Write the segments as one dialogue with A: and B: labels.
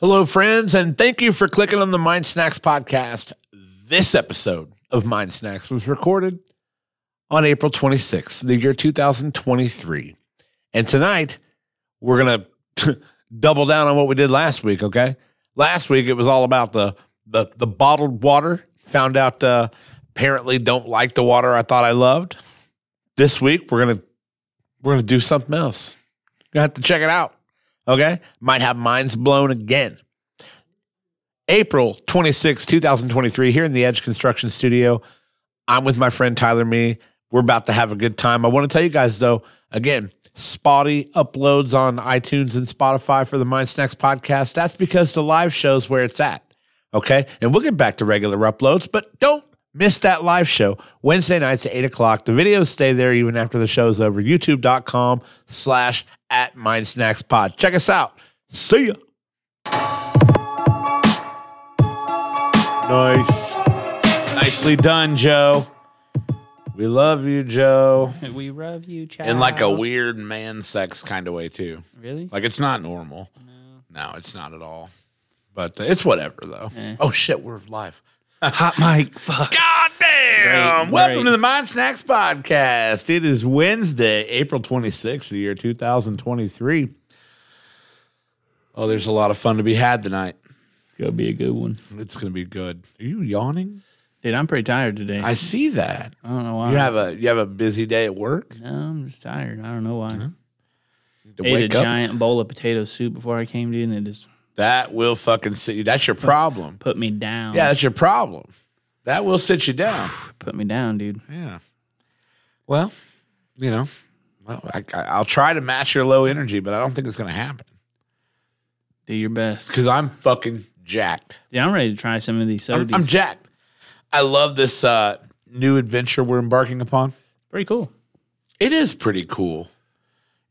A: Hello, friends, and thank you for clicking on the Mind Snacks podcast. This episode of Mind Snacks was recorded on April 26th, the year 2023. And tonight, we're going to double down on what we did last week, okay? Last week, it was all about the, the, the bottled water. Found out uh, apparently don't like the water I thought I loved. This week, we're going to we're going to do something else. You're going to have to check it out. Okay. Might have minds blown again. April 26, 2023, here in the Edge Construction Studio. I'm with my friend Tyler Me. We're about to have a good time. I want to tell you guys, though, again, spotty uploads on iTunes and Spotify for the Mind Snacks podcast. That's because the live show's where it's at. Okay. And we'll get back to regular uploads, but don't miss that live show Wednesday nights at eight o'clock. The videos stay there even after the show's over. YouTube.com slash at Mind Snacks Pod. Check us out. See ya. Nice. Nicely done, Joe. We love you, Joe.
B: We love you, child.
C: in like a weird man sex kind of way too.
B: Really?
C: Like it's not normal. No, it's not at all. But uh, it's whatever though.
B: Yeah.
C: Oh shit, we're live.
B: Hot mic. Fuck.
C: God damn!
B: Great,
C: Welcome
B: great.
C: to the Mind Snacks Podcast.
A: It is Wednesday, April 26th, the year 2023. It's
C: Oh, there's a lot of fun to be had tonight.
B: It's gonna be a good one.
C: It's gonna be good. Are you yawning?
B: Dude, I'm pretty tired today. I,
C: I see that.
B: don't know why.
C: You have a you have a busy day at work.
B: no, I'm just tired. I don't know why.
C: To
B: Ate a
C: wake up.
B: giant bowl of potato soup before I came to, you, and it just
C: That will fucking sit you. That's your problem.
B: put me down.
C: Yeah, that's your problem. That will sit you down.
B: put me down, dude.
C: Yeah. Well, you know, well, I, I- I'll try to match your low energy, but I don't think it's going to happen
B: Do your best.
C: because I'm fucking jacked.
B: Yeah, I'm ready to try some of these sodas.
C: I'm, I'm jacked. I love this uh, new adventure we're embarking upon.
B: pretty cool.
C: It is pretty cool.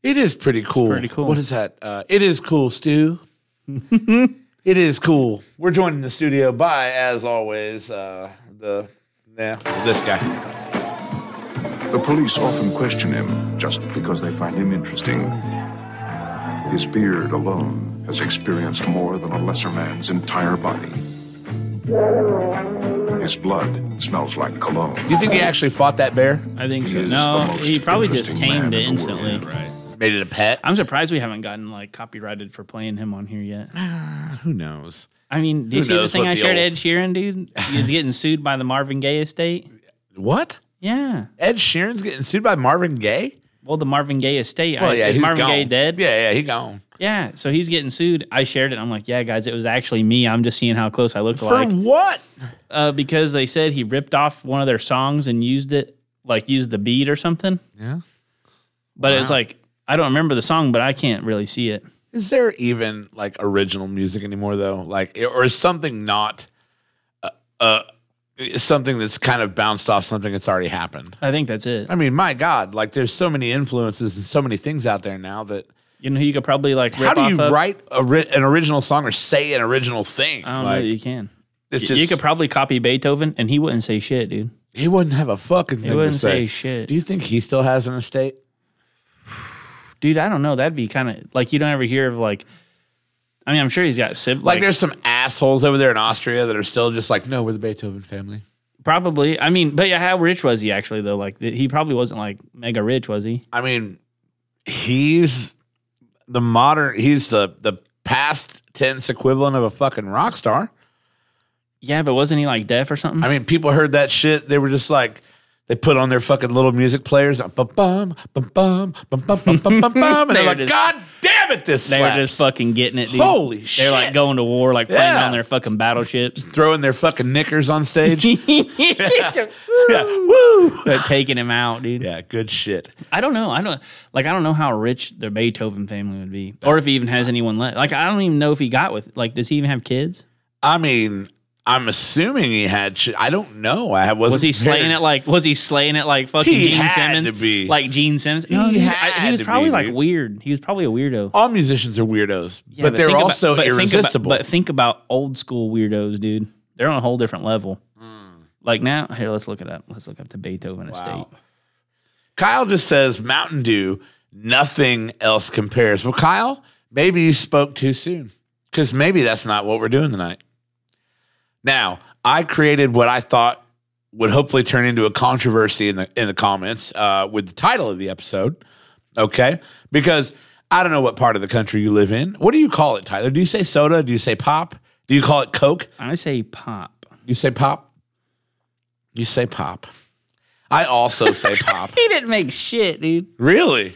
C: It is pretty cool.
B: pretty cool.
C: What is that? Uh, it is cool, Stu. it is cool. We're joined in the studio by, as always, uh, the yeah, this guy.
D: The police often question him just because they find him interesting. His beard alone has experienced more than a lesser man's entire body. His blood smells like cologne.
C: Do you think he actually fought that bear?
B: I think
D: He
B: so.
D: is
B: No,
D: the most
B: he probably just
D: interesting
B: tamed it
D: man in the world.
B: instantly.
C: Right. Made it a pet.
B: I'm surprised we haven't gotten like copyrighted for playing him on here yet.
C: Uh, Who knows?
B: I mean, do you
C: Who
B: see the
C: knows
B: thing
C: what
B: I
C: the
B: shared
C: old-
B: Ed Sheeran, dude? He's getting sued by the Marvin Gaye estate.
C: What?
B: Yeah.
C: Ed Sheeran's getting sued by Marvin Gaye?
B: Well, the Marvin Gaye estate.
C: Well,
B: I,
C: yeah,
B: is
C: he's
B: Marvin
C: gone.
B: Gaye dead?
C: Yeah, yeah, he gone.
B: Yeah, so he's getting sued. I shared it. I'm like, yeah, guys, it was actually me. I'm just seeing how close I look
C: For
B: like.
C: what?
B: Uh, because they said he ripped off one of their songs and used it, like used the beat or something.
C: Yeah.
B: But it was like, I don't remember the song, but I can't really see it.
C: Is there even like original music anymore though? Like, or is something not, uh, uh something that's kind of bounced off something that's already happened?
B: I think that's it.
C: I mean, my God, like there's so many influences and so many things out there now that
B: You know who you could probably like rip
C: how do you
B: off of?
C: write a ri- an original song or say an original thing?
B: I don't know
C: like,
B: that you can.
C: it's
B: you
C: just-
B: could probably copy Beethoven and he wouldn't say shit, dude.
C: he wouldn't have a fucking
B: He
C: thing to
B: wouldn't say,
C: say.
B: shit.
C: Do you think he still has an estate?
B: dude, I don't know. That'd be kind of like you don't ever hear of like, I mean, I'm sure he's got siblings.
C: Like, there's some assholes over there in Austria that are still just like, no, we're the Beethoven family.
B: Probably. I mean, but yeah, how rich was he actually though? Like th- he probably wasn't like mega rich, was he?
C: I mean, he's the modern, he's the the past tense equivalent of a fucking rock star.
B: Yeah, but wasn't he like deaf or something?
C: I mean, people heard that shit. They were just like, they put on their fucking little music players, bum bum bum bum bum bum bum bum bum, bum, and
B: They
C: they're
B: were
C: like,
B: just-
C: God damn it, this
B: they
C: slaps.
B: were just fucking getting it, dude.
C: Holy shit!
B: They're like going to war, like playing
C: Yeah.
B: on their fucking battleships,
C: throwing their fucking knickers on stage. yeah, woo.
B: They're taking him out, dude.
C: Yeah, good shit.
B: I don't know. I don't like. I don't know how rich the Beethoven family would be, or if he even has anyone left. Like, I don't even know if he got with. Like, does he even have kids?
C: I mean, I'm assuming he had shit. I don't know. I wasn't
B: Was he slaying
C: prepared.
B: it like? Was he slaying it like fucking
C: He
B: Gene
C: had
B: Simmons?
C: to be.
B: Like Gene Simmons? No,
C: He
B: dude, I-
C: had
B: was
C: to be,
B: probably like
C: dude.
B: weird. He was probably a weirdo.
C: all musicians are weirdos,
B: Yeah,
C: but, they're
B: think about-
C: also
B: but think about-
C: irresistible.
B: but think about old school weirdos, dude. They're on a whole different level.
C: Hmm.
B: Like now, here, let's look it up. Let's look up the Beethoven estate.
C: Kyle just says Mountain Dew, nothing else compares. Well, Kyle, maybe you spoke too soon. because maybe that's not what we're doing tonight. Now, I created what I thought would hopefully turn into a controversy in the in the comments uh, with the title of the episode. Okay, because I don't know what part of the country you live in. What do you call it, Tyler? Do you say soda? Do you say pop? Do you call it Coke?
B: I say pop.
C: You say pop. You say pop. I also say pop.
B: He didn't make shit, dude.
C: Really?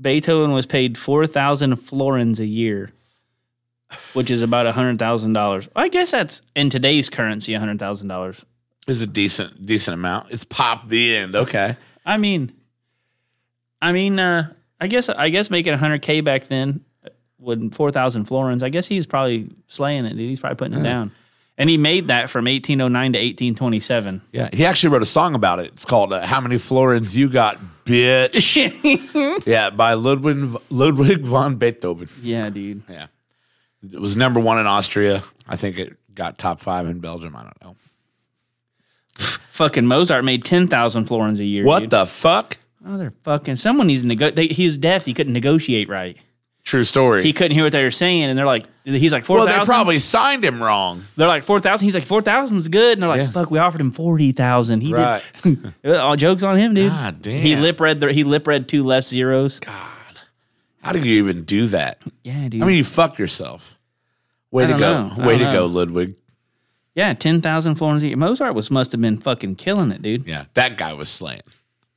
B: Beethoven was paid four thousand florins a year, which is about hundred thousand dollars. I guess that's in today's currency, hundred thousand dollars.
C: Is a decent decent amount. It's pop the end. Okay.
B: I mean, I mean, uh, I guess I guess making hundred k back then would four thousand florins. I guess he was probably slaying it, dude. He's probably putting it down, and he made that from eighteen oh nine to eighteen twenty seven.
C: Yeah, he actually wrote a song about it. It's called uh, "How Many Florins You Got, Bitch." yeah, by Ludwig Ludwig von Beethoven.
B: Yeah, dude.
C: Yeah, it was number one in Austria. I think it got top five in Belgium. I don't know.
B: Fucking Mozart made ten thousand florins a year.
C: What
B: dude.
C: the fuck?
B: Motherfucking someone needs to negotiate. He was deaf. He couldn't negotiate right.
C: True story.
B: He couldn't hear what they were saying, and they're like, he's like four
C: well,
B: thousand.
C: they probably signed him wrong.
B: They're like four thousand. He's like four thousand's good, and they're like,
C: Yes.
B: "Fuck, we offered him forty thousand. He
C: Right.
B: did. All jokes on him, dude.
C: God damn.
B: He lip read. The, he lip read two left zeros.
C: How do you even do that?
B: Yeah, dude.
C: I mean, you fucked yourself. Way
B: I
C: to
B: don't
C: go.
B: know. I
C: Way to
B: don't
C: go,
B: know.
C: Ludwig.
B: yeah, ten thousand florins. a year. Mozart was must have been fucking killing it, dude.
C: Yeah, that guy was slaying.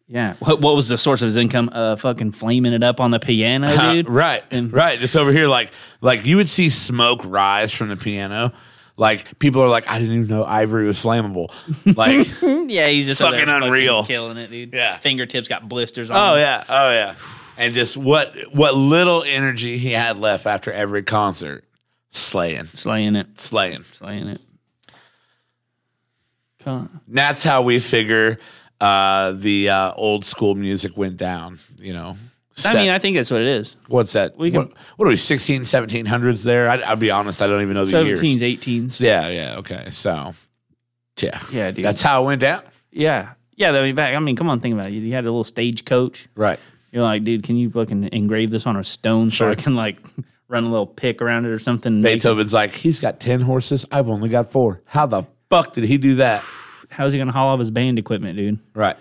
B: Yeah. What, what was the source of his income? Uh, fucking flaming it up on the piano, dude.
C: Uh, right,
B: And-
C: right. Just over here, like, like you would see smoke rise from the piano. Like people are like, I didn't even know ivory was flammable. Like,
B: Yeah, he's just over
C: Fucking
B: there
C: unreal.
B: killing it, dude.
C: Yeah.
B: fingertips got blisters. on
C: oh
B: them.
C: yeah, oh yeah. And just what what little energy he had left after every concert, slaying,
B: slaying it,
C: slaying.
B: slaying it. Con-
C: And that's how we figure uh, the uh, old school music went down. You know,
B: I
C: Set-
B: mean, I think that's what it is.
C: what's that?
B: we can-
C: what, what are we? 16, 1700s there? I, I'll be honest, I don't even know the years.
B: Seventeens, eighteens.
C: Yeah, yeah, okay. So, yeah,
B: Yeah, dude.
C: That's how it went down.
B: Yeah. Yeah, I mean, back. I mean, come on, think about it. You had a little stagecoach.
C: Right.
B: You're like, dude, can you fucking engrave this on a stone so I can like run a little pick around it or something? and make
C: Beethoven's like, he's got 10 horses. I've only got four. How the fuck did he do that?
B: it- How's he gonna haul off his band equipment, dude?
C: Right.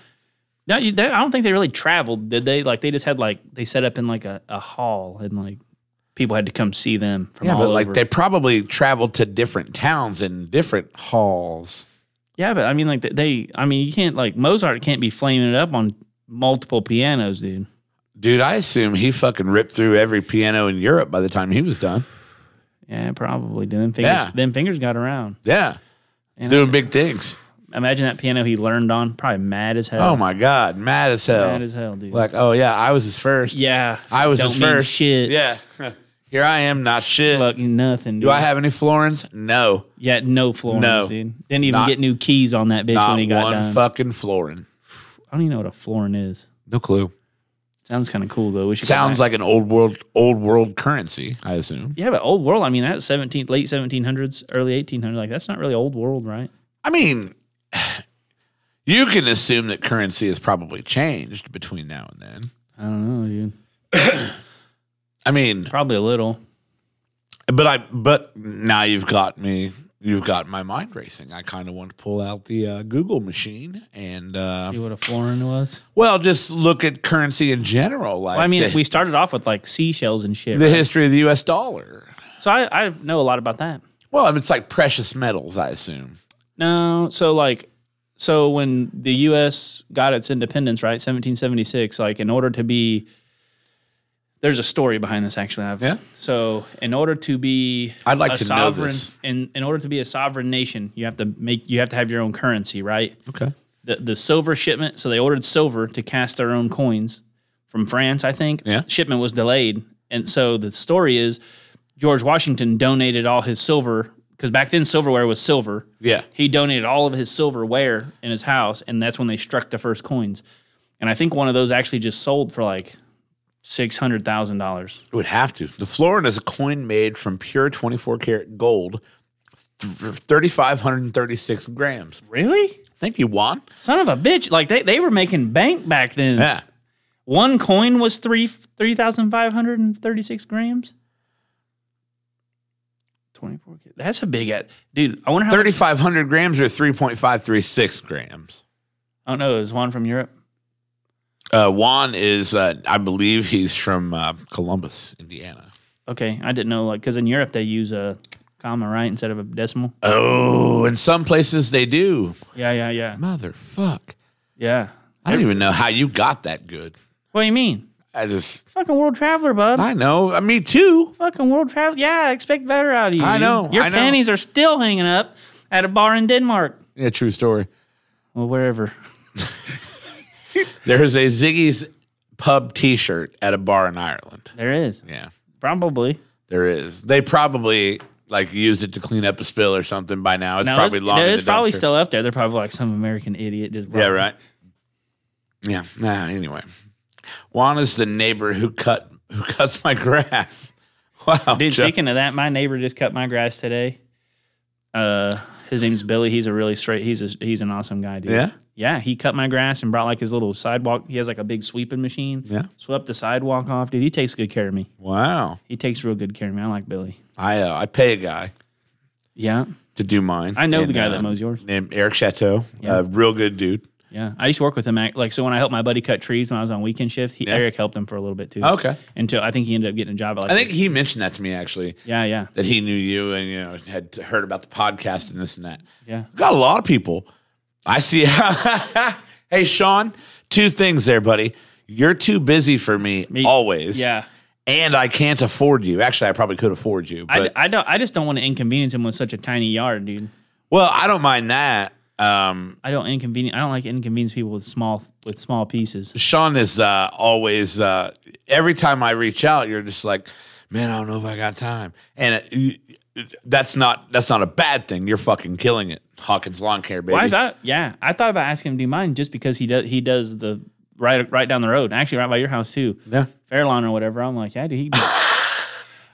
B: No, you, they, I don't think they really traveled, did they? Like, they just had like they set up in like a, a hall and like people had to come see them from
C: Yeah,
B: all
C: but like
B: over.
C: they probably traveled to different towns and different halls.
B: yeah, but I mean, like they, I mean, you can't like Mozart can't be flaming it up on multiple pianos, dude.
C: Dude, I assume he fucking ripped through every piano in Europe by the time he was done.
B: Yeah, probably. Then fingers,
C: Yeah.
B: then fingers got around.
C: Yeah.
B: And
C: Doing big things.
B: Imagine that piano he learned on, probably mad as hell.
C: Oh my God. Mad as hell.
B: Mad as hell, dude.
C: Like, oh yeah, I was his first.
B: yeah,
C: I was
B: don't
C: his
B: mean
C: first.
B: shit.
C: Yeah. Here I am, not shit.
B: fucking nothing.
C: Do I have any florins? No.
B: Yeah, no Florence,
C: No.
B: dude. Didn't even
C: Not-
B: get new keys on that bitch
C: Not
B: when he got
C: one
B: done.
C: fucking florin.
B: I don't even know what a florin is.
C: No clue.
B: Sounds kind of cool though. We should go
C: Sounds like
B: back.
C: an old world old world currency, I assume.
B: yeah, but old world. I mean, that's seventeen, late seventeen hundreds, early eighteen hundreds. Like that's not really old world, right?
C: I mean, you can assume that currency has probably changed between now and then.
B: I don't know, dude.
C: I mean,
B: Probably a little.
C: but I but now you've got me. You've got my mind racing. I kind of want to pull out the uh, Google machine and uh,
B: See what a florin was?
C: well, just look at currency in general. Like
B: Well, I mean,
C: the,
B: we started off with like seashells and shit.
C: the
B: right?
C: history of the U.S. dollar.
B: So I, I know a lot about that.
C: Well, I mean, it's like precious metals, I assume.
B: No, so like, so when the U.S. got its independence, right, 1776, like in order to be, there's a story behind this actually. I've,
C: Yeah?
B: So in order to be,
C: I'd like
B: a
C: to know
B: sovereign,
C: this.
B: In in order to be a sovereign nation, you have to make you have to have your own currency, right?
C: Okay.
B: The the silver shipment. So they ordered silver to cast their own coins from France, I think.
C: Yeah.
B: Shipment was delayed, and so the story is George Washington donated all his silver because back then silverware was silver
C: Yeah.
B: he donated all of his silverware in his house, and that's when they struck the first coins. And I think one of those actually just sold for like six hundred thousand dollars.
C: It would have to. The florin is a coin made from pure 24 karat gold, th- 3,536 grams.
B: Really?
C: Thank you, Juan.
B: Son of a bitch! Like they, they were making bank back then.
C: Yeah.
B: One coin was three three thousand five hundred and thirty six grams. 24 kids. That's a big ad. Dude, I wonder how.
C: 3,500 grams or 3.536 grams?
B: I don't know. Is one from Europe?
C: Uh, Juan is, uh, I believe he's from uh, Columbus, Indiana.
B: Okay. I didn't know. Like, because in Europe, they use a comma, right? Instead of a decimal.
C: Oh, in some places they do.
B: Yeah, yeah, yeah.
C: Motherfuck.
B: Yeah.
C: I don't even know how you got that good.
B: What do you mean?
C: I just,
B: Fucking world traveler, bub.
C: I know. Uh, me too.
B: Fucking world travel. Yeah, I expect better out of you.
C: I
B: dude.
C: know,
B: Your
C: I know.
B: panties are still hanging up at a bar in Denmark.
C: Yeah, true story.
B: Well, wherever.
C: There is a Ziggy's pub t shirt at a bar in Ireland.
B: There is.
C: Yeah,
B: Probably.
C: there is. They probably like used it to clean up a spill or something by now. It's
B: No,
C: probably
B: it's,
C: long.
B: no,
C: in
B: it's
C: the
B: probably
C: dumpster.
B: still up there. They're probably like some American idiot just
C: Yeah, right. Yeah. Nah, anyway. Juan is the neighbor who cut who cuts my grass. Wow.
B: Dude,
C: Chuck-
B: speaking of that, my neighbor just cut my grass today. Uh, his name's Billy. He's a really straight. He's a, he's an awesome guy, dude.
C: Yeah?
B: yeah. He cut my grass and brought like his little sidewalk. He has like a big sweeping machine.
C: Yeah.
B: swept the sidewalk off, dude. He takes good care of me.
C: Wow.
B: He takes real good care of me. I like Billy.
C: I uh, I pay a guy
B: Yeah,
C: to do mine.
B: I know the
C: and,
B: guy
C: uh,
B: that mows yours.
C: Named Eric Chateau.
B: Yeah. Mm-hmm.
C: A real good dude.
B: Yeah, I used to work with him. At, like, so when I helped my buddy cut trees when I was on weekend shift, he,
C: Yeah.
B: Eric helped him for a little bit too.
C: Okay.
B: until I think he ended up getting a job. At like,
C: I think he mentioned that to me actually.
B: yeah, yeah,
C: That he knew you and you know had heard about the podcast and this and that.
B: yeah.
C: Got a lot of people. I see. hey, Sean, two things there, buddy. You're too busy for me,
B: Me-
C: always.
B: Yeah,
C: and I can't afford you. Actually, I probably could afford you,
B: I,
C: but
B: I don't. I just don't want to inconvenience him with such a tiny yard, dude.
C: well, I don't mind that. Um,
B: I don't inconvenience. I don't like to inconvenience people with small with small pieces.
C: Sean is uh, always uh, every time I reach out, you're just like, man, I don't know if I got time, and it, you- it- that's not that's not a bad thing. You're fucking killing it, Hawkins Lawn Care, baby.
B: Well, I thought, yeah, I thought about asking him to do mine just because he does he does the right right down the road, actually right by your house too,
C: yeah.
B: Fairlawn or whatever. I'm like, yeah, dude. He,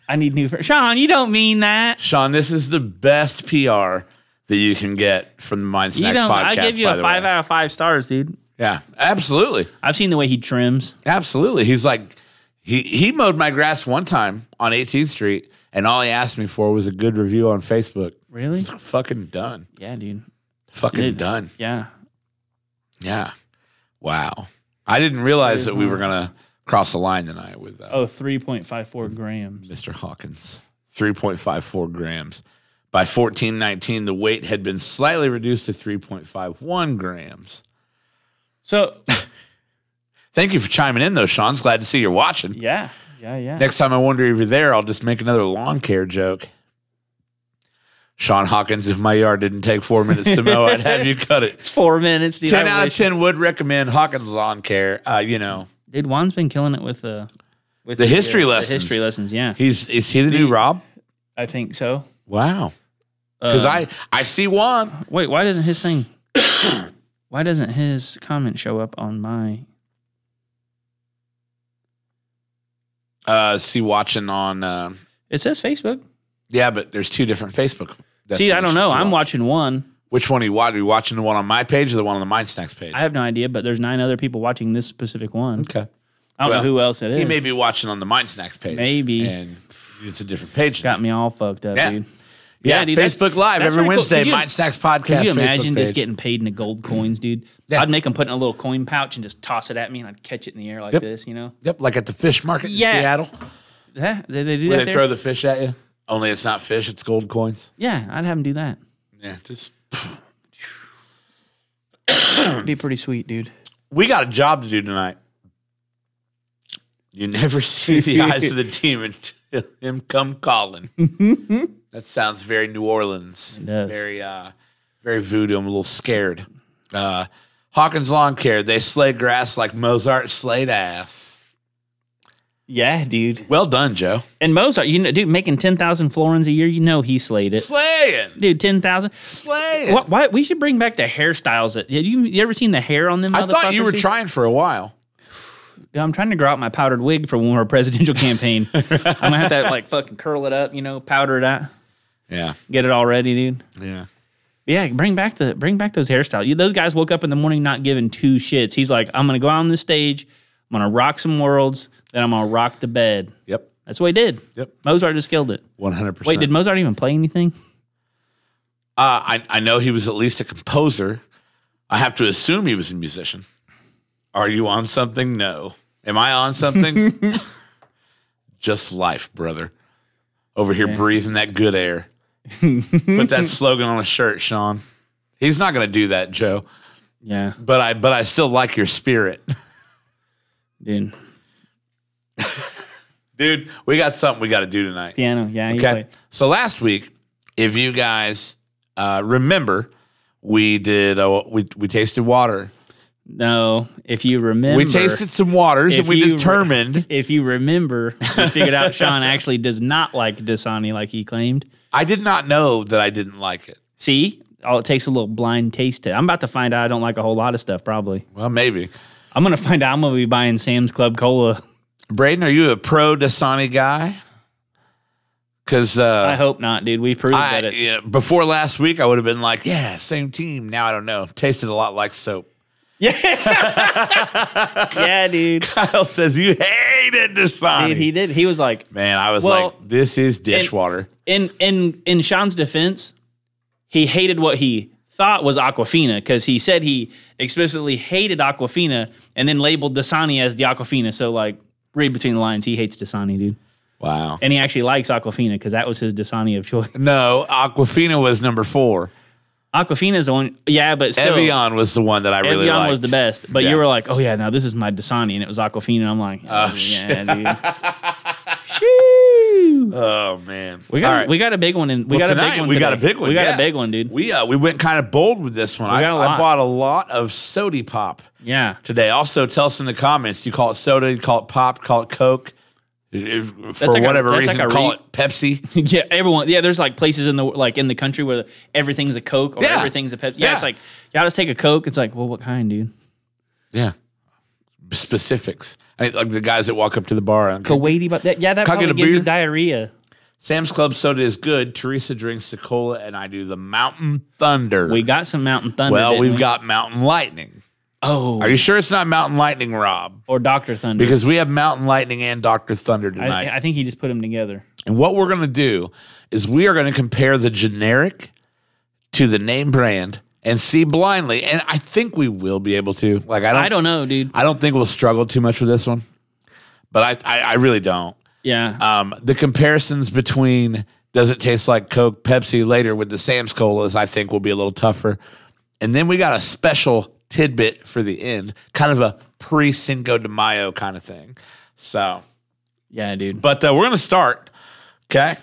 B: I need new fur. Sean, you don't mean that.
C: Sean, this is the best PR that you can get from the Mind
B: You
C: Snacks
B: don't.
C: podcast.
B: I give you
C: by
B: a
C: the
B: five
C: way.
B: out of five stars, dude.
C: Yeah, absolutely.
B: I've seen the way he trims.
C: Absolutely. He's like, he, he mowed my grass one time on 18th Street, and all he asked me for was a good review on Facebook.
B: Really?
C: Fucking done.
B: Yeah, dude.
C: Fucking
B: Dude.
C: done.
B: Yeah.
C: Yeah. Wow. I didn't realize that we were going to cross the line tonight with uh,
B: Mm-hmm. Oh, 3.54 grams.
C: Mr. Hawkins. 3.54 grams. By 1419, the weight had been slightly reduced to 3.51 grams.
B: So,
C: Thank you for chiming in, though, Sean. It's glad to see you're watching.
B: yeah. Yeah, yeah.
C: Next time I wonder if you're there, I'll just make another lawn care joke. Sean Hawkins, if my yard didn't take four minutes to mow, I'd have you cut it.
B: Four minutes, dude.
C: ten
B: I
C: out of
B: wish.
C: ten would recommend Hawkins Lawn Care. Uh, you know,
B: Dude, Juan's been killing it with uh, with
C: The history lessons.
B: The history lessons, yeah.
C: he's is he the new Rob?
B: I think so.
C: Wow, because
B: Uh,
C: I I see Juan.
B: wait. Why doesn't his thing? why doesn't his comment show up on my?
C: Uh, see watching on. Uh,
B: It says Facebook.
C: yeah, but there's two different Facebook.
B: See, I
C: definitions
B: don't know.
C: to
B: I'm
C: watch.
B: watching one.
C: Which one are you watching? Are you watching the one on my page or the one on the Mind Snacks page?
B: I have no idea, but there's nine other people watching this specific one.
C: okay,
B: I don't
C: Well,
B: know who else it is.
C: he may be watching on the Mind Snacks page.
B: Maybe.
C: and it's a different page. now.
B: got me all fucked up,
C: Yeah.
B: dude.
C: Yeah,
B: dude, that's-
C: Facebook Live
B: that's
C: every
B: pretty cool.
C: Wednesday,
B: Could you-
C: Mind Snacks Podcast.
B: Can you
C: Facebook
B: imagine just
C: page.
B: getting paid in the gold coins, dude?
C: Yeah.
B: I'd make them put in a little coin pouch and just toss it at me, and I'd catch it in the air like
C: Yep.
B: this, you know?
C: Yep, like at the fish market in
B: Yeah.
C: Seattle.
B: Yeah, they, they do
C: Where they
B: that. there?
C: throw the fish at you. Only it's not fish, it's gold coins.
B: yeah, I'd have them do that.
C: Yeah, just
B: It'd be pretty sweet, dude.
C: we got a job to do tonight. You never see the eyes of the demon until him come calling. that sounds very New Orleans.
B: It does.
C: Very uh very voodoo. I'm a little scared. Uh Hawkins Lawn Care, they slay grass like Mozart slayed ass.
B: Yeah, dude.
C: Well done, Joe.
B: And Mozart, you know, dude, making ten thousand florins a year, you know he slayed it.
C: Slaying.
B: dude, ten thousand.
C: Slaying.
B: What? Why? We should bring back the hairstyles. That you, you ever seen the hair on them?
C: I thought you
B: motherfuckers,
C: were
B: dude?
C: trying for a while.
B: Yeah, I'm trying to grow out my powdered wig for when we're a presidential campaign. I'm gonna have to like fucking curl it up, you know, powder it out,
C: Yeah.
B: get it all ready, dude.
C: Yeah.
B: Yeah, bring back the bring back those hairstyles. You, those guys woke up in the morning not giving two shits. He's like, I'm gonna go out on the stage, I'm gonna rock some worlds, then I'm gonna rock the bed.
C: Yep.
B: That's what he did.
C: Yep.
B: Mozart just killed it.
C: One hundred percent.
B: Wait, did Mozart even play anything?
C: Uh, I, I know he was at least a composer. I have to assume he was a musician. Are you on something? No. Am I on something? Just life, brother. Over here breathing that good air. Put that slogan on a shirt, Sean. He's not going to do that, Joe.
B: Yeah,
C: But I but I still like your spirit.
B: dude.
C: Dude, we got something we got to do tonight.
B: Piano. Yeah. he
C: Okay.
B: played.
C: So last week, if you guys uh, remember, we did uh, we we tasted water.
B: No, if you remember,
C: We tasted some waters
B: If
C: and we
B: you-
C: determined.
B: If you remember, we figured out Sean actually does not like Dasani like he claimed.
C: I did not know that I didn't like it.
B: See, all it takes a little blind taste. To, I'm about to find out I don't like a whole lot of stuff. Probably.
C: Well, maybe.
B: I'm gonna find out. I'm gonna be buying Sam's Club cola.
C: Braden, are you a pro Dasani guy? Because
B: I
C: uh,
B: hope not, dude. We proved
C: I,
B: that it.
C: yeah, before last week, I would have been like, yeah, same team. Now I don't know. Tasted a lot like soap.
B: Yeah, dude.
C: Kyle says you hated Dasani.
B: Dude, he did. He was like,
C: Man, I was
B: Well,
C: like, this is dishwater.
B: in in in Sean's defense, he hated what he thought was Aquafina because he said he explicitly hated Aquafina and then labeled Dasani as the Aquafina. So like, read between the lines, he hates Dasani, dude,
C: wow.
B: and he actually likes Aquafina because that was his Dasani of choice.
C: No, Aquafina was number four.
B: Aquafina is the one, yeah, but still,
C: Evian was the one that I really
B: Evian
C: liked.
B: was the best. But
C: Yeah.
B: you were like, oh yeah, now this is my Dasani, and it was Aquafina. I'm like, oh, yeah, dude. Shoo.
C: Oh man,
B: We got we got a big one, and we
C: Well,
B: got a
C: tonight
B: big one.
C: we got
B: today.
C: a big one,
B: We got
C: yeah.
B: a big one, dude.
C: We uh, we went kind of bold with this one.
B: We
C: I,
B: got a
C: I
B: lot.
C: bought a lot of sody pop
B: Yeah.
C: today. Also, tell us in the comments. Do you call it soda? Do you call it pop? Call it Coke? If- For
B: like a-
C: whatever
B: that's
C: reason,
B: like a
C: call
B: re-
C: it Pepsi.
B: Yeah, everyone. Yeah, there's like places in the like in the country where everything's a Coke or
C: Yeah.
B: everything's a Pepsi. Yeah,
C: Yeah.
B: it's like y'all just take a Coke. It's like, well, what kind, dude?
C: yeah. Specifics. I mean, like the guys that walk up to the bar. and go,
B: Kuwaiti, but that, yeah, that
C: Can I get
B: probably
C: a
B: gives you
C: beer?
B: diarrhea.
C: Sam's Club soda is good. Teresa drinks the cola, and I do the Mountain Thunder.
B: We got some Mountain Thunder.
C: well,
B: didn't
C: we've
B: we?
C: got Mountain Lightning.
B: oh
C: Are you sure it's not Mountain Lightning, Rob?
B: or Doctor Thunder
C: Because we have Mountain Lightning and Doctor Thunder tonight.
B: I, I think he just put them together.
C: And what we're going to do is we are going to compare the generic to the name brand and see blindly. And I think we will be able to. Like I don't,
B: I don't know, dude.
C: I don't think we'll struggle too much with this one, but I, I, I really don't.
B: Yeah,
C: Um, the comparisons between does it taste like Coke, Pepsi later with the Sam's colas, I think will be a little tougher. And then we got a special tidbit for the end, kind of a pre Cinco de Mayo kind of thing. So,
B: yeah, dude.
C: but uh, we're going to start. Okay.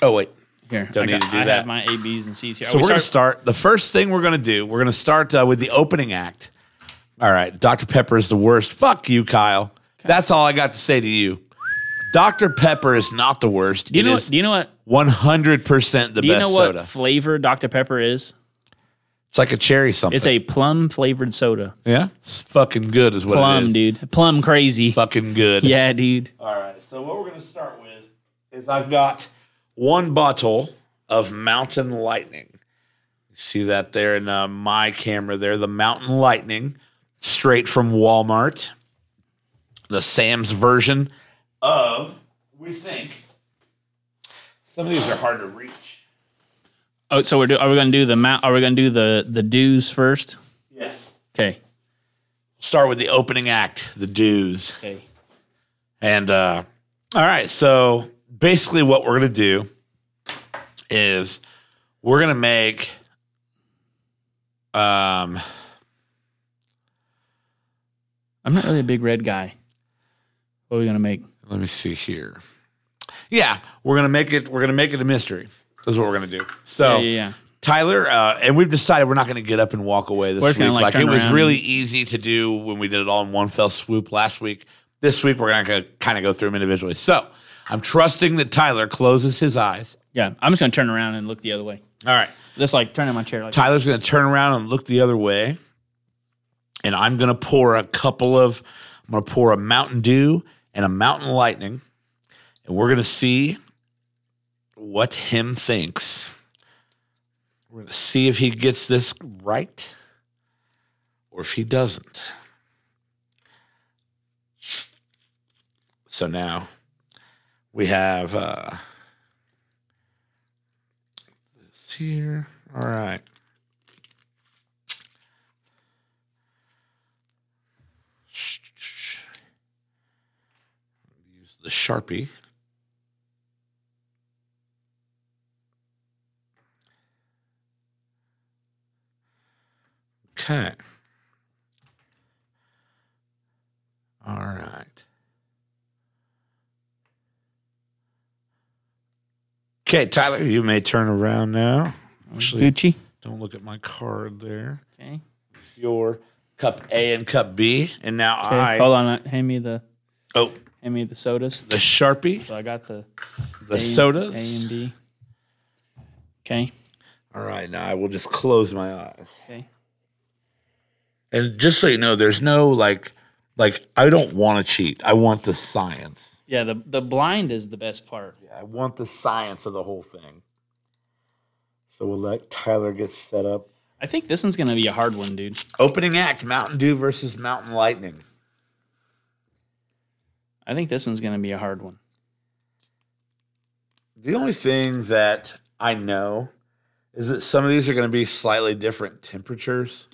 C: Oh, wait.
B: Here,
C: Don't
B: I
C: need
B: got-
C: to do
B: I
C: that.
B: have my A, B's, and C's here.
C: So
B: we
C: we are going to
B: start-
C: start. The first thing we're going to do, we're going to start uh, with the opening act. All right. Dr. Pepper is the worst. Fuck you, Kyle. That's all I got to say to you. Dr. Pepper is not the worst.
B: do you
C: It
B: know?
C: is
B: What, do you know what?
C: 100% the
B: Do you
C: best
B: know what
C: soda.
B: flavor Dr Pepper is?
C: It's like a cherry something.
B: It's a plum flavored soda.
C: yeah. It's fucking good is what it
B: Plum,
C: is.
B: dude. Plum crazy.
C: Fucking good.
B: Yeah, dude.
C: All right. So what we're going to start with is I've got one bottle of Mountain Lightning. You see that there in uh, my camera there, the Mountain Lightning, straight from Walmart. The Sam's version of we think some of these are hard to reach.
B: Oh, so we're do, are we gonna do the mount? Are we gonna do the the dues first?
C: Yeah.
B: Okay.
C: Start with the opening act, the dues.
B: Okay.
C: And uh, all right, so basically, what we're gonna do is we're gonna make um
B: I'm not really a big red guy. What are we gonna make?
C: let me see here yeah we're gonna make it we're gonna make it a mystery is what we're gonna do so
B: yeah, yeah, yeah.
C: tyler uh, and we've decided we're not gonna get up and walk away this
B: We're
C: week
B: just gonna, like,
C: like, it
B: turn
C: was
B: around
C: really easy to do when we did it all in one fell swoop last week this week we're gonna kind of go through them individually so i'm trusting that tyler closes his eyes
B: Yeah, I'm just gonna turn around and look the other way.
C: all right
B: Just like turn in my chair. Like
C: Tyler's going to turn around and look the other way. And I'm going to pour a couple of, I'm going to pour a Mountain Dew and a Mountain Lightning. And we're going to see what him thinks. We're going to see if he gets this right or if he doesn't. So now We have uh, this here. All right. Use the Sharpie. Okay. All right. Okay, Tyler, you may turn around now. Actually,
B: Gucci.
C: don't look at my card there.
B: Okay.
C: Your cup A and cup B, and now
B: Okay,
C: I.
B: Hold on. uh, Hand me the
C: Oh,
B: hand me the sodas.
C: the Sharpie,
B: So I got the
C: the
B: A-
C: sodas.
B: A and B. Okay.
C: All right, now I will just close my eyes.
B: Okay.
C: And just so you know, there's no like, like I don't want to cheat. I want the science.
B: Yeah. The the blind is the best part.
C: I want the science of the whole thing. So we'll let Tyler get set up.
B: I think this one's gonna be a hard one, dude.
C: Opening act: Mountain Dew versus Mountain Lightning.
B: I think this one's gonna be a hard one.
C: The only thing that I know is that some of these are going to be slightly different temperatures,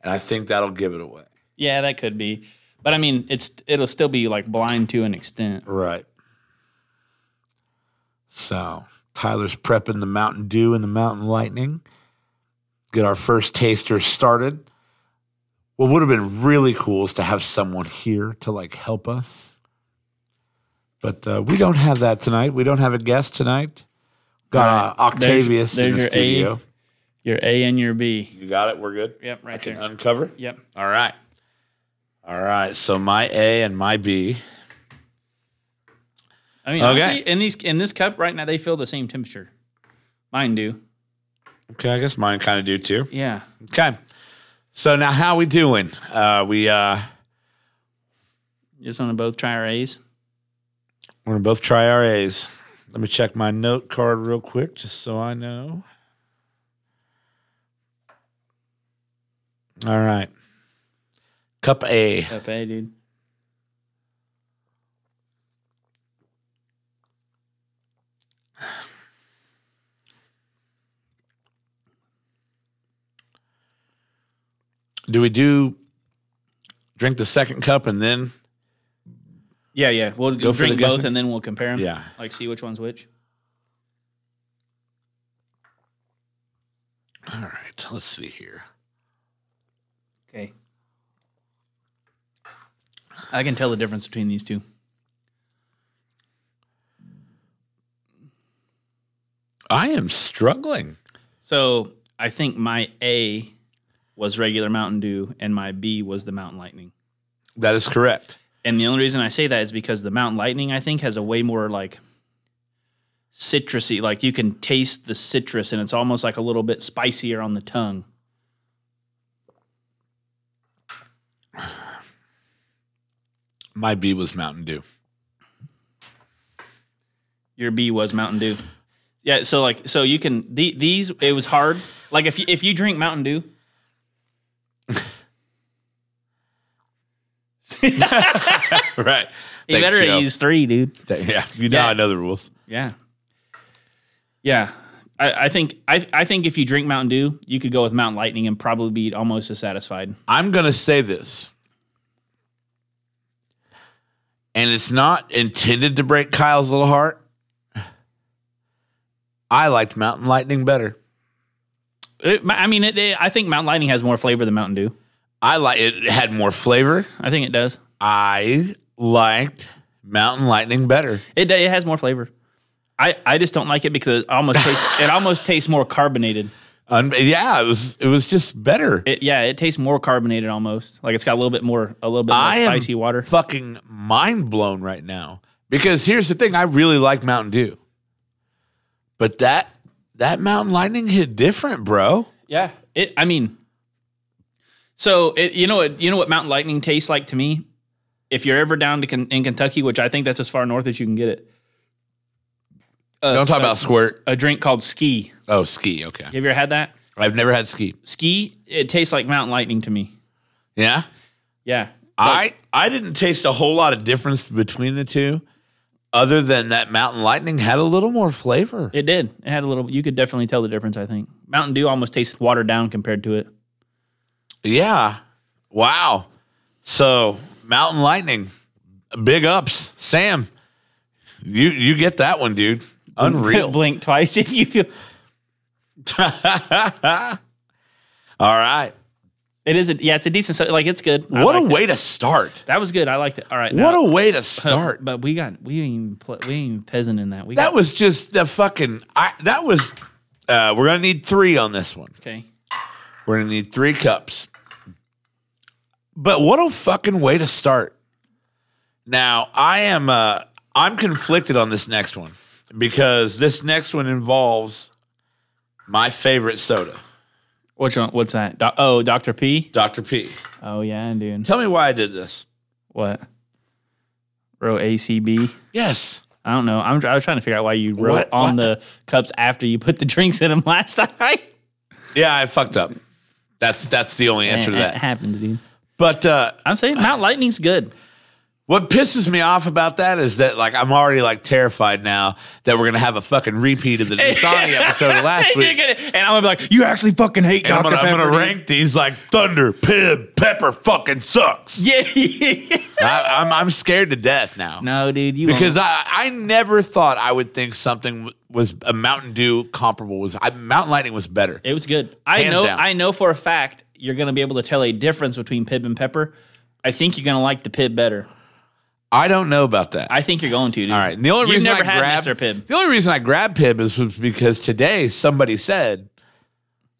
C: and I think that'll give it away.
B: Yeah, that could be. But I mean, it's it'll still be like blind to an extent.
C: Right. So Tyler's prepping the Mountain Dew and the Mountain Lightning. Get our first taster started. What would have been really cool is to have someone here to like help us. But uh, we don't have that tonight. We don't have a guest tonight. Got uh,
B: Right. There's-
C: Octavius in
B: there's
C: the
B: your A.
C: studio.
B: Your A and your B.
C: You got it. We're good.
B: Yep,
C: I
B: right
C: can
B: there.
C: uncover.
B: Yep.
C: All right. All right. So my A and my B.
B: I mean,
C: Okay.
B: honestly, in these in this cup right now, they feel the same temperature. Mine do.
C: Okay, I guess mine kind of do too.
B: Yeah.
C: Okay. So now how we doing? Uh we uh
B: Just want to both try our A's.
C: we're gonna both try our A's. Let me check my note card real quick just so I know. All right. Cup A.
B: Cup A, dude.
C: Do we do drink the second cup and then
B: Yeah, yeah. We'll
C: Go for
B: drink
C: the
B: both
C: guessing?
B: and then we'll compare them.
C: Yeah.
B: Like see which one's which.
C: all right, let's see here.
B: Okay. I can tell the difference between these two.
C: I am struggling.
B: So I think my A was regular Mountain Dew and my B was the Mountain Lightning.
C: That is correct.
B: And the only reason I say that is because the Mountain Lightning, I think, has a way more like citrusy, like you can taste the citrus and it's almost like a little bit spicier on the tongue.
C: My B was Mountain Dew.
B: Your B was Mountain Dew. Yeah, so like so you can the, these it was hard. Like if you if you drink Mountain Dew.
C: right.
B: You
C: Thanks,
B: better
C: Joe.
B: use three, dude.
C: Yeah, you know
B: Yeah.
C: I know the rules.
B: Yeah. Yeah. I, I think I, I think if you drink Mountain Dew, you could go with Mountain Lightning and probably be almost as satisfied.
C: I'm going to say this. And it's not intended to break Kyle's little heart. I liked Mountain Lightning better.
B: It- I mean, it, it- I think Mountain Lightning has more flavor than Mountain Dew.
C: I like it had more flavor.
B: I think it does.
C: I liked Mountain Lightning better.
B: It it has more flavor. I, I just don't like it because it almost tastes it almost tastes more carbonated.
C: Un- yeah, it was it was just better.
B: It yeah, it tastes more carbonated almost. Like it's got a little bit more a little bit more
C: I am-
B: spicy water.
C: Fucking mind blown right now. Because here's the thing, I really like Mountain Dew. But that that Mountain Lightning hit different, bro.
B: Yeah. It. I mean, so it, you know what you know what Mountain Lightning tastes like to me. If you're ever down to Ken, in Kentucky, which I think that's as far north as you can get it. Uh,
C: Don't talk
B: a-
C: about squirt.
B: a drink called Ski.
C: Oh, ski. Okay.
B: Have you ever had that?
C: I've never had ski.
B: Ski. It tastes like Mountain Lightning to me.
C: Yeah.
B: Yeah.
C: I I didn't taste a whole lot of difference between the two. other than that Mountain Lightning had a little more flavor.
B: It did. It had a little. You could definitely tell the difference. I think Mountain Dew almost tasted watered down compared to it.
C: Yeah. Wow. So Mountain Lightning, big ups, Sam. You you get that one, dude. Unreal.
B: Blink twice if you feel.
C: All right.
B: It is. A, yeah, it's a decent. so- Like it's good. I
C: what a
B: liked it.
C: way to start.
B: That was good. I liked it. All right.
C: What
B: now-
C: a way to start.
B: But we got we ain't even pl- we ain't even peasant in that. We
C: That
B: got,
C: was just the fucking. I, that was. Uh, we're gonna need three on this one.
B: okay.
C: We're gonna need three cups. But what a fucking way to start. Now I am. Uh, I'm conflicted on this next one because this next one involves my favorite soda,
B: Which one? What's that? Do- oh, Doctor P.
C: Dr. P.
B: Oh yeah, dude.
C: Tell me why I did this.
B: What? Row ACB.
C: Yes.
B: I don't know. I'm. I was trying to figure out why you wrote
C: What-
B: on the cups after you put the drinks in them last night.
C: Yeah, I fucked up. That's that's the only answer to
B: It
C: that.
B: happens, dude.
C: But uh,
B: I'm saying Mount Lightning's good.
C: What pisses me off about that is that like I'm already like terrified now that we're gonna have a fucking repeat of the Dasani episode of last
B: You're
C: week.
B: gonna- and I'm gonna be like, you actually fucking hate
C: And I'm
B: Dr.
C: gonna, I'm gonna
B: Pepper. dude."
C: rank these like Thunder, Pib, Pepper fucking sucks.
B: Yeah.
C: I, I'm I'm scared to death now.
B: no, dude, you
C: Because
B: won't.
C: I, I never thought I would think something w- was a Mountain Dew comparable was I, Mountain Lightning was better.
B: it was good. I
C: Hands
B: know.
C: down.
B: I know for a fact you're gonna be able to tell a difference between Pib and Pepper. I think you're gonna like the Pib better.
C: I don't know about that.
B: I think you're going to. Dude.
C: All right. And the only
B: You've
C: reason
B: never
C: I
B: had
C: grabbed
B: Mr. Pibb.
C: The only reason I grabbed Pib is was because today somebody said,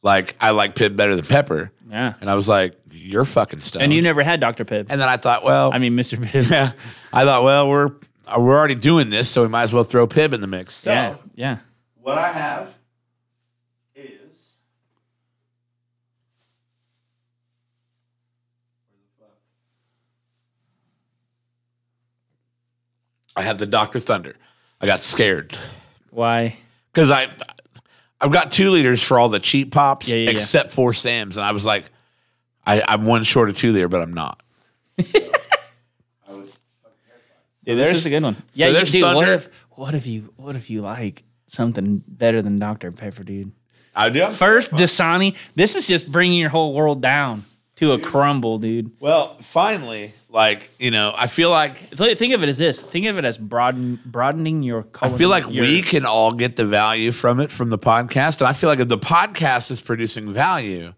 C: like, I like Pib better than Pepper.
B: Yeah.
C: And I was like, you're fucking stoned.
B: And you never had Dr. Pib.
C: and then I thought, well,
B: I mean, Mr. Pib.
C: yeah, I thought, well, we're uh, we're already doing this, so we might as well throw Pib in the mix. So
B: yeah. Yeah.
C: what I have is I have the Doctor Thunder. I got scared
B: Why?
C: because I I've got two liters for all the cheap pops
B: Yeah, yeah, yeah.
C: except for Sam's, and I was like, I, I'm one short of two liter, but I'm not.
B: Yeah, this is a good one. Yeah, you,
C: there's
B: dude. What
C: Thunder.
B: if? What if you? What if you like something better than Dr. Pepper, dude?
C: I do. I'm
B: First Dasani. This is just bringing your whole world down to a crumble, dude.
C: Well, finally, like you know, I feel like
B: Th- Think of it as this. Think of it as broaden, broadening your.
C: I
B: Culinary,
C: feel like
B: your-
C: we can all get the value from it from the podcast, and I feel like if the podcast is producing value,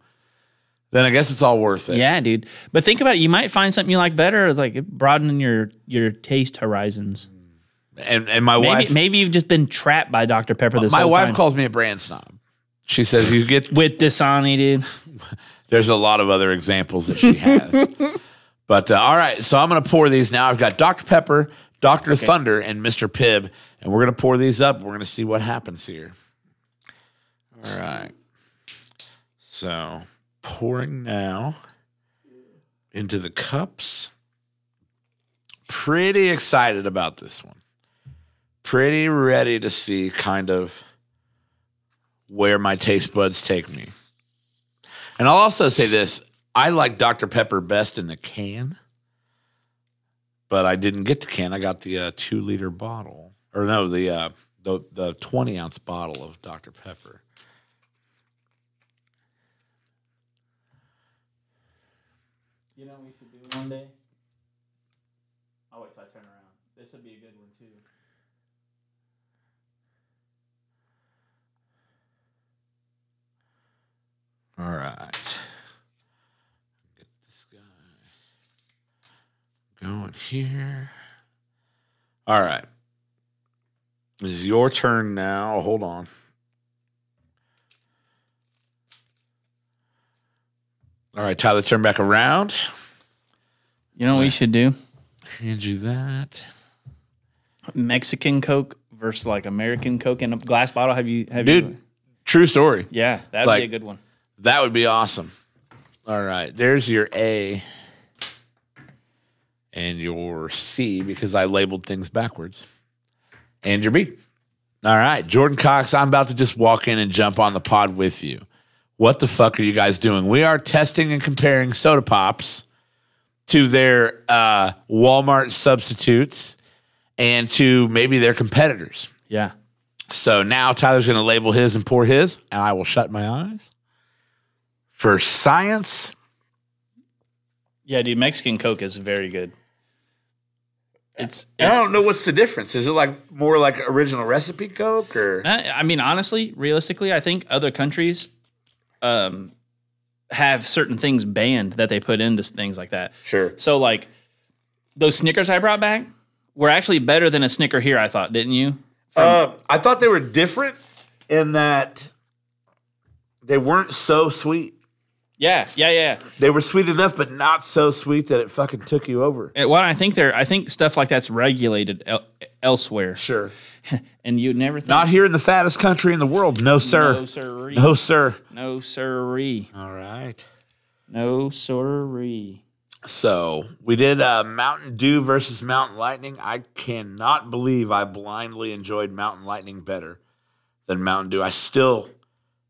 C: then I guess it's all worth it.
B: Yeah, dude. But think about it. You might find something you like better. It's like broadening your your taste horizons.
C: And and my
B: Maybe
C: wife,
B: maybe you've just been trapped by Dr. Pepper. This
C: my
B: whole
C: wife
B: time.
C: calls me a brand snob. She says you get
B: with Dasani, dude.
C: There's a lot of other examples that she has. but uh, all right, so I'm going to pour these now. I've got Dr. Pepper, Dr. Thunder, and Mr. Pibb, and we're going to pour these up. We're going to see what happens here. All right. So pouring now into the cups. Pretty excited about this one. Pretty ready to see kind of where my taste buds take me. And I'll also say this I like Dr. Pepper best in the can, but I didn't get the can. I got the uh, two liter bottle, or no, the, uh, the, the 20 ounce bottle of Dr. Pepper.
B: You know what we should do one day? I'll wait till I turn around. This would be a good one too.
C: All right. Get this guy going here. All right. This is your turn now. Hold on. All right, Tyler, turn back around.
B: You know what we should do?
C: Hand you that.
B: Mexican Coke versus like American Coke in a glass bottle. Have you have
C: Dude,
B: you
C: true story.
B: Yeah, that'd
C: Like-
B: be a good one.
C: That would be awesome. All right, there's your A and your C because I labeled things backwards. And your B. All right, Jordan Cox, I'm about to just walk in and jump on the pod with you. What the fuck are you guys doing? We are testing and comparing soda pops to their uh, Walmart substitutes and to maybe their competitors.
B: Yeah.
C: So now Tyler's going to label his and pour his, and I will shut my eyes. For science,
B: Yeah, dude, Mexican Coke is very good. It's, it's
C: I don't know what's the difference. Is it like more like original recipe Coke or?
B: I I mean, honestly, realistically, I think other countries um, have certain things banned that they put into s- things like that.
C: Sure.
B: So, like those Snickers I brought back were actually better than a Snicker here. I thought, didn't you?
C: Uh, I thought they were different in that they weren't so sweet.
B: Yeah, yeah, yeah.
C: They were sweet enough, but not so sweet that it fucking took you over.
B: Uh, Well, I think they're. I think stuff like that's regulated el- elsewhere,
C: Sure.
B: and you never think.
C: Not here in the fattest country in the world. No,
B: no
C: sir.
B: sirree.
C: No, sir.
B: No sirree.
C: All right.
B: No sirree.
C: So we did uh, Mountain Dew versus Mountain Lightning. I cannot believe I blindly enjoyed Mountain Lightning better than Mountain Dew. I still,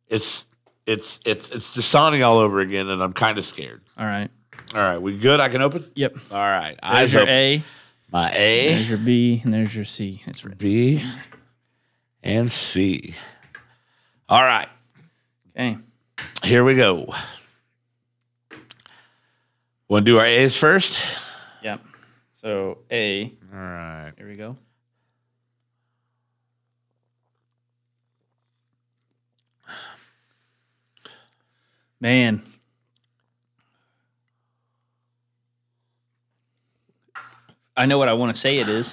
C: it's it's it's it's Dasani all over again, and I'm kind of scared.
B: All right.
C: All right, we good? I can open.
B: Yep.
C: All right,
B: There's
C: eyes
B: your
C: open.
B: A.
C: My A,
B: There's your B, and there's your C. It's red.
C: B, and C. All right,
B: Okay.
C: here we go. Want to do our A's first?
B: Yep. So A.
C: All right.
B: Here we go. Man. I know what I want to say it is.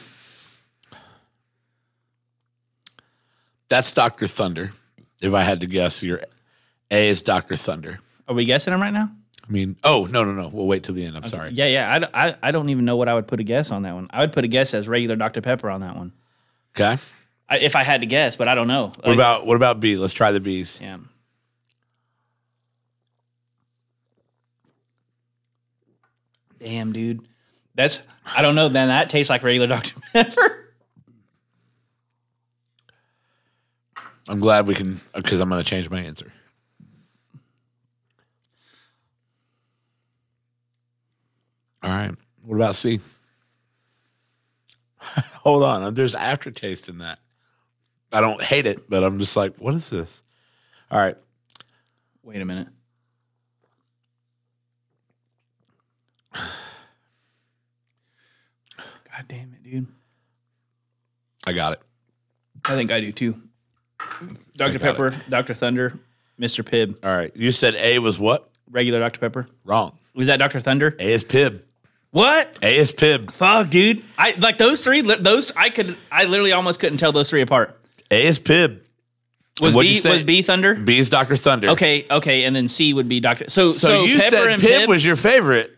C: That's Doctor Thunder. If I had to guess, your A is Doctor Thunder.
B: Are we guessing them right now?
C: I mean, oh no, no, no. We'll wait till the end. I'm sorry.
B: Yeah, yeah. I d- I, I, don't even know what I would put a guess on that one. I would put a guess as regular Dr. Pepper on that one.
C: Okay.
B: I, if I had to guess, but I don't know.
C: What about what about B? Let's try the B's.
B: Yeah. Damn, dude. That's I don't know. Then that tastes like regular Dr Pepper.
C: I'm glad we can because I'm going to change my answer. All right. What about C? Hold on. There's aftertaste in that. I don't hate it, but I'm just like, what is this? All right.
B: Wait a minute. God damn it, dude.
C: I got it.
B: I think I do too. Dr.
C: got it.
B: Pepper, Dr. Thunder, Mr. Pibb,
C: All right. You said A was what?
B: regular Dr. Pepper.
C: Wrong.
B: Was that Dr. Thunder?
C: A is Pib.
B: What?
C: A is Pib.
B: Fuck, dude. I like those three. li- Those I could. I literally almost couldn't tell those three apart.
C: A is Pib.
B: Was
C: what'd
B: B
C: you say?
B: was B Thunder?
C: B is Dr. Thunder.
B: Okay, okay, and then C would be Doctor. So so,
C: So, you
B: Pepper
C: said
B: and
C: Pib,
B: Pib.
C: was your favorite.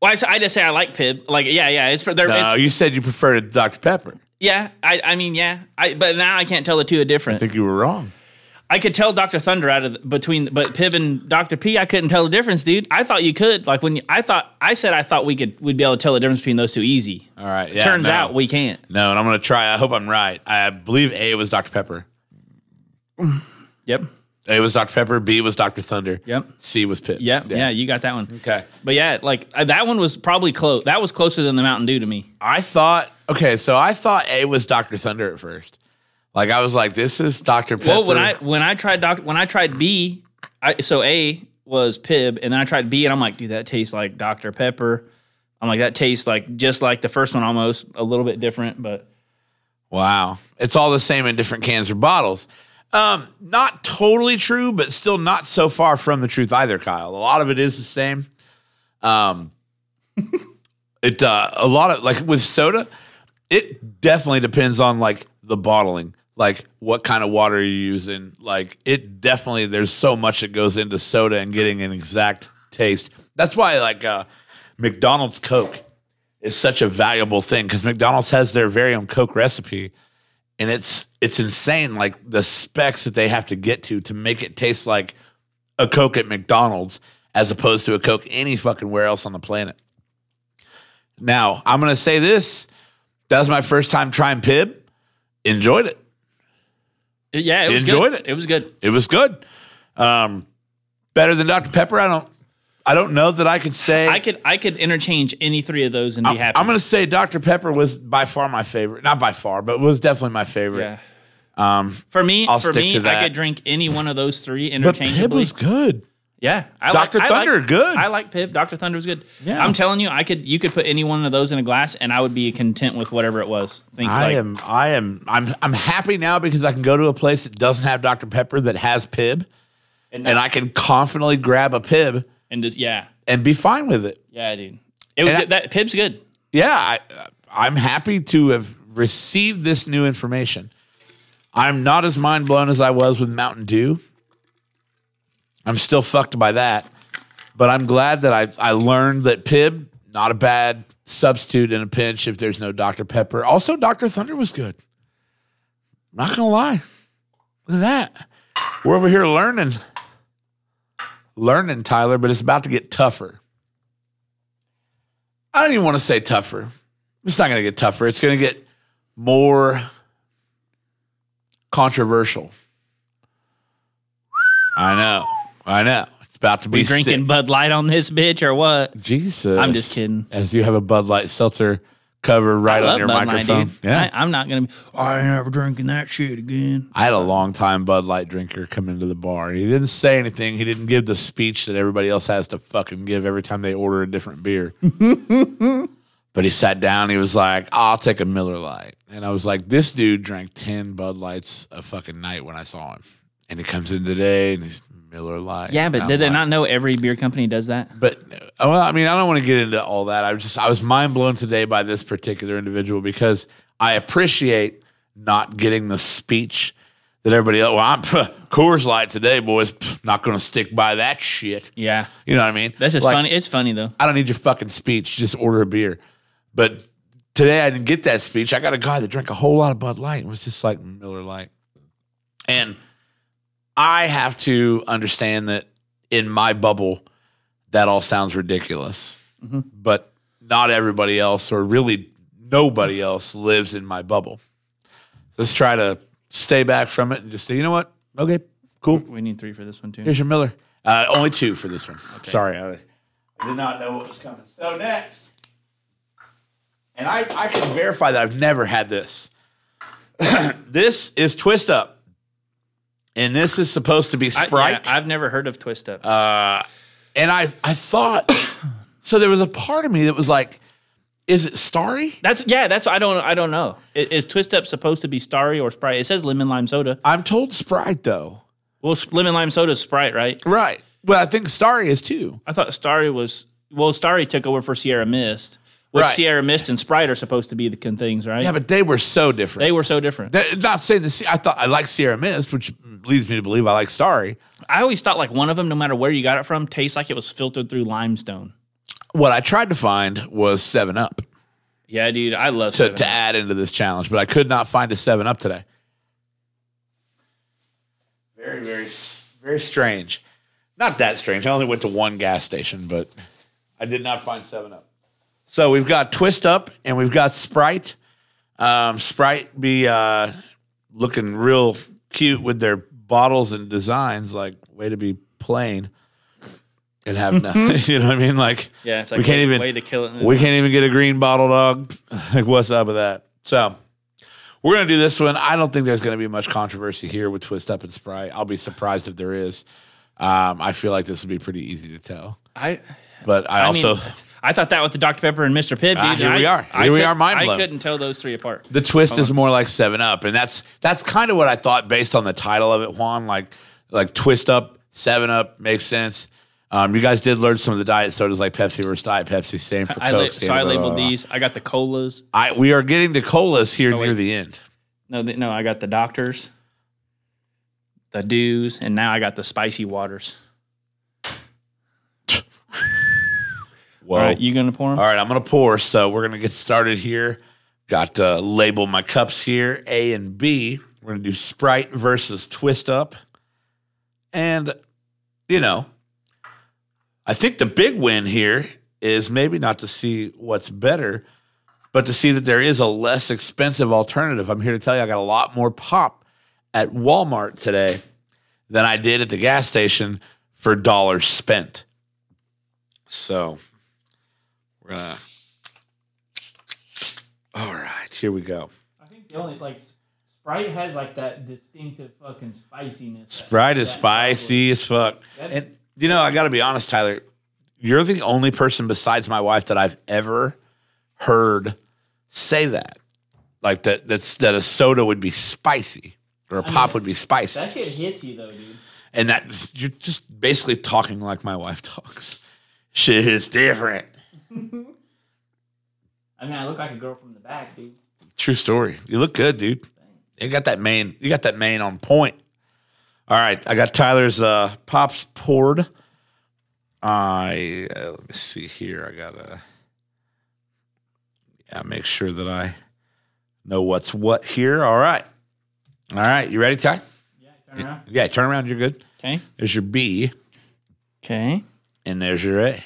B: well, I, s- I just say I like Pib. Like yeah, yeah. It's for their.
C: No,
B: it's,
C: you said you preferred Dr. Pepper.
B: yeah, I I mean yeah. I but now I can't tell the two are
C: I
B: different. I,
C: think you were wrong.
B: could tell Doctor Thunder out of the, between but Pib and Doctor P. I couldn't tell the difference, dude. I thought you could. Like when you, I thought I said I thought we could we'd be able to tell the difference between those two easy.
C: All right. Yeah,
B: Turns
C: no.
B: out we can't.
C: No, and I'm gonna try. I hope I'm right. I believe A was Dr. Pepper.
B: Yep.
C: A was Dr. Pepper. B was Dr. Thunder.
B: Yep.
C: C was Pip.
B: Yep. Yeah. you got that one.
C: Okay.
B: But yeah, like uh, that one was probably close. That was closer than the Mountain Dew to me.
C: I thought. Okay, so I thought A was Dr. Thunder at first. Like I was like, this is Dr. Pepper.
B: Well, when I when I tried Doc, when I tried B, I so A was Pib, and then I tried B, and I'm like, dude, that tastes like Dr Pepper. I'm like, that tastes like just like the first one, almost a little bit different, but
C: wow, it's all the same in different cans or bottles. Um, not totally true, but still not so far from the truth either, Kyle. A lot of it is the same. Um, it uh, a lot of like with soda, it definitely depends on like the bottling, like what kind of water you're using. Like it definitely there's so much that goes into soda and getting an exact taste. That's why like uh, McDonald's Coke is such a valuable thing because McDonald's has their very own Coke recipe, and it's it's insane like the specs that they have to get to to make it taste like a Coke at McDonald's as opposed to a Coke any fucking where else on the planet. Now, I'm going to say this. That was my first time trying Pib. Enjoyed it.
B: it- yeah, it was
C: Enjoyed
B: good.
C: it.
B: It was good.
C: It was good. Um, better than Dr. Pepper. I don't I don't know that I could say.
B: I could I could interchange any three of those and be happy.
C: I'm going to say Dr. Pepper was by far my favorite. Not by far, but was definitely my favorite.
B: yeah. for me,
C: Um, I'll
B: for
C: stick
B: me,
C: to
B: I
C: that.
B: could drink any one of those three
C: But Pib
B: interchangeably.
C: was good.
B: yeah, I
C: Dr.
B: I
C: Thunder, good.
B: I like Pib. Doctor Thunder was good.
C: Yeah.
B: I'm telling you, I could you could put any one of those in a glass, and I would be content with whatever it was. Think
C: I
B: like,
C: am. I am. I'm. I'm happy now because I can go to a place that doesn't have Dr. Pepper that has Pib,
B: and,
C: and I can confidently grab a Pib
B: and just yeah,
C: and be fine with it.
B: yeah, dude. It was
C: And I-
B: that Pib's good.
C: Yeah, I, I'm happy to have received this new information. I'm not as mind blown as I was with Mountain Dew. I'm still fucked by that, but I'm glad that I, I learned that Pib not a bad substitute in a pinch if there's no Dr Pepper. Also, Dr Thunder was good. Not gonna lie, look at that. We're over here learning, learning Tyler, but it's about to get tougher. I don't even want to say tougher. It's not going to get tougher. It's going to get more controversial. I know. I know. It's about to be
B: We drinking
C: sick.
B: Bud Light on this bitch or what?
C: Jesus.
B: I'm just kidding.
C: As you have a Bud Light seltzer cover right on
B: Love
C: your
B: Bud Light,
C: microphone.
B: dude.
C: yeah.
B: I, I'm not gonna. be, "Oh, I ain't ever drinking that shit again.
C: I had a long time Bud Light drinker come into the bar. He didn't say anything. He didn't give the speech that everybody else has to fucking give every time they order a different beer. but he sat down. He was like, "I'll take a Miller Light," and I was like, "This dude drank ten Bud Lights a fucking night when I saw him." And he comes in today and he's Miller Light.
B: Yeah, but
C: And I'm
B: did they
C: like-
B: not know every beer company does that?
C: But uh, well, I mean, I don't want to get into all that. I was just I was mind blown today by this particular individual because I appreciate not getting the speech that everybody else. Well, I'm Coors Light today, boys. Pff, not going to stick by that shit.
B: Yeah,
C: You know what I mean?
B: that's just
C: Like,
B: funny. It's funny though.
C: I don't need your fucking speech. Just order a beer. But today I didn't get that speech. I got a guy that drank a whole lot of Bud Light and was just like Miller Light. And I have to understand that in my bubble, that all sounds ridiculous. But not everybody else, or really nobody else, lives in my bubble. So let's try to stay back from it and just say, you know what? Okay, cool.
B: We need three for this one too.
C: Here's your Miller. Uh, only two for this one. Sorry, I, I did not know what was coming. So next, and I, I can verify that I've never had this. this is Twist Up, and this is supposed to be
B: I- yeah,
C: Sprite. Uh,
B: I've never heard of Twist Up.
C: and I, I thought, so there was a part of me that was like, is it Starry?
B: that's yeah. That's I don't I don't know. I- Is, Twist Up supposed to be Starry or Sprite? It says lemon lime soda.
C: I'm told Sprite though.
B: Well, s- lemon lime soda is Sprite, right?
C: Right. Well, I think Starry is too.
B: I thought Starry was well. Starry took over for Sierra Mist. Which
C: Right.
B: Sierra Mist and Sprite are supposed to be the con- things, right?
C: Yeah, but they were so different.
B: they were so different.
C: They're not saying this. I thought I like Sierra Mist, which leads me to believe I like Starry.
B: I always thought like one of them, no matter where you got it from, tastes like it was filtered through limestone.
C: What I tried to find was Seven Up
B: Yeah, dude, I love
C: to,
B: Seven
C: to
B: Up.
C: add into this challenge, but I could not find a Seven Up today. Very, very, very strange. Not that strange. I only went to one gas station, but I did not find Seven Up. So we've got Twist Up and we've got Sprite. Um, Sprite be uh, looking real cute with their bottles and designs. Like way to be plain and have nothing. you know what I mean? Like
B: Mm-hmm. Yeah, it's like
C: we can't
B: way-
C: even
B: way to kill it.
C: We can't even get a green bottle dog. like what's up with that? So we're gonna do this one. I don't think there's gonna be much controversy here with Twist Up and Sprite. I'll be surprised if there is. Um, I feel like this would be pretty easy to tell,
B: I
C: but I,
B: I
C: also
B: mean, I thought that with the Dr Pepper and Mr Pibb.
C: Ah,
B: dude,
C: here
B: I,
C: we are.
B: I
C: Here we
B: could-
C: are, mind
B: I
C: blown.
B: couldn't tell those three apart.
C: The twist is more like Seven Up, and that's that's kind of what I thought based on the title of it, Juan. Like like Twist Up, Seven Up makes sense. Um, you guys did learn some of the diet sodas like Pepsi versus Diet Pepsi, same for
B: I
C: Coke.
B: li-
C: same
B: so I
C: blah, blah,
B: labeled
C: blah.
B: these. I got the colas.
C: I we are getting to colas here
B: wait.
C: near the end.
B: No, th- no, I got the doctors, the dews, and now I got the spicy waters.
C: Whoa.
B: All right, you gonna pour them?
C: All right, I'm gonna pour. So we're gonna get started here. Got to label my cups here, A and B. We're gonna do Sprite versus Twist Up, and you know, I think the big win here is maybe not to see what's better, but to see that there is a less expensive alternative. I'm here to tell you, I got a lot more pop at Walmart today than I did at the gas station for dollars spent. So we're gonna. All right, here we go.
B: I think the only like Sprite has like that distinctive fucking spiciness.
C: Sprite is spicy as fuck. And you know, I got to be honest, Tyler. You're the only person besides my wife that I've ever heard say that. Like that that's that a soda would be spicy or a pop would be spicy.
B: That shit hits you though, dude.
C: and that you're just basically talking like my wife talks. Shit is different.
B: I mean, I look like a girl from the back, dude.
C: True story. You look good, dude. You got that main. You got that main on point. All right, I got Tyler's uh, pops poured. I uh, let me see here. I gotta yeah make sure that I know what's what here. All right, all right. You ready, Ty?
B: Yeah, turn around.
C: Yeah, turn around. You're good.
B: Okay.
C: There's your B,
B: Okay.
C: and there's your A.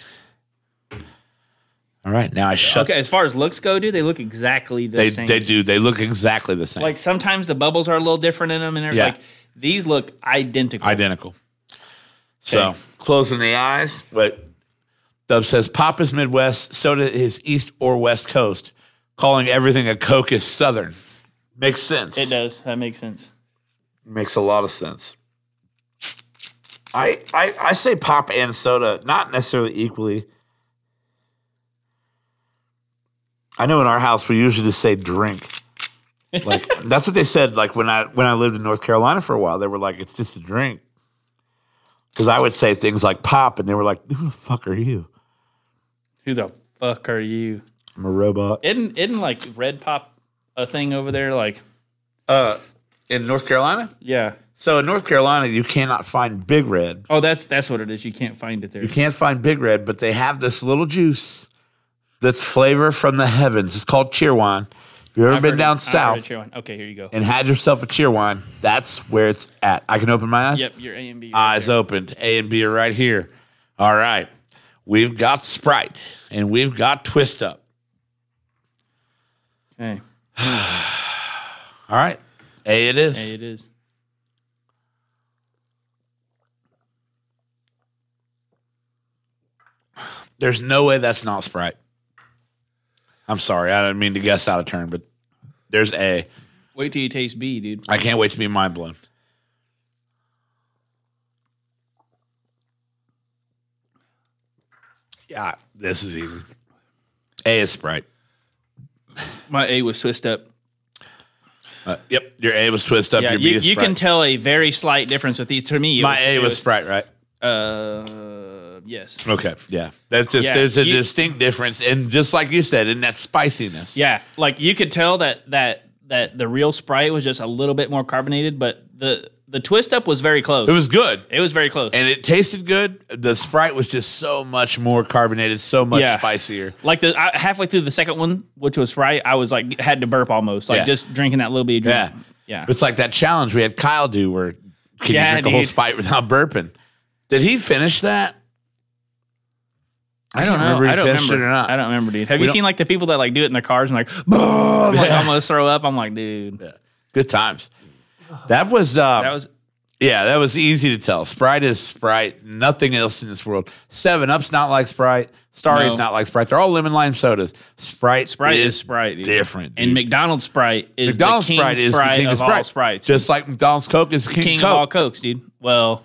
C: All right, now I shut.
B: Okay. As far as looks go, dude, they look exactly the
C: They
B: same.
C: they do. They look exactly the same.
B: like sometimes the bubbles are a little different in them, and they're
C: Yeah.
B: like these look identical.
C: identical. So closing the eyes, but Dub says pop is Midwest, soda is East or West Coast. Calling everything a Coke is Southern makes sense.
B: It does. That makes sense.
C: Makes a lot of sense. I, I I say pop and soda, not necessarily equally. I know in our house we usually just say drink. Like that's what they said. Like when I when I lived in North Carolina for a while, they were like, "It's just a drink." Because I would say things like pop, and they were like, "Who the fuck are you?
B: Who the fuck are you?
C: I'm a robot."
B: Isn't isn't like Red Pop a thing over there? Like
C: Uh, in North Carolina,
B: yeah.
C: so in North Carolina, you cannot find Big Red.
B: Oh, that's that's what it is. You can't find it there.
C: You can't find Big Red, but they have this little juice that's flavor from the heavens. It's called Cheerwine. If you've ever
B: I've heard
C: been
B: it.
C: down
B: I've heard it,
C: south
B: Chairman. Okay, here you go.
C: and had yourself a Cheerwine, that's where it's at. I can open my eyes.
B: Yep, your A and B. right
C: Eyes
B: there.
C: opened. A and B are right here. All right. We've got Sprite and we've got Twist Up.
B: Okay.
C: All right. A it is.
B: Hey, it is.
C: There's no way that's not Sprite. I'm sorry. I didn't mean to guess out of turn, but there's A.
B: Wait till you taste B, dude.
C: I can't wait to be mind blown. Yeah, this is easy. A is Sprite.
B: My A was twist up.
C: Uh, yep, your A was twist up.
B: Yeah,
C: your B
B: you,
C: is
B: you
C: Sprite.
B: can tell a very slight difference with these. To me, it
C: My A
B: it
C: was Sprite, right?
B: uh, yes.
C: Okay, yeah. That's just
B: Yeah,
C: there's a
B: you-
C: distinct difference, and just like you said, in that spiciness.
B: Yeah, like you could tell that that that the real Sprite was just a little bit more carbonated, but the the twist up was very close.
C: it was good.
B: It was very close.
C: And it tasted good. The Sprite was just so much more carbonated, so much
B: Yeah.
C: spicier.
B: like the I, halfway through the second one, which was Sprite, I was like had to burp almost, like
C: Yeah.
B: just drinking that little bit of
C: Yeah.
B: drink. Yeah,
C: It's like that challenge we had Kyle do where can
B: Yeah,
C: you drink a whole
B: dude.
C: Sprite without burping? Did he finish that?
B: I don't
C: can't
B: know.
C: remember if
B: I
C: he
B: don't
C: finished
B: remember.
C: it or not.
B: I don't remember, dude. Have
C: We
B: you
C: don't-
B: seen like the people that like do it in their cars and like, "Brrr," like almost throw up? I'm like, dude,
C: Good times. That was uh
B: that was
C: yeah, that was easy to tell. Sprite is Sprite, nothing else in this world. Seven Up's not like Sprite. Starry's
B: No.
C: not like Sprite. They're all lemon lime sodas. Sprite,
B: Sprite is Sprite, dude.
C: different.
B: and
C: dude.
B: McDonald's Sprite is
C: McDonald's
B: the king
C: Sprite
B: Sprite
C: is the king
B: of
C: of Sprite.
B: all Sprites,
C: Just like McDonald's Coke is the king,
B: king
C: of Coke.
B: of all Cokes, dude. Well,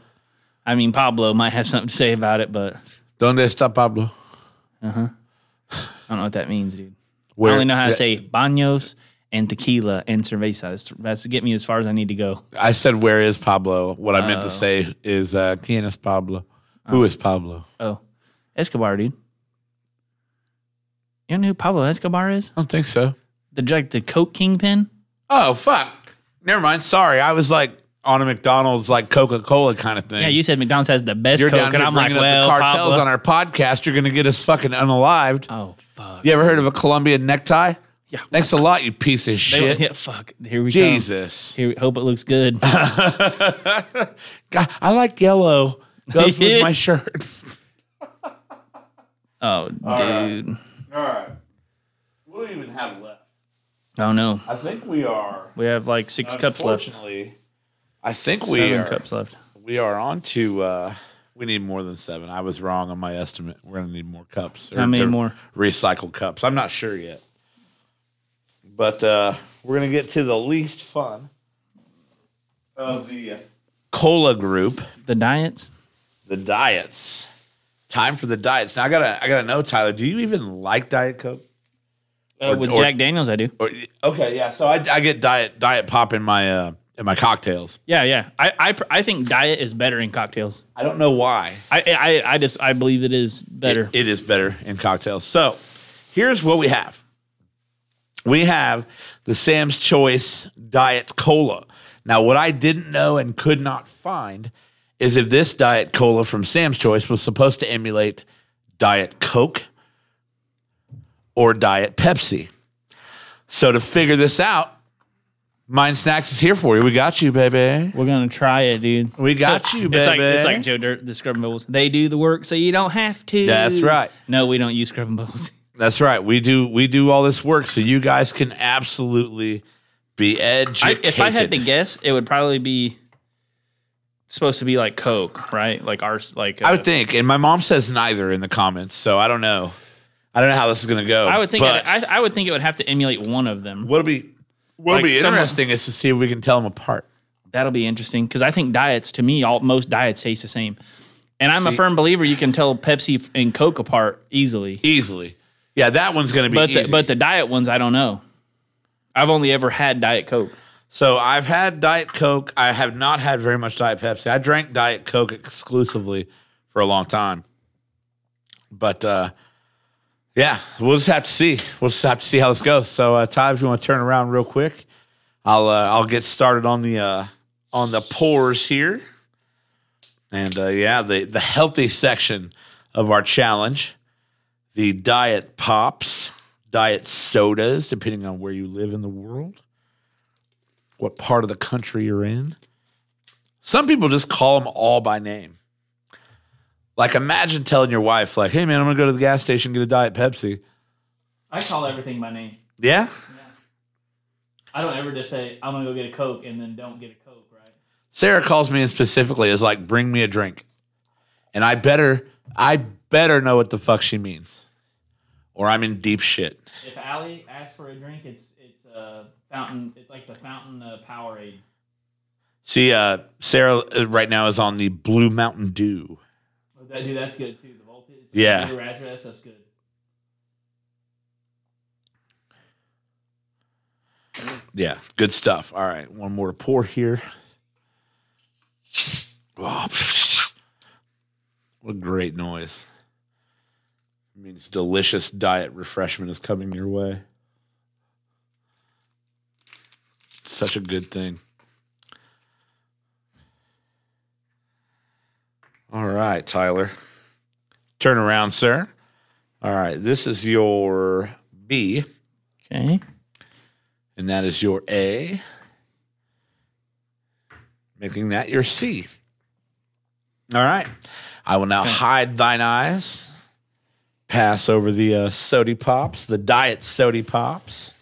B: I mean, Pablo might have something to say about it, but I
C: Donde está Pablo?
B: don't know what that means, dude.
C: Where-
B: I only know how to
C: Yeah,
B: say baños and tequila and cerveza. That's, that's to get me as far as I need to go.
C: I said, "Where is Pablo?" What I meant to say is, uh, "Quién es Pablo?" Who is Pablo?
B: Oh, Escobar, dude. You know who Pablo Escobar is?
C: I don't think so.
B: The like the coke kingpin.
C: Oh fuck! Never mind. Sorry, I was like on a McDonald's like Coca Cola kind of thing.
B: Yeah, you said McDonald's has the best
C: You're
B: coke,
C: down
B: and
C: here
B: I'm like,
C: bringing
B: well,
C: up the cartels
B: Pablo.
C: on our podcast. You're gonna get us fucking unalived.
B: oh fuck.
C: You ever heard of a Colombian necktie? Uh, Yeah. Thanks a lot, you piece of
B: They-
C: shit.
B: yeah, fuck. Here we go.
C: Jesus.
B: Here, we- hope it looks good.
C: God, I like yellow. Goes with my shirt.
B: Oh, dude.
C: All right. We don't even have left.
B: Oh no,
C: I think we are.
B: we have like six cups left.
C: I think Uh, we
B: Seven
C: are.
B: cups left.
C: We are on to uh, We need more than seven. I was wrong on my estimate. We're gonna need more cups. or
B: How many
C: to
B: more?
C: recycle cups? I'm not sure yet. But uh, we're gonna get to the least fun of the uh, cola group,
B: The diets?
C: the diets. Time for the diets. Now I gotta, I gotta know, Tyler. Do you even like Diet Coke?
B: Uh,
C: Or-
B: with
C: or-
B: Jack Daniels, I do.
C: Or, okay, yeah. So I, I get diet, diet pop in my, uh, in my cocktails.
B: Yeah, yeah. I, I, pr- I think diet is better in cocktails.
C: I don't know why.
B: I, I, I just I believe it is better.
C: It- it is better in cocktails. So here's what we have. We have the Sam's Choice Diet Cola. Now, what I didn't know and could not find is if this Diet Cola from Sam's Choice was supposed to emulate Diet Coke or Diet Pepsi. So to figure this out, Mind Snacks is here for you. We got you, baby.
B: We're gonna try it, dude.
C: We got you, baby.
B: It's like it's like Joe Dirt, the Scrubbing Bubbles. They do the work, so you don't have to.
C: That's right.
B: No, we don't use Scrubbing Bubbles.
C: That's right. We do we do all this work so you guys can absolutely be
B: I,
C: educated.
B: if I had to guess, it would probably be supposed to be like Coke, right? Like ours, like uh,
C: I would think, and my mom says neither in the comments, so I don't know. I don't know how this is going to go.
B: I would think.
C: But
B: I, I would think it would have to emulate one of them.
C: what'll be what'll
B: Like
C: be
B: someone-
C: interesting is to see if we can tell them apart.
B: That'll be interesting because I think diets, to me, all most diets taste the same. And I'm a firm believer you can tell Pepsi f- and Coke apart easily.
C: Easily, yeah, that one's going to be.
B: But the,
C: easy.
B: but the diet ones, I don't know. I've only ever had Diet Coke.
C: so I've had Diet Coke. I have not had very much Diet Pepsi. I drank Diet Coke exclusively for a long time. But uh, yeah, we'll just have to see. We'll just have to see how this goes. So, uh, Ty, if you want to turn around real quick, I'll uh, I'll get started on the uh, on the pours here, and uh, yeah, the the healthy section of our challenge, the diet pops, diet sodas, depending on where you live in the world, what part of the country you're in. Some people just call them all by name. Like, imagine telling your wife, like, "Hey, man, I'm gonna go to the gas station and get a diet Pepsi."
B: I call everything by name.
C: Yeah,
B: I don't ever just say I'm gonna go get a Coke and then don't get a Coke, right?
C: Sarah calls me in specifically is like, bring me a drink. And I better, I better know what the fuck she means. Or I'm in deep shit.
B: If Allie asks for a drink, it's it's uh, fountain. It's like the fountain uh, Powerade.
C: See, uh, Sarah uh, right now is on the Blue Mountain Dew.
B: That dude, that's good too. The voltage.
C: Yeah.
B: The ratchet, that stuff's good.
C: Yeah, good stuff. All right, one more to pour here. Oh, what a great noise. I mean, it's delicious diet refreshment is coming your way. Such a good thing. All right, Tyler. Turn around, sir. All right, this is your B.
B: Okay.
C: And that is your A, making that your C. All right. I will now hide thine eyes, pass over the uh, sody pops, the diet sody pops.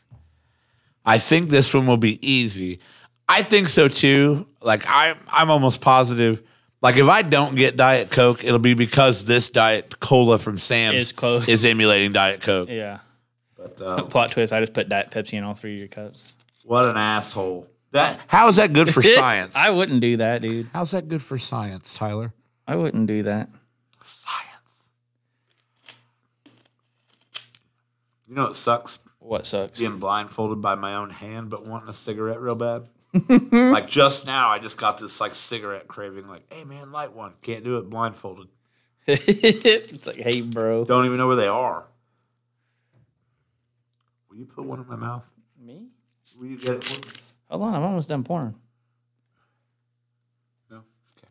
C: I think this one will be easy. I think so too. Like I, I'm almost positive. Like if I don't get Diet Coke, it'll be because this Diet Cola from Sam's
B: Is close.
C: is emulating Diet Coke.
B: Yeah.
C: But, uh,
B: Plot twist: I just put Diet Pepsi in all three of your cups.
C: What an asshole. That how is that good for science?
B: I wouldn't do that, dude.
C: How's that good for science, Tyler?
B: I wouldn't do that.
C: Science. You know it sucks
B: What sucks?
C: being blindfolded by my own hand, but wanting a cigarette real bad. like just now, I just got this like cigarette craving. Like, hey man, light one. Can't do it blindfolded.
B: it's like, hey, bro.
C: Don't even know where they are. Will you put one in my mouth?
B: Me?
C: Will you get it? for me?
B: Hold on, I'm almost done pouring.
C: No. Okay.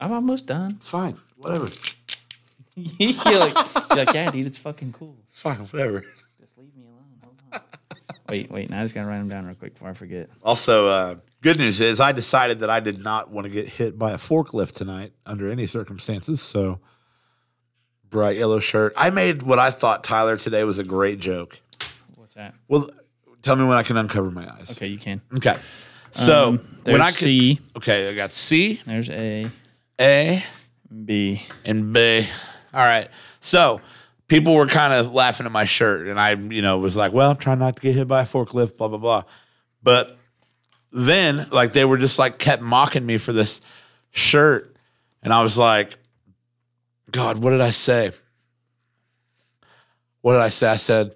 B: I'm almost done.
C: It's fine. Whatever.
B: you're, like, you're like, yeah, dude, it's fucking cool.
C: It's fine. Whatever.
B: Just leave me alone. Hold on. wait, wait. Now I just gotta write them down real quick before I forget.
C: Also, uh, good news is I decided that I did not want to get hit by a forklift tonight under any circumstances. So, bright yellow shirt. I made what I thought Tyler today was a great joke.
B: What's that?
C: Well, tell me when I can uncover my eyes.
B: Okay, you can.
C: Okay. So
B: Um, there's
C: when I could,
B: C,
C: okay, I got C
B: there's A,
C: A
B: B.
C: and B. All right. So people were kind of laughing at my shirt, and I, you know, was like, well, I'm trying not to get hit by a forklift, blah, blah, blah. But then, like, they were just like kept mocking me for this shirt. And I was like, God, what did I say? What did I say? I said,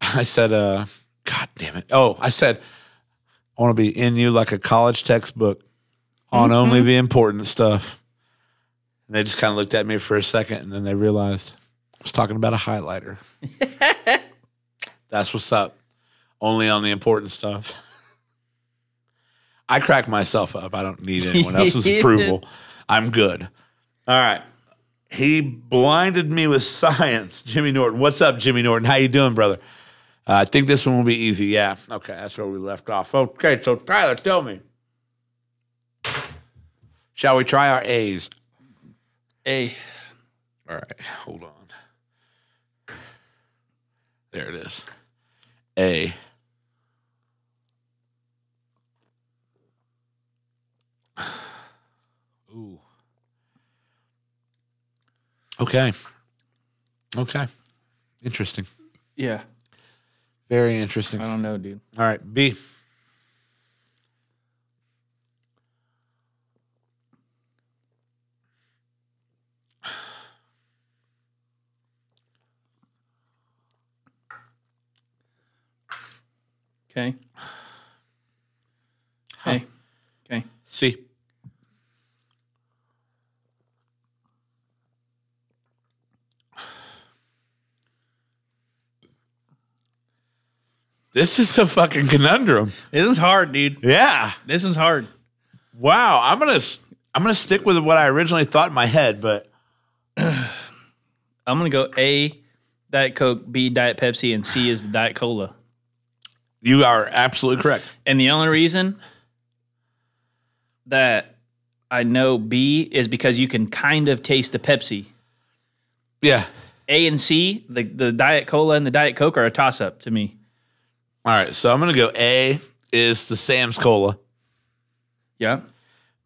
C: I said, uh, God damn it. Oh, I said, I want to be in you like a college textbook on only the important stuff. And they just kind of looked at me for a second and then they realized I was talking about a highlighter. That's what's up. Only on the important stuff. I crack myself up. I don't need anyone else's approval. I'm good. All right. He blinded me with science. Jimmy Norton. What's up, Jimmy Norton? How you doing, brother? Uh, I think this one will be easy. Yeah. Okay. That's where we left off. Okay. So, Tyler, tell me. Shall we try our A's?
B: A.
C: All right, hold on. There it is. A. Ooh. Okay. Okay. Interesting.
B: Yeah.
C: Very interesting.
B: I don't know, dude.
C: All right, B.
B: Okay. Hey. Okay.
C: C. This is a fucking conundrum.
B: This one's hard, dude.
C: Yeah.
B: This one's hard.
C: Wow. I'm gonna s- I'm gonna stick with what I originally thought in my head, but
B: I'm gonna go A, Diet Coke, B, Diet Pepsi, and C is the Diet Cola.
C: you are absolutely correct.
B: And the only reason that I know B is because you can kind of taste the Pepsi.
C: Yeah.
B: A and C, the, the Diet Cola and the Diet Coke are a toss up to me.
C: All right. So I'm gonna go. A is the Sam's Cola.
B: Yeah.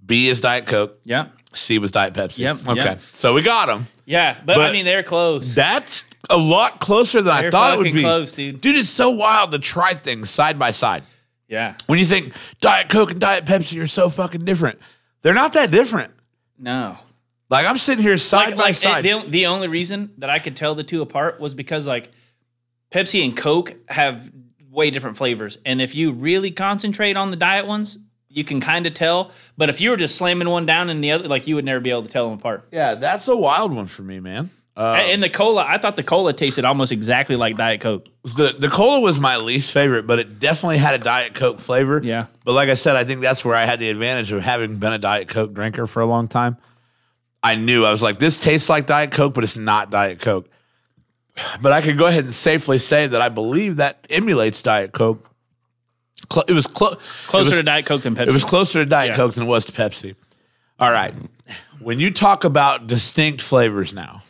C: B is Diet Coke.
B: Yeah.
C: C was Diet Pepsi.
B: Yep,
C: Okay.
B: yep.
C: So we got them.
B: Yeah. But, I
C: But-
B: mean, they're close.
C: That's a lot closer than I
B: They're
C: thought it would
B: fucking
C: be.
B: close, dude.
C: Dude, it's so wild to try things side by side.
B: yeah.
C: When you think Diet Coke and Diet Pepsi are so fucking different, they're not that different.
B: No.
C: Like I'm sitting here side
B: Like,
C: by
B: like
C: side.
B: the, the only reason that I could tell the two apart was because, like, Pepsi and Coke have way different flavors. And if you really concentrate on the diet ones, you can kind of tell. But if you were just slamming one down and the other, like, you would never be able to tell them apart.
C: yeah, that's a wild one for me, man. Uh,
B: And the cola, I thought the cola tasted almost exactly like Diet Coke.
C: the the cola was my least favorite, but it definitely had a Diet Coke flavor.
B: Yeah.
C: But like I said, I think that's where I had the advantage of having been a Diet Coke drinker for a long time. I knew I was like, this tastes like Diet Coke, but it's not Diet Coke. But I could go ahead and safely say that I believe that emulates Diet Coke. Cl- it was close.
B: Closer to Diet Coke than Pepsi.
C: It was closer to Diet
B: Yeah.
C: Coke than it was to Pepsi. All right. When you talk about distinct flavors now,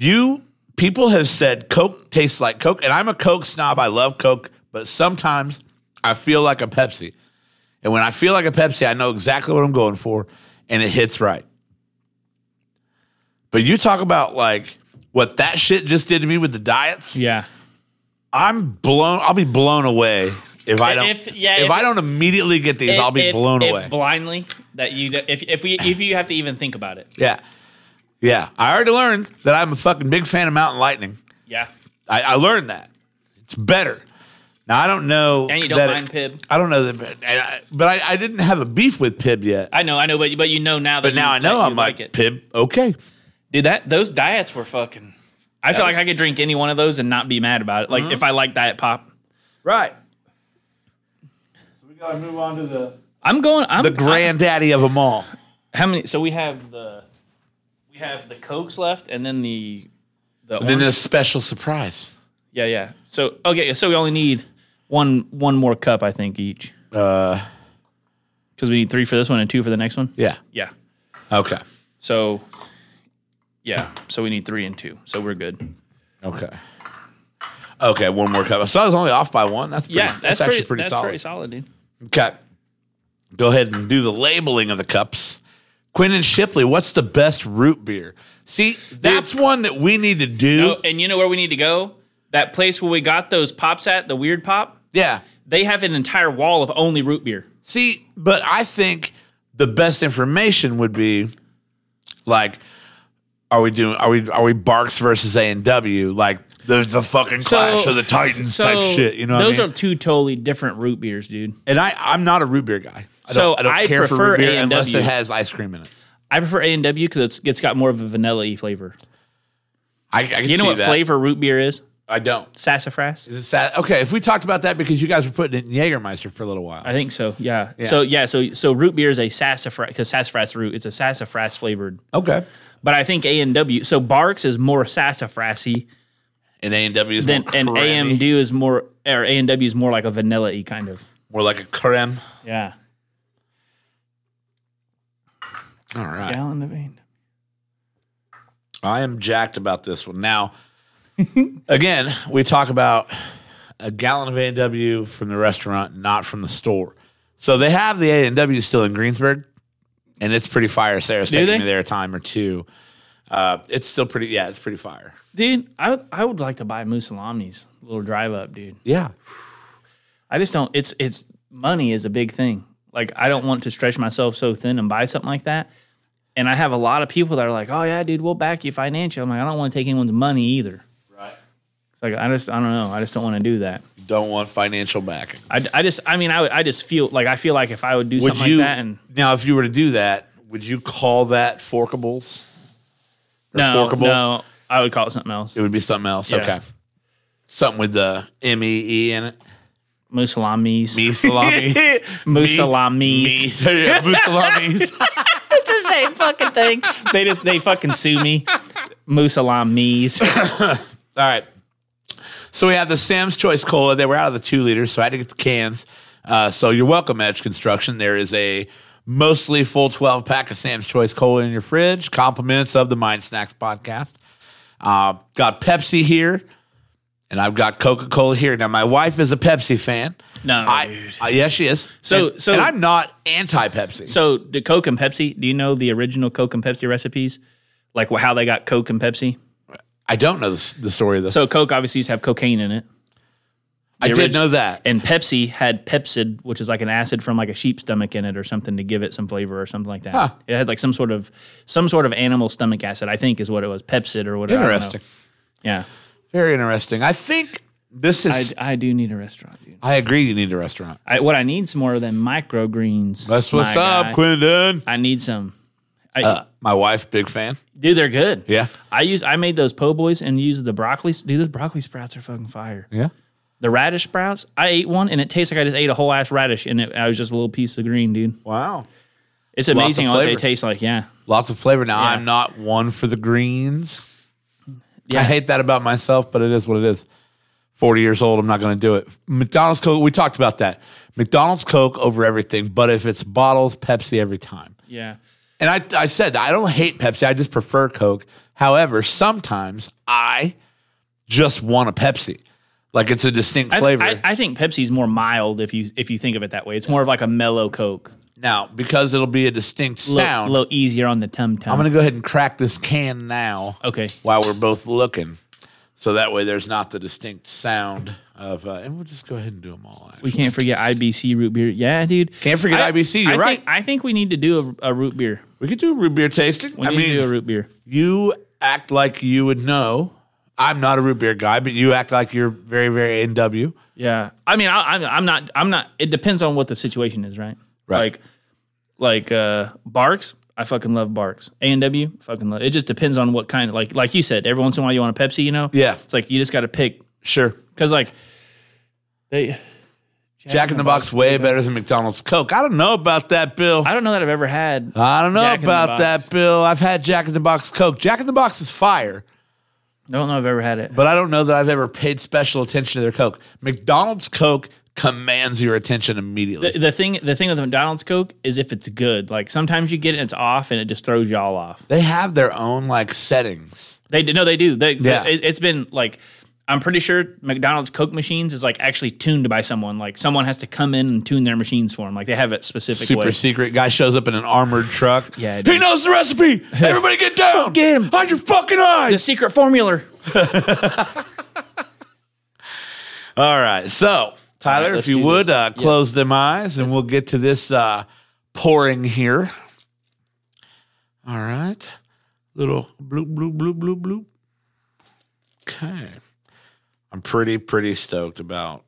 C: you people have said Coke tastes like Coke, and I'm a Coke snob. I love Coke, but sometimes I feel like a Pepsi. And when I feel like a Pepsi, I know exactly what I'm going for, and it hits right. But you talk about like what that shit just did to me with the diets.
B: yeah.
C: I'm blown. I'll be blown away if I don't.
B: If-
C: If,
B: yeah, if-
C: I don't immediately get these, I'll be
B: If-
C: blown
B: if
C: away.
B: blindly that you if if we if you have to even think about it.
C: yeah, yeah. I already learned that I'm a fucking big fan of Mountain Lightning.
B: Yeah.
C: I, I learned that it's better. Now I don't know.
B: And you don't
C: that
B: mind
C: it-
B: Pib.
C: I don't know that, but, and I, but I, I didn't have a beef with Pib yet.
B: I know, I know, but but you know now that
C: But now
B: you-
C: I know
B: that you
C: I'm like, Pib. Okay,
B: Dude, that those diets were fucking I feel like
C: was- Mm-hmm.
B: I could drink any one of those and not be mad about it. Like if I like diet pop.
C: right. So we gotta move on to the
B: I'm going I'm
C: the granddaddy of them all.
B: I- how many so we have the we have the Cokes left and then the the
C: Then
B: orange-
C: this special surprise.
B: Yeah, yeah. So okay, so we only need one one more cup, I think, each.
C: Uh,
B: Because we need three for this one and two for the next one.
C: yeah.
B: Yeah.
C: Okay.
B: So, yeah. So we need three and two. So we're good.
C: Okay. Okay, one more cup. So I was only off by one. That's pretty,
B: Yeah,
C: that's,
B: that's,
C: actually
B: pretty,
C: pretty
B: that's
C: solid.
B: pretty solid, dude.
C: Okay, go ahead and do the labeling of the cups. Quinn and Shipley, what's the best root beer? See, that's one that we need to do.
B: Oh, and you know where we need to go? That place where we got those pops at, the weird pop.
C: Yeah.
B: They have an entire wall of only root beer.
C: See, but I think the best information would be like, are we doing? Are we are we Barks versus A and W? Like the the fucking clash of the Titans type shit. You know, what I
B: those
C: mean?
B: are two totally different root beers, dude.
C: And I I'm not a root beer guy. I
B: So
C: don't, I don't
B: I
C: care for
B: prefer
C: root beer unless
B: A&W.
C: it has ice cream in it.
B: I prefer A and W because it's, it's got more of a vanilla y flavor.
C: I, I can
B: You know
C: see
B: what
C: that.
B: flavor root beer is?
C: I don't.
B: Sassafras.
C: Is it sad? Okay, if we talked about that because you guys were putting it in Jägermeister for a little while.
B: I think so. Yeah. So yeah. So so root beer is a sassafras because sassafras root. It's a sassafras flavored.
C: Okay.
B: But I think A and W. So Barks is more sassafrasy
C: And A and W is
B: than
C: more
B: and
C: creamy,
B: AMD is more or A and W is more like a vanilla y kind of.
C: more like a creme.
B: Yeah.
C: All right.
B: Gallon of A&W.
C: I am jacked about this one. Now, again, we talk about a gallon of A&W from the restaurant, not from the store. So they have the A&W still in Greensburg, and it's pretty fire. Sarah's
B: Do
C: taking
B: they?
C: me there a time or two. Uh, it's still pretty, yeah, it's pretty fire.
B: Dude, I I would like to buy Mussolini's little drive up, dude.
C: Yeah.
B: I just don't. It's it's money is a big thing. Like I don't want to stretch myself so thin and buy something like that. And I have a lot of people that are like, "Oh yeah, dude, we'll back you financially." I'm like, I don't want to take anyone's money either. Right. It's like I just I don't know. I just don't want to do that.
C: Don't want financial backing.
B: I, I just I mean I would- I just feel like I feel like if I would do
C: Would
B: something
C: you,
B: like that and
C: now, if you were to do that, would you call that forkables? Or
B: no
C: forkable?
B: no I would call it something else.
C: It would be something else.
B: Yeah.
C: Okay. Something with the M-E-E in it.
B: Musalamis.
C: Me salami.
B: Musalamis.
C: Yeah, Mussolini's.
B: It's the same fucking thing. They just they fucking sue me. Musalamis.
C: All right. So we have the Sam's Choice Cola. They were out of the two liters, so I had to get the cans. Uh, so you're welcome, Edge Construction. There is a mostly full 12 pack of Sam's Choice Cola in your fridge. Compliments of the Mind Snacks podcast. Uh, got Pepsi here, and I've got Coca Cola here. Now, my wife is a Pepsi fan.
B: No,
C: I,
B: dude.
C: I, yeah, she is.
B: So-
C: And-
B: so-
C: and I'm not anti Pepsi.
B: So the Coke and Pepsi, do you know the original Coke and Pepsi recipes? Like wh- how they got Coke and Pepsi?
C: I don't know the, the story of this.
B: So Coke obviously used to have cocaine in it.
C: I
B: the
C: did
B: orig-
C: know that.
B: And Pepsi had Pepsid, which is like an acid from like a sheep's stomach in it or something to give it some flavor or something like that.
C: Huh.
B: It had like some sort of some sort of animal stomach acid, I think is what it was, Pepsid or whatever. I don't know.
C: Interesting.
B: Yeah.
C: Very interesting. I think this
B: I,
C: is.
B: I do need a restaurant, dude.
C: I, agree. You need a restaurant.
B: I, what I need some more than microgreens.
C: That's what's
B: my
C: up,
B: guy.
C: Quindon.
B: I need some. I,
C: Uh, my wife, big fan.
B: dude, they're good.
C: Yeah.
B: I use I made those po' boys and used the broccoli. Dude, those broccoli sprouts are fucking fire.
C: Yeah.
B: The radish sprouts, I ate one and it tastes like I just ate a whole ass radish and it, I was just a little piece of green, dude.
C: Wow.
B: It's
C: of
B: amazing what they
C: flavor.
B: taste like. Yeah,
C: Lots of flavor. Now
B: Yeah.
C: I'm not one for the greens.
B: yeah.
C: I hate that about myself, but it is what it is. 40 years old, I'm not going to do it. McDonald's Coke, we talked about that. McDonald's Coke over everything, but if it's bottles, Pepsi every time.
B: yeah.
C: And I, I said, I don't hate Pepsi. I just prefer Coke. However, sometimes I just want a Pepsi. Like it's a distinct
B: I,
C: flavor.
B: I, I think Pepsi's more mild if you if you think of it that way. It's more of like a mellow Coke,
C: now, because it'll be a distinct
B: a little,
C: sound,
B: little easier on the tum tum.
C: I'm going to go ahead and crack this can now
B: okay.
C: while we're both looking. So that way there's not the distinct sound of, uh, and we'll just go ahead and do them all.
B: We can't forget IBC root beer. Yeah, dude.
C: Can't forget IBC, you're
B: I
C: right.
B: Think, I think we need to do a, a root beer.
C: We could do a root beer tasting.
B: We
C: I
B: need
C: mean,
B: to do a root beer.
C: you act like you would know. I'm not a root beer guy, but you act like you're very, very NW.
B: Yeah, I mean, I, I'm, I'm not, I'm not. It depends on what the situation is, right?
C: Right.
B: Like, like uh, Barks, I fucking love Barks. A and W, fucking love. It just depends on what kind. Of, like, like you said, every once in a while you want a Pepsi, you know?
C: Yeah.
B: It's like you just got to pick
C: Sure.
B: because, like, they Jack,
C: Jack in the Box way better than McDonald's Coke. I don't know about that, Bill.
B: I don't know that I've ever had.
C: I don't know
B: Jack in the
C: about
B: Box.
C: that, Bill. I've had Jack in the Box Coke. Jack in the Box is fire,
B: I don't know I've ever had it.
C: but I don't know that I've ever paid special attention to their Coke. McDonald's Coke commands your attention immediately.
B: The, the thing, the thing with the McDonald's Coke is if it's good. Like sometimes you get it, and it's off, and it just throws y'all off.
C: They have their own like settings.
B: They do- no, they do. They,
C: Yeah.
B: it, has been like I'm pretty sure McDonald's Coke machines is like actually tuned by someone. Like someone has to come in and tune their machines for them. Like they have it specific
C: Super
B: way.
C: secret guy shows up in an armored truck.
B: Yeah,
C: he
B: dude.
C: knows the recipe. Everybody get down.
B: Get him.
C: Hide your fucking eyes.
B: The secret formula.
C: All right. So, Tyler,
B: let's
C: if you
B: do
C: would
B: this.
C: uh, close them eyes and we'll get to this uh, pouring here. All right. Little bloop, bloop, bloop, bloop, bloop. Okay. I'm pretty, pretty stoked about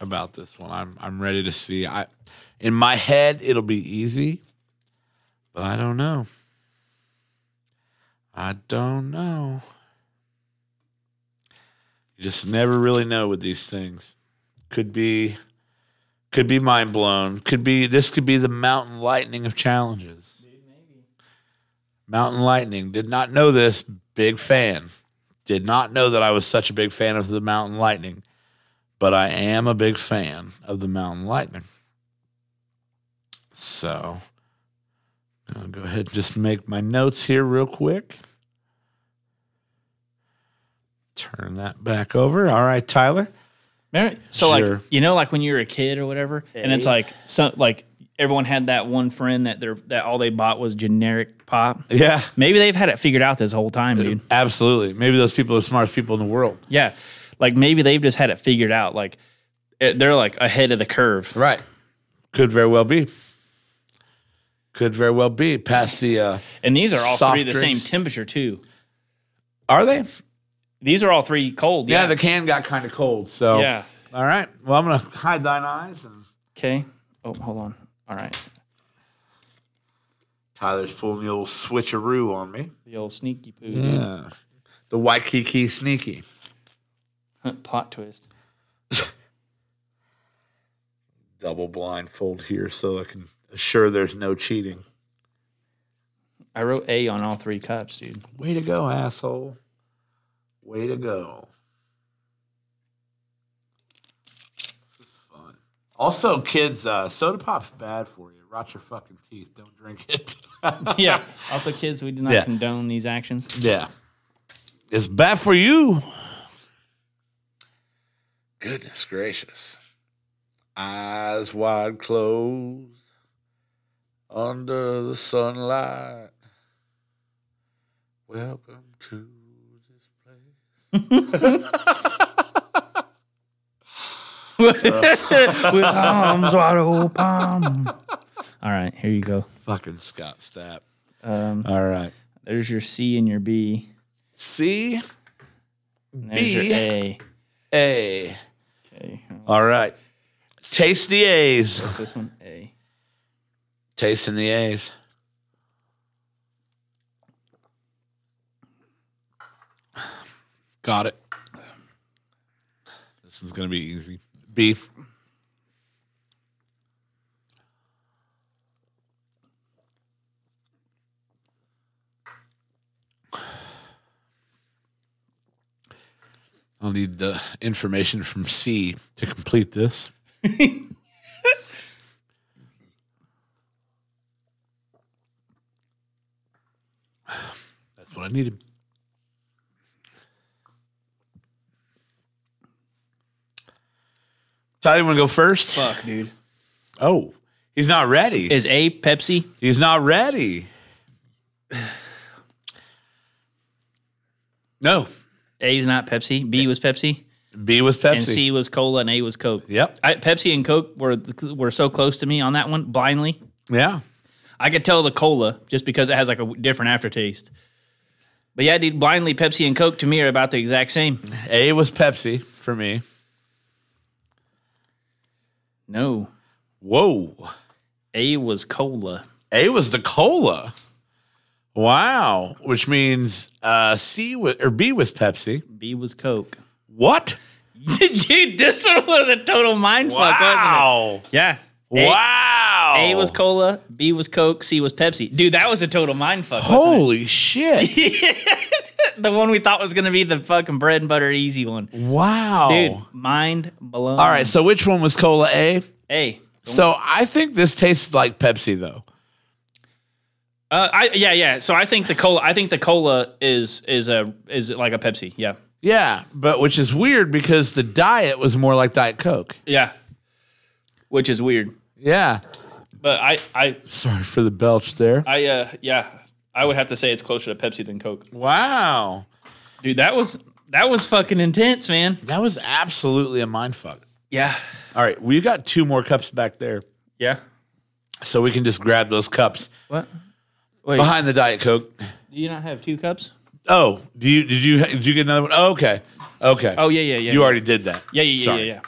C: about this one. I'm I'm ready to see. I in my head it'll be easy, but I don't know. I don't know. You just never really know with these things. Could be could be mind blown. Could be this could be the mountain lightning of challenges. Mountain Lightning did not know this. Big fan. Did not know that I was such a big fan of the Mountain Lightning, but I am a big fan of the Mountain Lightning. So I'll go ahead and just make my notes here real quick. Turn that back over. All right, Tyler.
B: Remember- So like
C: Sure.
B: you know, like when you were a kid or whatever, and it's like some like everyone had that one friend that their that all they bought was generic pop.
C: Yeah,
B: Maybe they've had it figured out this whole time, dude.
C: absolutely. Maybe those people are the smartest people in the world.
B: Yeah, like maybe they've just had it figured out. Like it, they're like ahead of the curve.
C: Right. Could very well be. Could very well be. Past the uh
B: And these are all
C: Soft
B: three the same
C: drinks.
B: temperature too.
C: are they? Yeah,
B: These are all three cold. Yeah.
C: the can got kind of cold. So
B: yeah.
C: all right. Well I'm gonna hide thine eyes and
B: Okay. Oh, hold on. All right.
C: Tyler's pulling the old switcheroo on me.
B: The old sneaky poo dude.
C: Yeah. The Waikiki sneaky.
B: plot twist.
C: Double blindfold here so I can assure there's no cheating.
B: I wrote A on all three cups, dude.
C: Way to go, asshole. Way to go. This is fun. Also, kids, uh, soda pop's bad for you. Rot your fucking teeth. Don't drink it.
B: yeah. Also, kids, we do not
C: Yeah.
B: condone these actions.
C: yeah. It's bad for you. Goodness gracious. Eyes wide closed under the sunlight. Welcome to this place.
B: With arms wide open. All right, here you go.
C: Fucking Scott Stapp.
B: Um,
C: All right.
B: there's your C and your B.
C: C
B: And there's
C: B.
B: your A.
C: A.
B: Okay.
C: All right. Taste the A's.
B: What's this one? A.
C: Tasting the A's. Got it. This one's gonna be easy. B. I'll need the information from C to complete this. That's what I needed. Tyler, you want to go first?
B: Fuck, dude.
C: Oh, he's not ready.
B: Is A Pepsi?
C: He's not ready. No,
B: A is not Pepsi. B was Pepsi,
C: B was Pepsi.
B: and C was cola, and A was Coke.
C: Yep.
B: I, Pepsi and Coke were were so close to me on that one blindly.
C: Yeah.
B: I could tell the cola just because it has like a w- different aftertaste. But yeah, dude, blindly Pepsi and Coke to me are about the exact same.
C: A was Pepsi for me.
B: No,
C: Whoa.
B: A was cola.
C: A was the cola. Wow. Which means uh, C was, or B was Pepsi.
B: B was Coke.
C: What?
B: dude, this one was a total mind fuck, wasn't
C: Wow.
B: it? Yeah. A-
C: Wow.
B: A was cola, B was Coke, C was Pepsi. Dude, that was a total mind fuck. Wasn't
C: Holy shit.
B: it? The one we thought was gonna be the fucking bread and butter easy one.
C: Wow.
B: Dude, mind blown.
C: All right. So which one was cola A?
B: A.
C: So I think this tastes like Pepsi though.
B: Uh, I yeah yeah. So I think the cola. I think the cola is is a is like a Pepsi. Yeah.
C: Yeah, but which is weird because the diet was more like Diet Coke.
B: Yeah. Which is weird.
C: Yeah.
B: But I, I,
C: Sorry for the belch there.
B: I, uh, yeah, I would have to say it's closer to Pepsi than Coke.
C: Wow.
B: Dude, that was, that was fucking intense, man.
C: That was absolutely a mind fuck.
B: Yeah.
C: All right, we got two more cups back there.
B: Yeah.
C: So we can just grab those cups
B: What? Wait,
C: behind the Diet Coke.
B: do you not have two cups?
C: Oh, do you did you did you get another one? Oh, okay. Okay.
B: Oh, yeah, yeah, yeah.
C: you
B: yeah.
C: already did that.
B: Yeah, yeah, yeah,
C: Sorry.
B: yeah, yeah.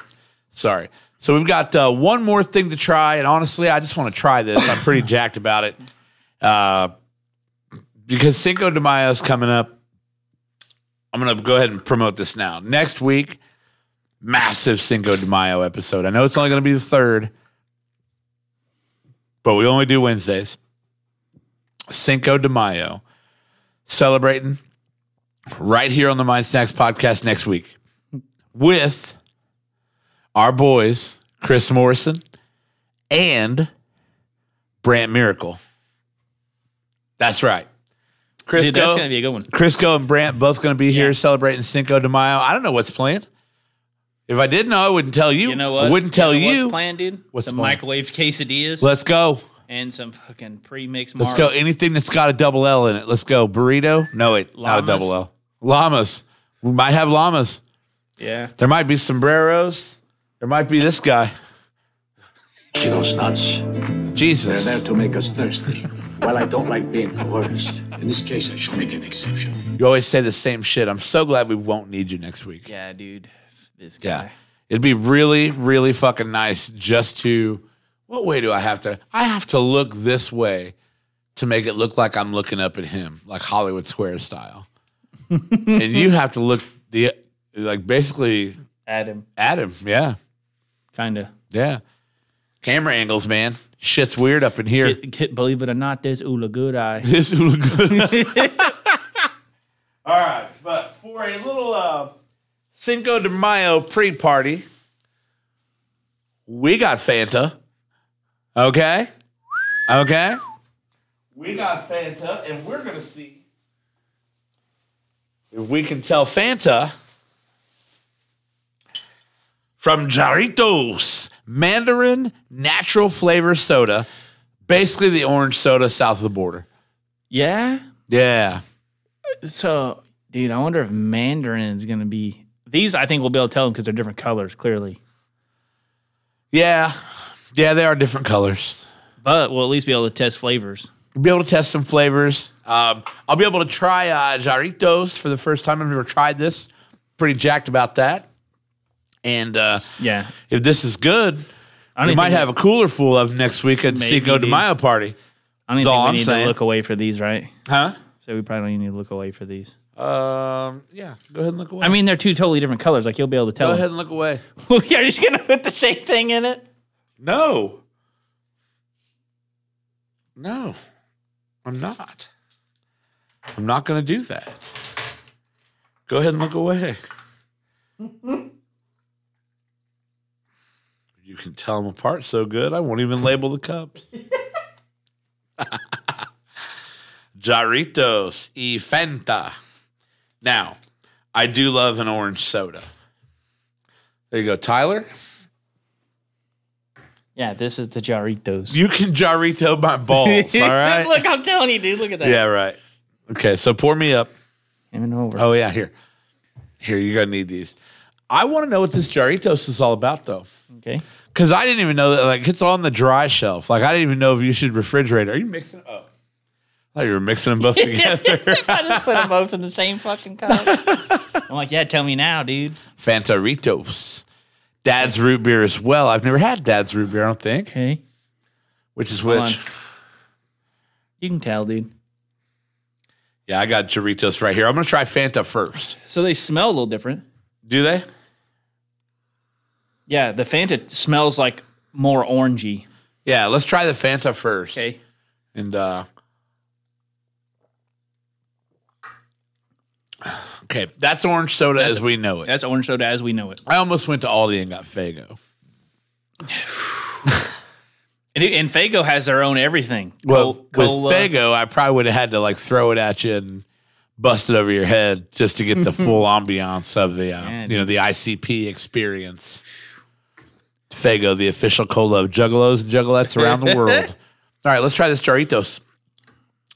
C: Sorry. So we've got uh, one more thing to try, and honestly, I just want to try this. I'm pretty jacked about it uh, because Cinco de Mayo is coming up. I'm gonna go ahead and promote this now. Next week, massive Cinco de Mayo episode. I know it's only gonna be the third, but we only do Wednesdays. Cinco de Mayo, celebrating right here on the Mind Snacks podcast next week with our boys, Chris Morrison and Brant Miracle. That's right. Chris
B: Dude, that's
C: Go,
B: going to be a good one.
C: Crisco and Brant both going to be
B: Yeah.
C: here celebrating Cinco de Mayo. I don't know what's planned. If I did know, I wouldn't tell you.
B: You know what?
C: I wouldn't tell
B: know
C: you.
B: What's planned, dude?
C: What's
B: some
C: planned?
B: microwave quesadillas
C: Let's go.
B: and some fucking pre-mixed.
C: Let's go. Anything that's got a double L in it. Let's go. Burrito? No, wait, not a
B: Llamas.
C: double L. Llamas. We might have llamas.
B: Yeah.
C: There might be sombreros. There might be this guy.
E: See those nuts? They're
C: Jesus.
E: there to make us thirsty. While I don't like being coerced, in this case, I shall make an exception.
C: You always say the same shit. I'm so glad we won't need you next week.
B: Yeah, dude. This guy.
C: Yeah. It'd be really, really fucking nice just to what way do I have to I have to look this way to make it look like I'm looking up at him, like Hollywood Square style. and you have to look the like basically
B: Adam,
C: at him. Yeah.
B: kind of.
C: Yeah. Camera angles, man. Shit's weird up in here.
B: Believe it or not, there's Ula Good Eye.
C: This will look good. All right, but for a little uh, Cinco de Mayo pre-party, we got Fanta. Okay, okay. We got Fanta, and we're gonna see if we can tell Fanta from Jarritos Mandarin Natural Flavor Soda, basically the orange soda south of the border.
B: Yeah.
C: Yeah.
B: So, dude, I wonder if Mandarin is going to be. These, I think, we'll be able to tell them because they're different colors, clearly.
C: Yeah. Yeah, they are different colors.
B: But we'll at least be able to test flavors.
C: We'll be able to test some flavors. Um, I'll be able to try uh, Jarritos for the first time. I've never tried this. Pretty jacked about that. And uh,
B: Yeah.
C: if this is good,
B: I
C: we
B: even
C: might
B: think-
C: have a cooler full of next week at
B: Maybe,
C: Cinco de
B: dude.
C: Mayo party.
B: I don't even
C: that's all
B: think we
C: I'm
B: need
C: saying.
B: to look away for these, right?
C: Huh?
B: So we probably don't even need to look away for these.
C: Um, yeah, go ahead and look away.
B: I mean, they're two totally different colors. Like you'll be able to tell.
C: go
B: them.
C: ahead and look away.
B: we are just gonna put the same thing in it.
C: No. No. I'm not. I'm not going to do that. Go ahead and look away. you can tell them apart so good, I won't even label the cups. Jarritos y Fanta. Now, I do love an orange soda. There you go, Tyler.
B: Yeah, this is the Jarritos.
C: You can jarrito my balls, all right?
B: Look, I'm telling you, dude. Look at that.
C: yeah, right. Okay, so pour me up.
B: Even over.
C: Oh yeah, here, here you're gonna need these. I want to know what this jarritos is all about though,
B: Okay.
C: because I didn't even know that. Like it's on the dry shelf. Like I didn't even know if you should refrigerate. it. Are you mixing? Oh, I thought you were mixing them both together.
B: I just put them both in the same fucking cup. I'm like, yeah, tell me now, dude.
C: Fantaritos. Dad's root beer as well. I've never had Dad's root beer. I don't think.
B: Okay.
C: Which is
B: Hold
C: which?
B: on. You can tell, dude.
C: Yeah, I got Jarritos right here. I'm gonna try Fanta first.
B: So they smell a little different.
C: Do they?
B: Yeah, the Fanta smells like more orangey.
C: Yeah, let's try the Fanta first.
B: Okay.
C: And uh Okay, that's orange soda as we know it.
B: That's orange soda as we know it.
C: I almost went to Aldi and got Fago.
B: And, and Fago has their own everything.
C: Well,
B: Col- cola.
C: with Fago, I probably would have had to like throw it at you and busted over your head just to get the full ambiance of the uh,
B: Yeah,
C: you know the ICP experience. Fago, the official cola of juggalos and juggalettes around the world. All right, let's try this Jarritos.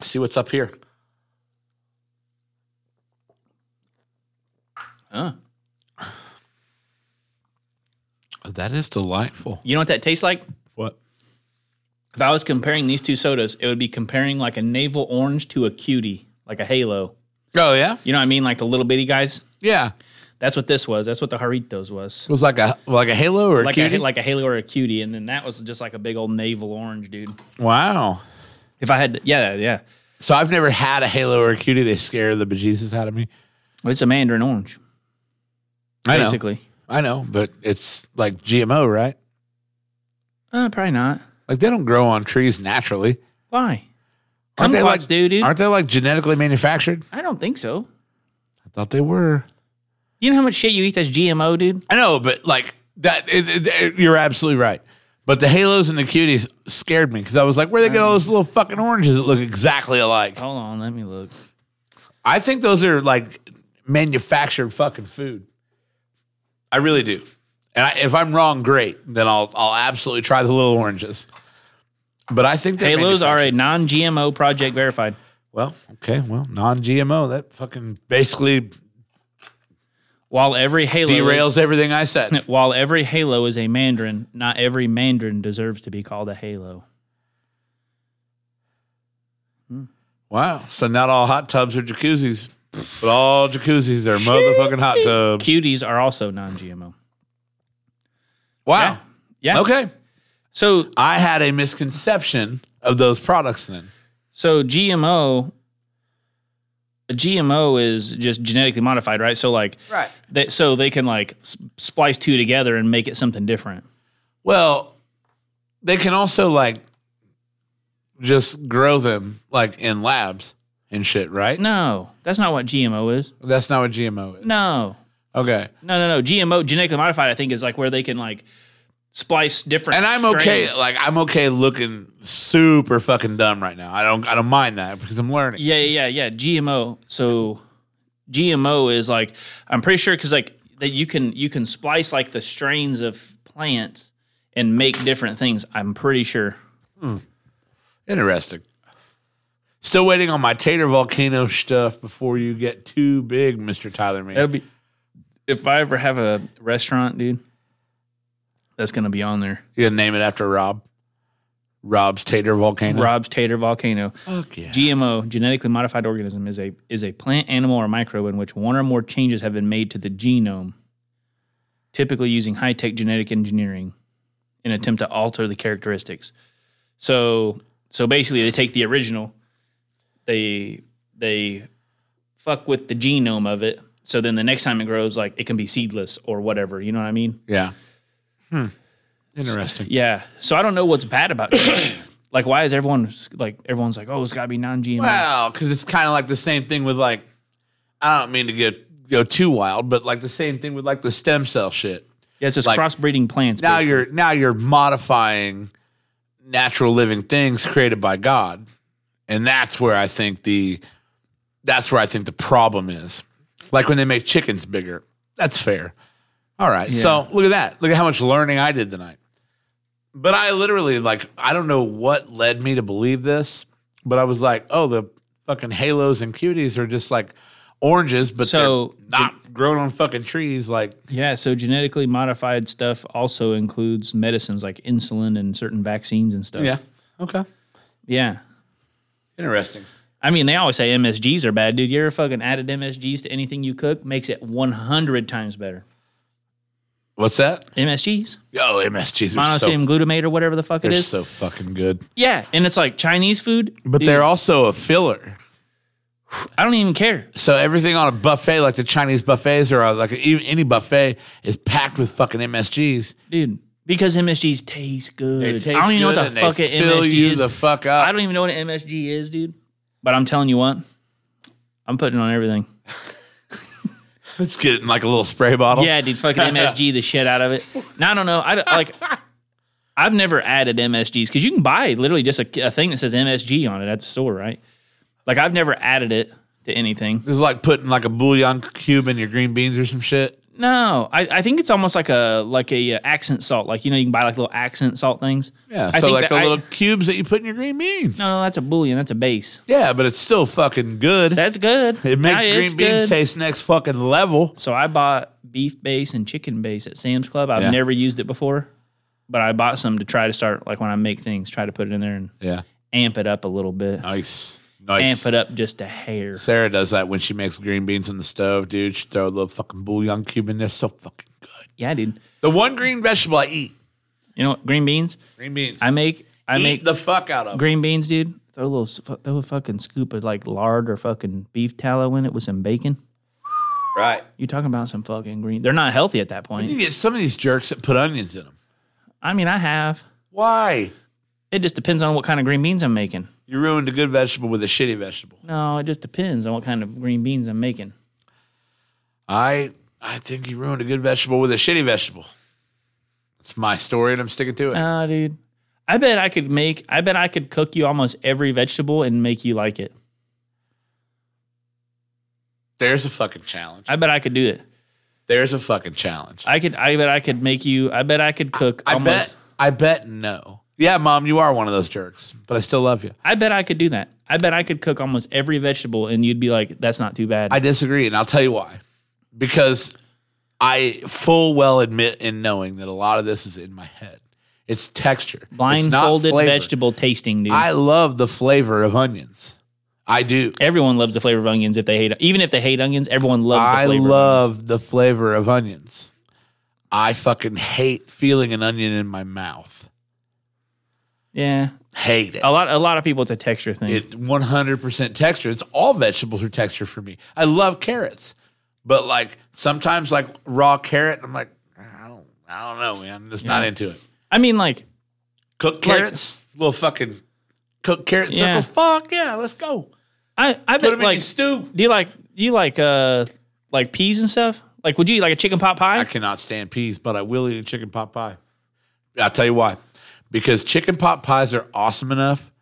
C: See what's up here.
B: Huh.
C: That is delightful.
B: You know what that tastes like?
C: What?
B: If I was comparing these two sodas, it would be comparing like a navel orange to a cutie, like a halo.
C: Oh yeah,
B: You know what I mean? Like the little bitty guys.
C: yeah.
B: That's what this was. That's what the Haritos was.
C: It was like a like a halo or a
B: Like
C: cutie?
B: a like a halo or a cutie, and then that was just like a big old navel orange, dude.
C: wow.
B: If I had, yeah, yeah,
C: So I've never had a halo or a cutie. They scare the bejesus out of me.
B: it's a mandarin orange,
C: I know.
B: basically.
C: I know, but it's like GMO, right?
B: Uh, probably not.
C: Like they don't grow on trees naturally.
B: Why?
C: Aren't they
B: Kumquats
C: like-
B: do, dude.
C: Aren't they like genetically manufactured?
B: I don't think so.
C: I thought they were.
B: You know how much shit you eat that's GMO, dude?
C: I know, but like that, it, it- it- you're absolutely right. But the halos and the cuties scared me because I was like, where they get all those little fucking oranges that look exactly alike?
B: Hold on, let me look.
C: I think those are like manufactured fucking food. I really do. And I, if I'm wrong, great. Then I'll I'll absolutely try the little oranges. But I think they're
B: Halos are
C: manufactured.
B: a non-GMO project verified.
C: Well, okay. Well, non-GMO. That fucking basically
B: While every Halo is-
C: derails everything I said.
B: While every halo is a mandarin, not every mandarin deserves to be called a halo.
C: wow. So not all hot tubs are jacuzzis, but all jacuzzis are motherfucking hot tubs.
B: Cuties are also non-GMO.
C: Wow.
B: Yeah.
C: Okay.
B: So
C: I had a misconception of those products then.
B: so GMO a GMO is just genetically modified, right? So like right. They, so they can like s- splice two together and make it something different.
C: Well, they can also like just grow them like in labs and shit, right?
B: No, that's not what GMO is.
C: That's not what GMO is.
B: No.
C: Okay.
B: No, no, no. GMO genetically modified I think is like where they can like splice different
C: And I'm okay.
B: strains.
C: Like I'm okay looking super fucking dumb right now. I don't. I don't mind that because I'm learning.
B: Yeah, yeah, yeah. yeah. GMO. So GMO is like I'm pretty sure because like that you can you can splice like the strains of plants and make different things. I'm pretty sure.
C: Interesting. Still waiting on my tater volcano stuff before you get too big, Mister Tyler. Man,
B: be if I ever have a restaurant, dude. That's gonna be on there.
C: you gonna name it after Rob? Rob's tater volcano.
B: Rob's Tater Volcano.
C: Fuck yeah.
B: GMO, genetically modified organism, is a is a plant, animal, or microbe in which one or more changes have been made to the genome, typically using high tech genetic engineering, in an attempt to alter the characteristics. So so basically, they take the original, they they fuck with the genome of it. So then the next time it grows, like it can be seedless or whatever. You know what I mean?
C: yeah. Hmm. Interesting.
B: Yeah. So I don't know what's bad about it. like, why is everyone like everyone's like, oh, it's got to be non GMO?
C: Well, because it's kind of like the same thing with like, I don't mean to get go too wild, but like the same thing with like the stem cell shit.
B: Yeah, it's just
C: Like,
B: crossbreeding plants.
C: now
B: basically.
C: you're now you're modifying natural living things created by God, and that's where I think the that's where I think the problem is. Like when they make chickens bigger, that's fair. All right, so look at that. Look at how much learning I did tonight. But I literally like I don't know what led me to believe this, but I was like, oh, the fucking halos and cuties are just like oranges, but
B: So,
C: they're not grown on fucking trees. Like
B: yeah, so genetically modified stuff also includes medicines like insulin and certain vaccines and stuff.
C: okay,
B: Yeah.
C: interesting.
B: I mean, they always say MSGs are bad, dude. You ever fucking added MSGs to anything you cook? Makes it 100 times better.
C: What's that?
B: MSGs,
C: Oh, MSGs are so,
B: monosodium glutamate or whatever the fuck it
C: they're
B: is.
C: so fucking good.
B: yeah, and it's like Chinese food.
C: But they're also a filler.
B: I don't even care.
C: So everything on a buffet, like the Chinese buffets or uh, like e- any buffet, is packed with fucking MSGs.
B: Dude, because MSGs taste good.
C: They taste
B: I don't even know
C: good
B: what
C: and they
B: the fuck an
C: fill
B: MSG
C: you
B: is.
C: the fuck up.
B: I don't even know what an MSG is, dude. But I'm telling you what, I'm putting on everything.
C: It's getting like a little spray bottle.
B: Yeah, dude, fucking MSG the shit out of it. No, I don't know. I don't- like. I've never added MSGs because you can buy literally just a, a thing that says MSG on it at the store, right? Like I've never added it to anything.
C: This is like putting like a bouillon cube in your green beans or some shit.
B: No, I, I think it's almost like a like a uh, accent salt. Like you know, you can buy like little accent salt things.
C: Yeah.
B: I
C: so
B: think
C: like
B: that
C: the
B: I-
C: little cubes that you put in your green beans.
B: No, no, that's a bouillon. That's a base.
C: Yeah, but it's still fucking good.
B: That's good.
C: it makes
B: Yeah, it's
C: green beans
B: good.
C: taste next fucking level.
B: So I bought beef base and chicken base at Sam's Club. I've
C: Yeah.
B: never used it before, but I bought some to try to start like when I make things, try to put it in there and
C: Yeah.
B: amp it up a little bit.
C: Nice.
B: Amp
C: Nice.
B: it up just a hair.
C: Sarah does that when she makes green beans on the stove, dude. She throw a little fucking bouillon cube in there. So fucking good.
B: Yeah, dude.
C: The one green vegetable I eat.
B: You know what? Green beans.
C: Green beans.
B: I make I
C: I
B: make
C: make the fuck out of. 'em.
B: green beans, dude. Throw a little s- fu- throw a fucking scoop of like lard or fucking beef tallow in it with some bacon.
C: Right.
B: You're talking about some fucking green. They're not healthy at that
C: You
B: point.
C: get some of these jerks that put onions in them.
B: I mean, I have.
C: Why?
B: It just depends on what kind of green beans I'm making.
C: You ruined a good vegetable with a shitty vegetable.
B: No, it just depends on what kind of green beans I'm making.
C: I I think you ruined a good vegetable with a shitty vegetable. It's my story, and I'm sticking to it.
B: Nah, dude. I bet I could make. I bet I could cook you almost every vegetable and make you like it.
C: There's a fucking challenge.
B: I bet I could do it.
C: There's a fucking challenge. I,
B: I could. I bet I could make you. I bet I could cook. almost,
C: bet. I bet no. Yeah, mom, you are one of those jerks, but I still love you.
B: I bet I could do that. I bet I could cook almost every vegetable, and you'd be like, "That's not too bad."
C: I disagree, and I'll tell you why. Because I full well admit in knowing that a lot of this is in my head. It's texture. It's not
B: Blindfolded
C: flavor.
B: vegetable tasting, dude.
C: I love the flavor of onions. I do.
B: everyone loves the flavor of onions. If they hate, even if they hate onions, everyone loves.
C: I
B: the flavor of
C: love
B: onions.
C: the flavor of onions. I fucking hate feeling an onion in my mouth.
B: Yeah,
C: Hate it.
B: a lot. A lot of people. It's a texture thing.
C: It 100% texture. It's all vegetables are texture for me. I love carrots, but like sometimes like raw carrot, I'm like, I don't, I don't know, man. I'm just not into it.
B: I mean, like,
C: Cooked
B: Like-
C: carrots, little fucking cooked carrot
B: Yeah.
C: circles. Fuck yeah, let's go.
B: I. I
C: Put
B: bet
C: them in
B: like
C: your stew.
B: Do you like do you like uh like peas and stuff? Like would you eat like a chicken pot pie?
C: I cannot stand peas, but I will eat a chicken pot pie. I'll tell you why. Because chicken pot pies are awesome enough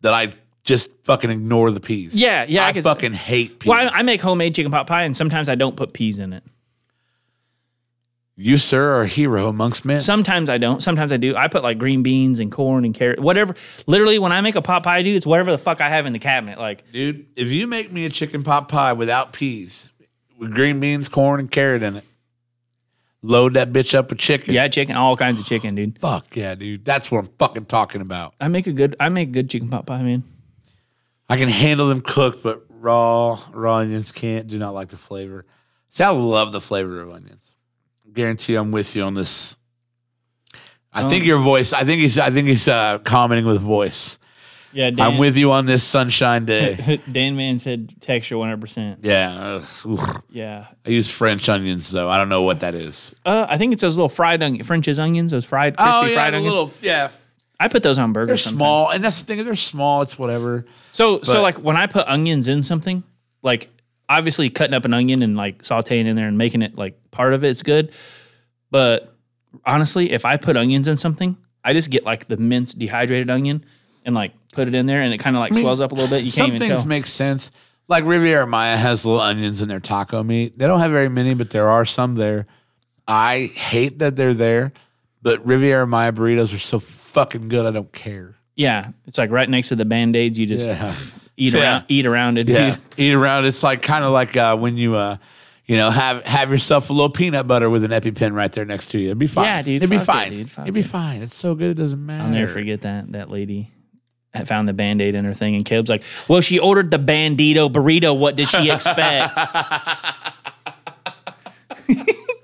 C: that I just fucking ignore the peas.
B: Yeah, yeah,
C: I,
B: I could-
C: fucking hate peas.
B: well, I, I make homemade chicken pot pie, and sometimes I don't put peas in it.
C: you, sir, are a hero amongst men.
B: Sometimes I don't. Sometimes I do. I put like green beans and corn and carrot, whatever. Literally, when I make a pot pie, dude, it's whatever the fuck I have in the cabinet. Like,
C: Dude, if you make me a chicken pot pie without peas, with green beans, corn, and carrot in it, load that bitch up with chicken.
B: yeah, chicken, all kinds of chicken, dude.
C: Fuck yeah, dude. That's what I'm fucking talking about.
B: I make a good. I make good chicken pot pie, man.
C: I can handle them cooked, but raw, raw onions can't. Do not like the flavor. See, I love the flavor of onions. Guarantee I'm with you on this.
B: Um,
C: I think your voice. I think he's. I think he's uh, commenting with voice.
B: Yeah, Dan,
C: I'm with you on this sunshine day.
B: Dan. Man said texture one hundred percent.
C: yeah, ugh, oof.
B: Yeah,
C: I use French onions though. I don't know what that is.
B: uh, I think it's those little fried onion, French's onions, those fried crispy fried
C: the
B: onions.
C: little- Oh, yeah.
B: I put those on burgers.
C: They're
B: sometimes.
C: small, and that's the thing. They're small. It's whatever.
B: So so
C: But-
B: like when I put onions in something, like obviously cutting up an onion and like sauteing in there and making it like part of it's good. But honestly, if I put onions in something, I just get like the minced dehydrated onion and like put it in there and it kind of like swells up a little bit. You can't
C: Some
B: even
C: things
B: tell.
C: make sense. Like Riviera Maya has little onions in their taco meat. They don't have very many, but there are some there. I hate that they're there, but Riviera Maya burritos are so fucking good. I don't care.
B: yeah, it's like right next to the band aids. You just eat
C: Yeah.
B: around, eat around it.
C: Yeah,
B: dude.
C: eat around. It's like kind of like uh, when you, uh, you know, have have yourself a little peanut butter with an EpiPen right there next to you. It'd be fine.
B: Yeah, dude,
C: It'd be
B: fuck it,
C: fine.
B: dude, fuck
C: It'd be
B: it.
C: fine. It's so good. It doesn't matter.
B: I'll never forget that that lady. had found the band aid in her thing, and Caleb's like, Well, she ordered the bandito burrito. What did she expect?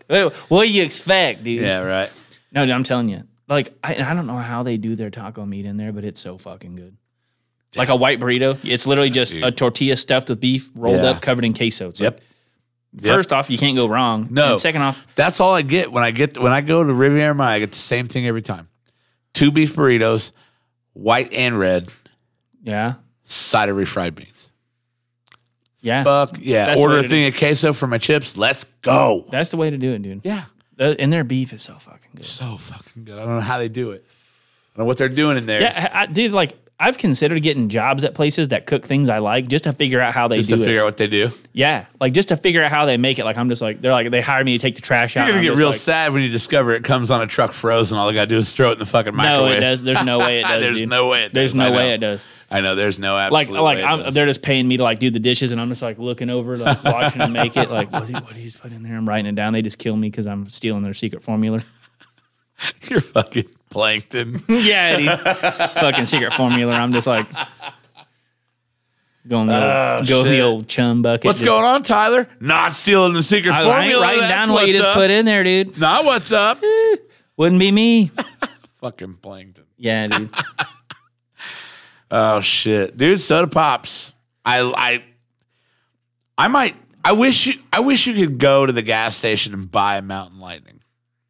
B: Wait, what do you expect, dude?
C: Yeah, right.
B: No, dude, I'm telling you. Like, I, I don't know how they do their taco meat in there, but it's so fucking good. Like a white burrito, it's literally just a tortilla stuffed with beef, rolled
C: Yeah.
B: up, covered in queso. It's
C: Yep.
B: like- first off, you can't go wrong.
C: No.
B: And second off,
C: That's all I get when I get when I go to Riviera Maya. I get the same thing every time: two beef burritos, white and red,
B: yeah,
C: side of refried beans.
B: yeah,
C: Fuck yeah!
B: That's the
C: Order
B: way
C: a
B: to
C: thing of queso for my chips. Let's go.
B: that's the way to do it, dude.
C: Yeah,
B: Uh, And their beef is so fucking good.
C: so fucking good. I don't know how they do it. I don't know what they're doing in there.
B: Yeah, I, I- dude, like I've considered getting jobs at places that cook things I like just to figure out how they
C: Just
B: do
C: to
B: it.
C: figure out what they do.
B: yeah, like just to figure out how they make it. Like I'm just like they're like they hire me to take the trash
C: You're
B: out.
C: gonna
B: and I'm
C: get
B: just
C: real
B: like,
C: sad when you discover it comes on a truck frozen. All I gotta do is throw it in the fucking
B: No,
C: microwave.
B: it does. There's no way it does.
C: There's
B: dude.
C: no way it
B: There's
C: does. I
B: no
C: know.
B: way it does.
C: I know. There's no
B: Like
C: absolute
B: like
C: way it
B: I'm,
C: does.
B: they're just paying me to like do the dishes, and I'm just like looking over, like watching them make it. Like what do you, what do you put in there? I'm writing it down. They just kill me because I'm stealing their secret formula.
C: You're fucking plankton.
B: yeah, dude. fucking secret formula. I'm just like going the, old- go the
C: Oh, shit.
B: old chum bucket.
C: What's
B: Just-
C: going on, Tyler? Not stealing the secret
B: I, I ain't
C: formula.
B: writing
C: that's
B: down what you
C: what's
B: just
C: up.
B: put in there, dude.
C: Not what's up.
B: Wouldn't be me.
C: fucking plankton.
B: Yeah, dude.
C: Oh shit, dude! Soda pops. I I I might. I wish you. I wish you could go to the gas station and buy a Mountain Lightning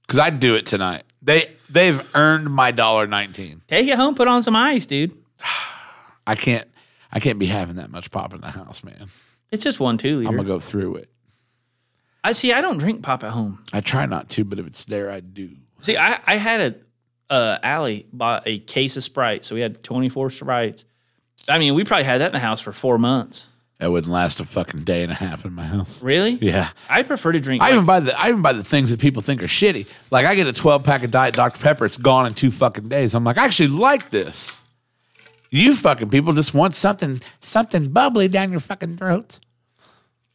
C: because I'd do it tonight. They they've earned my dollar nineteen.
B: Take it home, put on some ice, dude.
C: I can't. I can't be having that much pop in the house, man.
B: It's just one two
C: I'm
B: liter.
C: gonna go through it.
B: I see. I don't drink pop at home.
C: I try not to, but if it's there, I do.
B: See, I, I had a uh, Allie bought a case of Sprite, so we had 24 Sprites. I mean, we probably had that in the house for four months.
C: That wouldn't last a fucking day and a half in my house.
B: Really?
C: Yeah.
B: I prefer to drink.
C: I
B: like-
C: even buy the I even buy the things that people think are shitty. Like I get a 12 pack of Diet Dr Pepper, it's gone in two fucking days. I'm like, I actually like this. You fucking people just want something something bubbly down your fucking throats.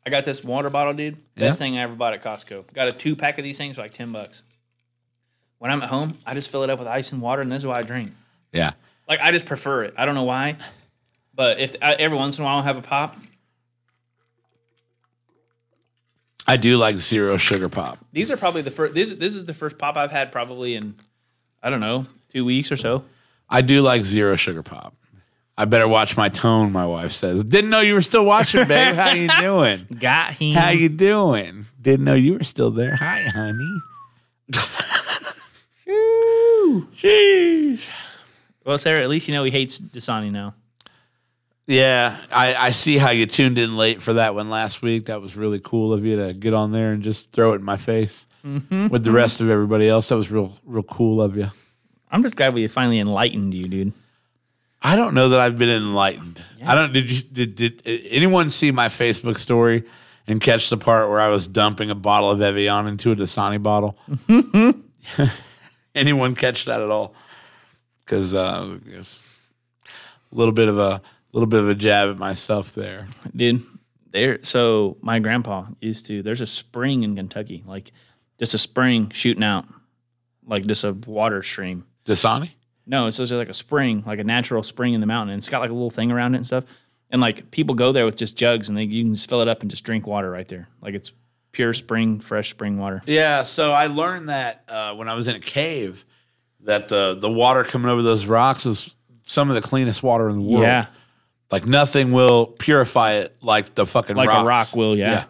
B: I got this water bottle, dude. Best thing I ever bought at Costco. Got a two pack of these things for like ten bucks. When I'm at home, I just fill it up with ice and water, and this is what I drink.
C: Yeah.
B: Like I just prefer it. I don't know why, but if I, every once in a while I have a pop,
C: I do like zero sugar pop.
B: these are probably the first. This this is the first pop I've had probably in, I don't know, two weeks or so.
C: I do like zero sugar pop. I better watch my tone, my wife says. Didn't know you were still watching, babe. How you doing?
B: Got him.
C: How you doing? Didn't know you were still there. Hi, honey. Sheesh.
B: well, Sarah, at least you know he hates Dasani now.
C: Yeah, I, I see how you tuned in late for that one last week. That was really cool of you to get on there and just throw it in my face with the rest of everybody else. That was real real cool of you.
B: I'm just glad we finally enlightened you, dude.
C: I don't know that I've been enlightened. I don't did you did, did anyone see my Facebook story and catch the part where I was dumping a bottle of Evian into a Dasani bottle? anyone catch that at all? Because uh, it's a little bit of a little bit of a jab at myself there.
B: dude. There, so my grandpa used to. There's a spring in Kentucky, like just a spring shooting out, like just a water stream.
C: Dasani.
B: No, it's just like a spring, like a natural spring in the mountain, and it's got like a little thing around it and stuff. And like people go there with just jugs, and they you can just fill it up and just drink water right there. Like it's pure spring, fresh spring water.
C: Yeah, so I learned that uh, when I was in a cave, that the the water coming over those rocks is some of the cleanest water in the world.
B: Yeah,
C: like nothing will purify it like the fucking
B: like a
C: rocks.
B: rock will. Yeah. yeah,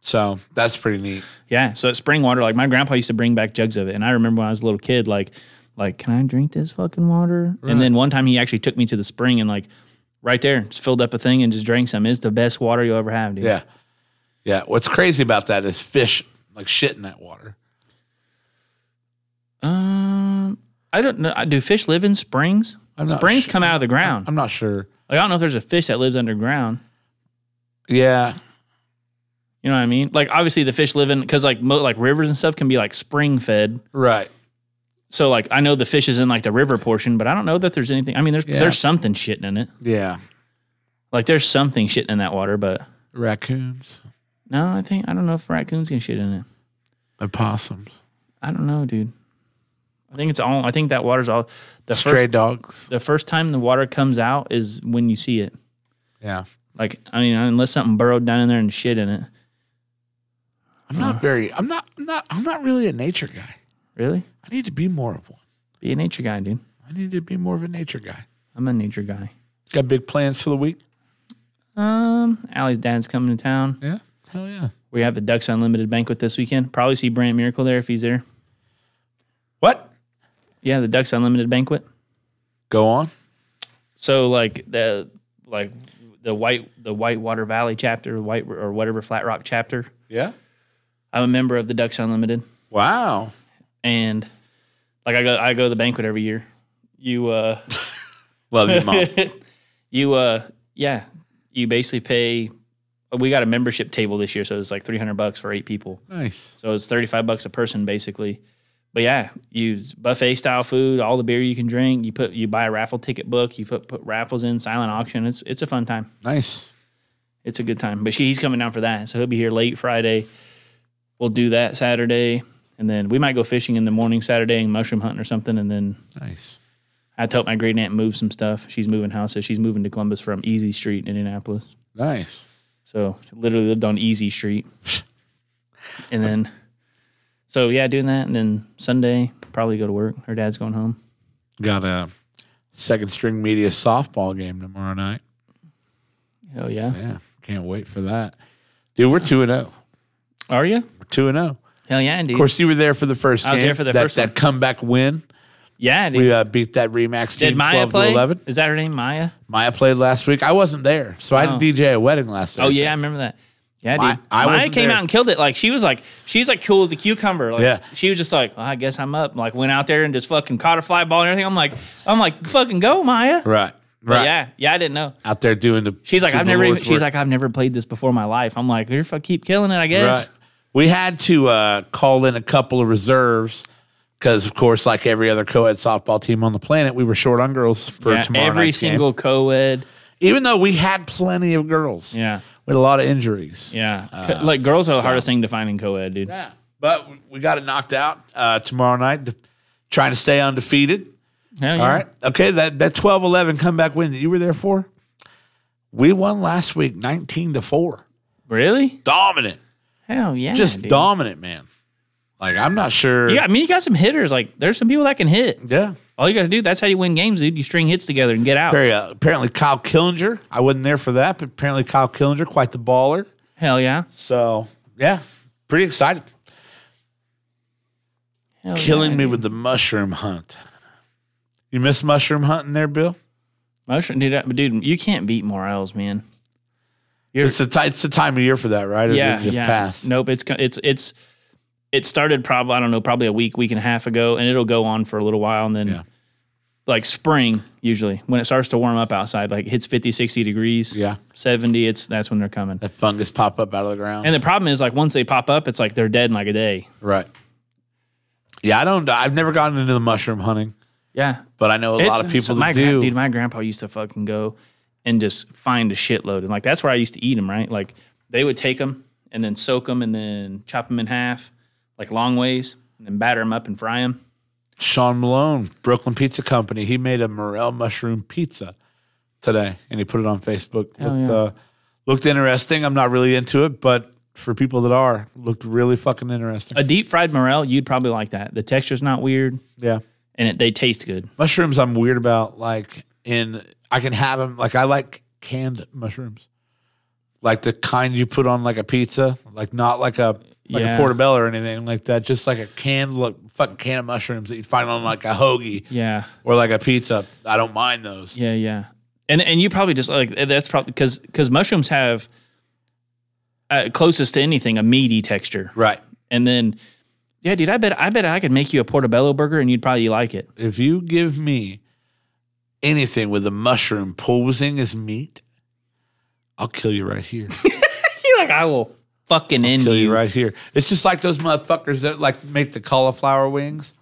C: So that's pretty neat.
B: So it's spring water. Like my grandpa used to bring back jugs of it, and I remember when I was a little kid, like, like can I drink this fucking water? And then one time he actually took me to the spring and like. Right there, just filled up a thing and just drank some. It's the best water you'll ever have, dude.
C: Yeah, yeah. What's crazy about that is fish like shit in that water.
B: Um, I don't know. Do fish live in springs?
C: not
B: Springs
C: sure.
B: come out of the ground.
C: I'm not sure.
B: Like, I don't know if there's a fish that lives underground.
C: Yeah,
B: You know what I mean? Like, obviously, the fish live in because like mo- like rivers and stuff can be like spring fed.
C: right.
B: So like, I know the fish is in like the river portion, but I don't know that there's anything. I mean, there's
C: Yeah.
B: there's something shitting in it.
C: Yeah,
B: Like, there's something shitting in that water, but
C: raccoons
B: no, I think I don't know if raccoons can shit in it.
C: and possums,
B: I don't know, dude. I think it's all. I think that water's all. The
C: stray
B: first
C: dogs.
B: the first time the water comes out is when you see it.
C: Yeah,
B: Like, I mean, unless something burrowed down in there and shit in it.
C: I'm not very. I'm not. I'm not. I'm not really a nature guy.
B: Really?
C: I need to be more of one.
B: Be a nature guy, dude.
C: I need to be more of a nature guy.
B: I'm a nature guy.
C: Got big plans for the week?
B: Um, Allie's dad's coming to town.
C: Yeah. Hell yeah.
B: We have the Ducks Unlimited banquet this weekend. Probably see Brant Miracle there if he's there.
C: What?
B: Yeah, the Ducks Unlimited banquet.
C: Go on.
B: So like the like the white the Whitewater Valley chapter, white or whatever Flat Rock chapter.
C: Yeah.
B: I'm a member of the Ducks Unlimited,
C: Wow.
B: and like I go I go to the banquet every year. You uh,
C: Love you, mom.
B: you uh yeah you basically pay we got a membership table this year so it's like 300 bucks for eight people
C: nice.
B: so it's 35 bucks a person basically but yeah you buffet style food all the beer you can drink you put you buy a raffle ticket book you put, put raffles in silent auction it's it's a fun time
C: Nice.
B: it's a good time but she, he's coming down for that so he'll be here late friday we'll do that saturday and then we might go fishing in the morning saturday and mushroom hunting or something and then
C: Nice.
B: I had to help my great aunt move some stuff. She's moving houses. She's moving to Columbus from Easy Street in Indianapolis.
C: Nice.
B: So she literally lived on Easy Street. and then, so yeah, doing that. And then Sunday, probably go to work. Her dad's going home.
C: Got a second string media softball game tomorrow night.
B: Hell yeah.
C: Yeah. Can't wait for that. Dude, we're 2 and 0.
B: Are you?
C: We're 2 and 0. Of
B: Hell yeah, dude.
C: course, you were there for the first game.
B: I was there for the
C: that,
B: first
C: that
B: one.
C: comeback win.
B: Yeah, dude.
C: We uh, beat that Remax team
B: Did Maya
C: 12
B: play?
C: to 11.
B: Is that her name, Maya?
C: Maya played last week. I wasn't there. So I
B: Oh.
C: had to DJ a wedding last
B: Oh
C: Thursday.
B: yeah, I remember that. Yeah, dude.
C: My- I
B: Maya
C: wasn't
B: came
C: there.
B: out and killed it. Like she was like, she's like cool as a cucumber. Like
C: Yeah.
B: she was just like, well, I guess I'm up. Like went out there and just fucking caught a fly ball and everything. I'm like, I'm like, fucking go, Maya.
C: Right.
B: But
C: Right.
B: Oh, yeah, yeah, I didn't know.
C: Out there doing the.
B: She's like,
C: doing
B: I've
C: the
B: never. Even,
C: Lord's
B: she's
C: work.
B: like, I've never played this before in my life. I'm like, you're fuck, keep killing it, I guess.
C: Right. We had to uh, call in a couple of reserves because, of course, like every other co-ed softball team on the planet, we were short on girls for
B: Yeah,
C: tomorrow
B: every
C: night's game.
B: single co-ed.
C: Even though we had plenty of girls,
B: Yeah,
C: with a lot of injuries.
B: yeah. Co- like girls are the hardest thing to find in co-ed, dude.
C: Yeah. But we got it knocked out uh, tomorrow night. d- Trying to stay undefeated.
B: Hell yeah.
C: All right. Okay. That that 12-11 comeback win that you were there for, we won last week nineteen to four.
B: Really?
C: Dominant.
B: Hell yeah.
C: Just
B: dude.
C: dominant, man. Like I'm not sure.
B: You got, I mean, you got some hitters. Like there's some people that can hit.
C: Yeah.
B: All you got to do. That's how you win games, dude. You string hits together and get out.
C: Apparently, uh, apparently Kyle Killinger. I wasn't there for that, but apparently Kyle Killinger, quite the baller.
B: Hell yeah.
C: So yeah, pretty excited.
B: Hell
C: Killing
B: Oh, yeah,
C: me
B: dude.
C: with the mushroom hunt. You miss mushroom hunting there, Bill?
B: motion, dude. that- Dude, you can't beat Morales, man.
C: It's the ti- it's the time of year for that, right? Or did
B: yeah,
C: it just
B: yeah.
C: passed.
B: Nope, it's co- it's it's it started probably I don't know probably a week week and a half ago, and it'll go on for a little while, and then
C: Yeah.
B: like spring usually when it starts to warm up outside, like it hits 50, 60 degrees,
C: Yeah,
B: seventy. It's that's when they're coming.
C: that fungus pop up out of the ground.
B: And the problem is like once they pop up, it's like they're dead in like a day.
C: right. Yeah, I don't. I've never gotten into the mushroom hunting,
B: Yeah,
C: but I know a lot of people
B: my
C: that
B: gra-
C: do.
B: dude, my grandpa used to fucking go and just find a shitload, and like that's where I used to eat them. Right, like they would take them and then soak them and then chop them in half, like long ways, and then batter them up and fry them.
C: Sean Malone, Brooklyn Pizza Company. He made a morel mushroom pizza today, and he put it on Facebook. looked,
B: yeah.
C: uh, looked interesting. I'm not really into it, but for people that are, looked really fucking interesting.
B: a deep fried morel, you'd probably like that. The texture's not weird,
C: yeah,
B: and it, they taste good.
C: mushrooms. I'm weird about. Like, in I can have them. Like, I like canned mushrooms, like the kind you put on like a pizza, like not like a like
B: Yeah.
C: a portobello or anything like that. Just like a canned, like fucking can of mushrooms that you find on like a hoagie
B: Yeah,
C: or like a pizza. I don't mind those.
B: yeah, yeah. And and you probably just like that's probably because because mushrooms have uh, closest to anything a meaty texture,
C: Right.
B: and then yeah, dude, I bet I bet I could make you a portobello burger and you'd probably like it.
C: if you give me anything with a mushroom posing as meat, I'll kill you right here.
B: You're like I will fucking end
C: kill you
B: you.
C: right here. It's just like those motherfuckers that like make the cauliflower wings.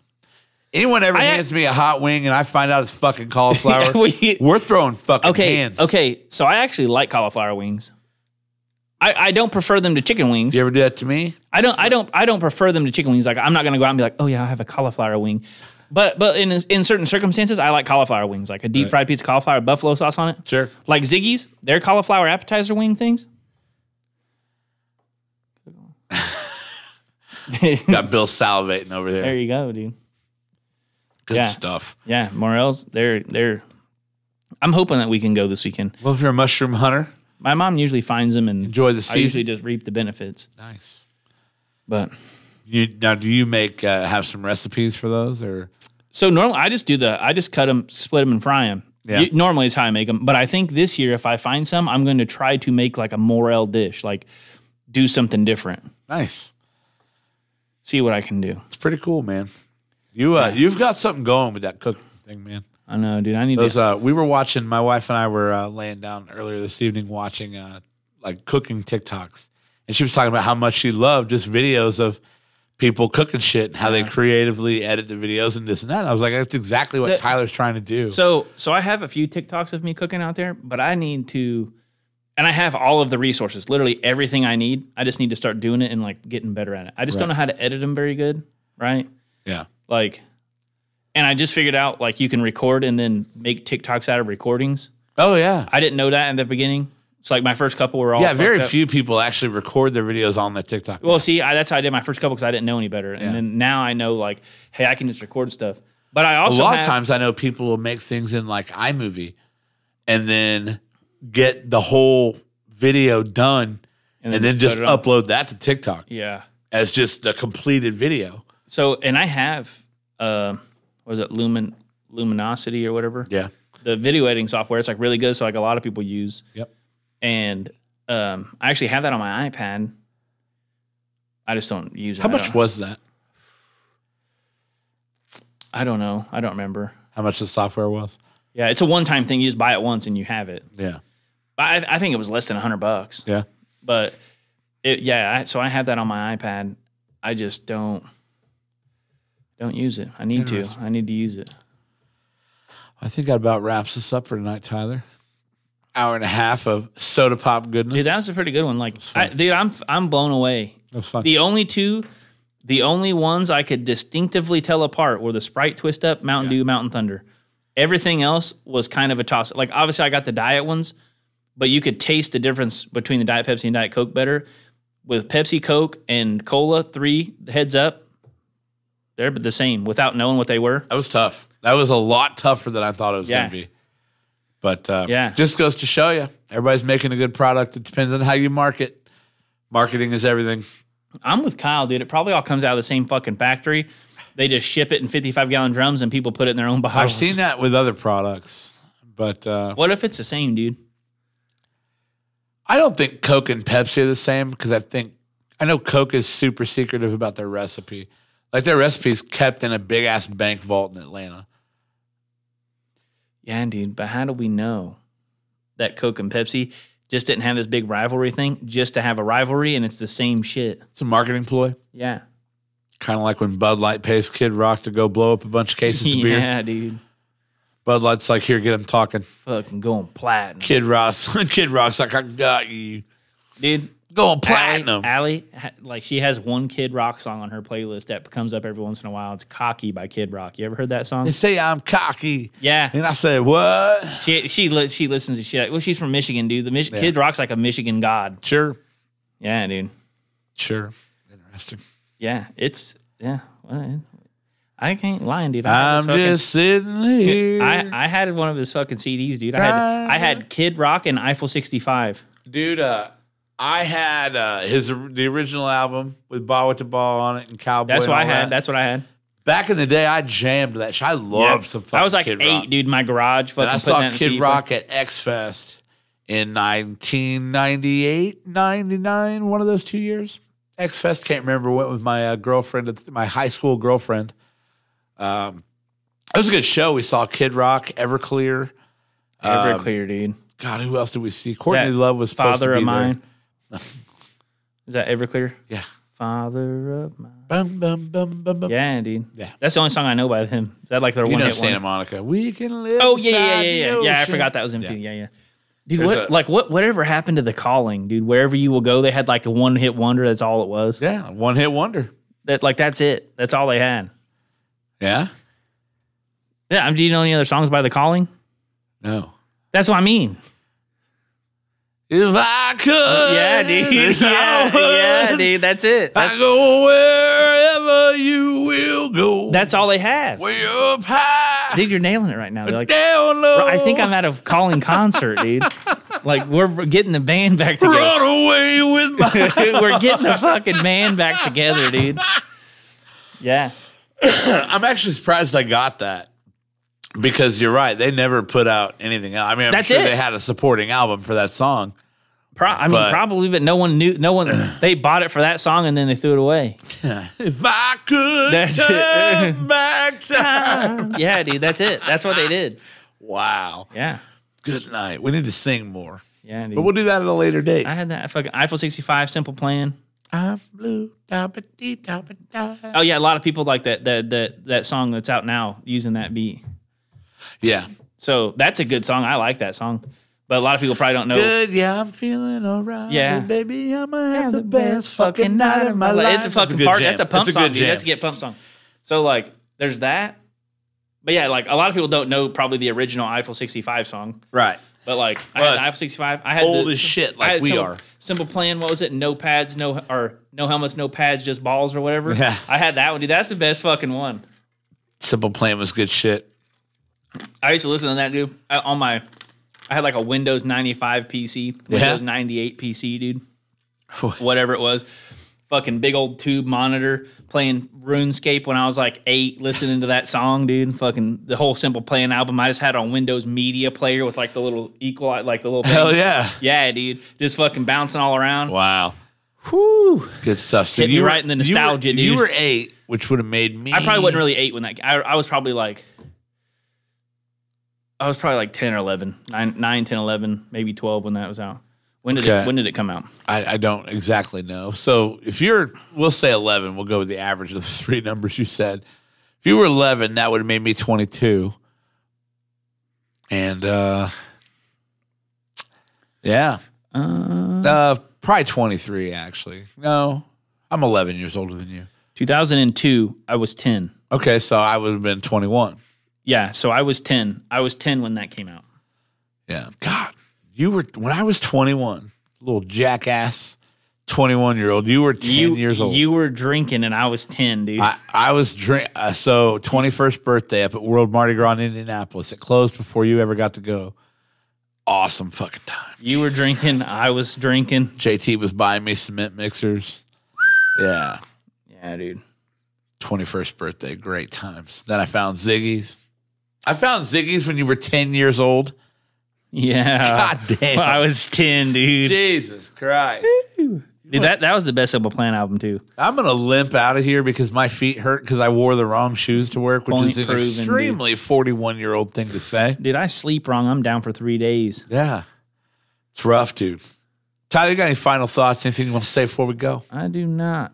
C: Anyone ever
B: I-
C: hands me a hot wing and I find out it's fucking cauliflower,
B: We-
C: we're throwing fucking
B: Okay,
C: hands.
B: okay. So I actually like cauliflower wings. I, I don't prefer them to chicken wings.
C: You ever do that to me?
B: I don't, I don't, I don't prefer them to chicken wings. Like I'm not gonna go out and be like, oh yeah, I have a cauliflower wing. But but in in certain circumstances, I like cauliflower wings, like a deep fried piece of cauliflower, with buffalo sauce on it.
C: Sure.
B: Like Ziggy's, their cauliflower appetizer wing things. there
C: Got Bill salivating over there.
B: you go, dude.
C: Good
B: yeah.
C: stuff.
B: Yeah, Morels, they're they're. I'm hoping that we can go this weekend.
C: Well, if you're a mushroom hunter,
B: My mom usually finds them, and
C: enjoy the
B: I usually
C: season.
B: just reap the benefits.
C: Nice.
B: But
C: You now? Do you make uh, have some recipes for those or?
B: So normally I just do the I just cut them, split them, and fry them.
C: Yeah.
B: normally is how I make them, but I think this year if I find some, I'm going to try to make like a morel dish, like do something different.
C: Nice.
B: See what I can do.
C: It's pretty cool, man. You uh, you've got something going with that cooking thing, man.
B: I know, dude. I need
C: Those
B: to.
C: uh, we were watching. My wife and I were uh, laying down earlier this evening watching uh, like cooking TikToks, and she was talking about how much she loved just videos of people cooking shit and how they creatively edit the videos and this and that. And I was like, that's exactly what
B: That-
C: Tyler's trying to do.
B: So, so I have a few TikToks of me cooking out there, but I need to, and I have all of the resources, literally everything I need. I just need to start doing it and like getting better at it. I just don't know how to edit them very good, right?
C: yeah,
B: Like, and I just figured out like you can record and then make TikToks out of recordings.
C: oh yeah,
B: I didn't know that in the beginning. It's like my first couple were all
C: yeah. Very
B: fucked up.
C: few people actually record their videos on the TikTok.
B: Well, see, I, that's how I did my first couple because I didn't know any better, and then now I know like, hey, I can just record stuff. But I
C: a
B: also
C: lot
B: have-
C: of times I know people will make things in like iMovie and then get the whole video done and,
B: then
C: then just
B: just put it on.
C: upload that to TikTok
B: yeah.
C: as just the completed video.
B: So, and I have, um, what is it, Lumen, Luminosity or whatever?
C: Yeah.
B: The video editing software. It's like really good. So, like a lot of people use.
C: Yep.
B: And um, I actually have that on my iPad. I just don't use it.
C: How
B: I
C: much
B: don't-
C: was that?
B: I don't know. I don't remember.
C: How much the software was?
B: Yeah, it's a one-time thing. You just buy it once and you have it.
C: Yeah.
B: But I, I think it was less than hundred bucks.
C: Yeah.
B: But it, yeah, I, so I have that on my iPad. I just don't don't use it. I need to. I need to use it.
C: I think that about wraps us up for tonight, Tyler. Hour and a half of soda pop goodness.
B: Dude, that was a pretty good one. Like, I, dude, I'm I'm blown away.
C: That was fun.
B: The only two, the only ones I could distinctively tell apart were the Sprite Twist Up, Mountain Dew, Mountain Thunder. Everything else was kind of a toss. Like, obviously, I got the diet ones, but you could taste the difference between the Diet Pepsi and Diet Coke better. With Pepsi, Coke, and Cola, three heads up, they're the same without knowing what they were.
C: That was tough. That was a lot tougher than I thought it was
B: Yeah.
C: going to be. But uh,
B: Yeah.
C: just goes to show you, everybody's making a good product. It depends on how you market. Marketing is everything.
B: I'm with Kyle, dude. It probably all comes out of the same fucking factory. They just ship it in 55 gallon drums and people put it in their own
C: I've
B: bottles.
C: seen that with other products, but uh,
B: What if it's the same, dude?
C: I don't think Coke and Pepsi are the same because I think I know Coke is super secretive about their recipe. Like their recipe's kept in a big ass bank vault in Atlanta.
B: Yeah, dude. But how do we know that Coke and Pepsi just didn't have this big rivalry thing just to have a rivalry and it's the same shit?
C: It's a marketing ploy,
B: Yeah.
C: kind of like when Bud Light pays Kid Rock to go blow up a bunch of cases of beer.
B: yeah, dude.
C: Bud Light's like, here, get him talking.
B: Fucking going platinum.
C: Kid Rock's Kid Rock's like, I got you.
B: Dude,
C: Going
B: Platinum.
C: platinum.
B: Allie, ha- like she has one Kid Rock song on her playlist that comes up every once in a while. It's Cocky by Kid Rock. You ever heard that song?
C: They say I'm cocky.
B: yeah.
C: And I say, what?
B: She she li- she listens to shit. like- Well, she's from Michigan, dude. The Mich- Kid Rock's like a Michigan god.
C: Sure.
B: Yeah, dude.
C: Sure. Interesting.
B: Yeah, it's yeah. Well, I can't lie, dude. I had
C: I'm
B: his fucking-
C: just sitting here.
B: I, I had one of his fucking CDs, dude. I had I had Kid Rock and Eiffel 65.
C: dude. Uh, I had uh, his the original album with Ball with the Ball on it and Cowboy.
B: That's
C: and
B: what I
C: all
B: had.
C: that.
B: That's what I had.
C: Back in the day, I jammed that. Shit. I loved some. Fucking
B: I was like
C: Kid
B: eight,
C: Rock.
B: dude. in My garage fucking.
C: And I
B: putting
C: saw
B: that in
C: Kid
B: CD.
C: Rock at X Fest in 1998, 99, one of those two years. X Fest, can't remember. Went with my uh, girlfriend, my high school girlfriend. Um, it was a good show. We saw Kid Rock, Everclear. um,
B: Everclear, dude.
C: God, who else did we see? Courtney
B: That
C: Love was supposed
B: Father
C: to be
B: of
C: there.
B: mine. Is that Everclear?
C: Yeah.
B: Father of mine.
C: Bum, bum, bum, bum, bum.
B: Yeah, dude.
C: Yeah.
B: That's the only song I know by him. Is that like their
C: You
B: one
C: know
B: hit
C: Santa
B: one?
C: Monica. We can live.
B: Oh yeah, yeah,
C: beside
B: yeah,
C: the
B: yeah. Yeah, I
C: ocean.
B: forgot that was him too. Yeah, yeah. Dude,
C: There's
B: what
C: a-
B: like what whatever happened to the calling, dude? Wherever you will go, they had like a one hit wonder. That's all it was.
C: Yeah, one hit wonder.
B: That like that's it. That's all they had.
C: Yeah?
B: Yeah. I mean, do you know any other songs by the calling?
C: No.
B: That's what I mean.
C: If I could.
B: Yeah, dude.
C: if I
B: Yeah, yeah,
C: would,
B: dude. That's it.
C: I
B: That's,
C: go wherever you will go.
B: that's all they have.
C: way up high,
B: Dude, you're nailing it right now. They're like,
C: down low.
B: I think I'm at a calling concert, dude. Like we're we're getting the band back together.
C: run away with my.
B: we're getting the fucking band back together, dude. Yeah.
C: I'm actually surprised I got that because you're right. They never put out anything. Else. I mean, I'm
B: That's
C: sure
B: it.
C: they had a supporting album for that song,
B: Pro- I mean,
C: But-
B: probably, but no one knew. No one. they bought it for that song and then they threw it away.
C: If I could
B: That's it.
C: turn back time.
B: yeah, dude, that's it. That's what they did.
C: Wow.
B: Yeah,
C: Good night. We need to sing more.
B: yeah. Dude.
C: But we'll do that at a later date.
B: I had that fucking iPhone 65 simple plan.
C: I'm blue. da ba dee, da ba da.
B: Oh yeah, a lot of people like that that that that song that's out now using that beat.
C: Yeah.
B: So that's a good song. I like that song, but a lot of people probably don't know.
C: Good, yeah, I'm feeling alright.
B: Yeah.
C: baby, I'ma have the best fucking night of my
B: Like,
C: life.
B: It's a fucking
C: good
B: part.
C: jam.
B: That's a pump
C: good
B: song, dude.
C: jam.
B: That's a get pump song. So like, there's that. But yeah, like a lot of people don't know probably the original iPhone 65 song.
C: Right.
B: But like,
C: Well,
B: I had
C: it's
B: an iPhone 65. I had
C: old
B: the,
C: as shit,
B: I
C: like
B: had
C: we
B: simple-
C: are.
B: Simple plan. What was it? No pads, no or no helmets, no pads, just balls or whatever.
C: Yeah.
B: I had that one, dude. That's the best fucking one.
C: Simple Plan was good shit.
B: I used to listen to that dude I, on my. I had like a Windows 95 PC, Windows 98 PC, dude. Whatever it was, fucking big old tube monitor playing RuneScape when I was like eight, listening to that song, dude. Fucking the whole Simple Plan album I just had on Windows Media Player with like the little equal, like the little
C: Hell
B: things.
C: yeah.
B: yeah, dude, just fucking bouncing all around.
C: Wow. Whew. Good stuff. So
B: Hit me
C: were-
B: right in the nostalgia,
C: you were, You
B: dude.
C: were eight, which would have made me.
B: I probably wasn't really eight when that. I, I was probably like, I was probably like 10 or 11, 9, 9 10, 11, maybe 12 when that was out. When did
C: Okay.
B: it, when did it come out?
C: I, I don't exactly know. So if you're, we'll say 11, we'll go with the average of the three numbers you said. If you were 11, that would have made me 22. And, uh, yeah. Uh, probably 23, actually. No, I'm 11 years older than you.
B: 2002, I was 10.
C: Okay. So I would have been 21.
B: Yeah, so I was 10. I was 10 when that came out.
C: Yeah. God, you were, when I was 21, little jackass 21 year old, you were 10
B: you,
C: years old.
B: You were drinking and I was 10, dude.
C: I, I was drink uh, so 21st birthday up at World Mardi Gras in Indianapolis. It closed before you ever got to go. Awesome fucking time.
B: you were drinking, I was drinking.
C: JT was buying me cement mixers. Yeah,
B: Yeah, dude.
C: 21st birthday, great times. Then I found Ziggy's. I found Ziggy's when you were 10 years old.
B: Yeah.
C: God damn.
B: Uh, I was 10, dude.
C: Jesus Christ.
B: Dude, that that was the best Simple Plan album too.
C: I'm gonna limp out of here because my feet hurt because I wore the wrong shoes to work, which
B: Point
C: is an
B: proven, dude.
C: extremely 41 year old thing to say.
B: Dude, I sleep wrong. I'm down for 3 days.
C: Yeah. It's rough, dude. Tyler, you got any final thoughts? Anything you want to say before we go? I
B: I do not.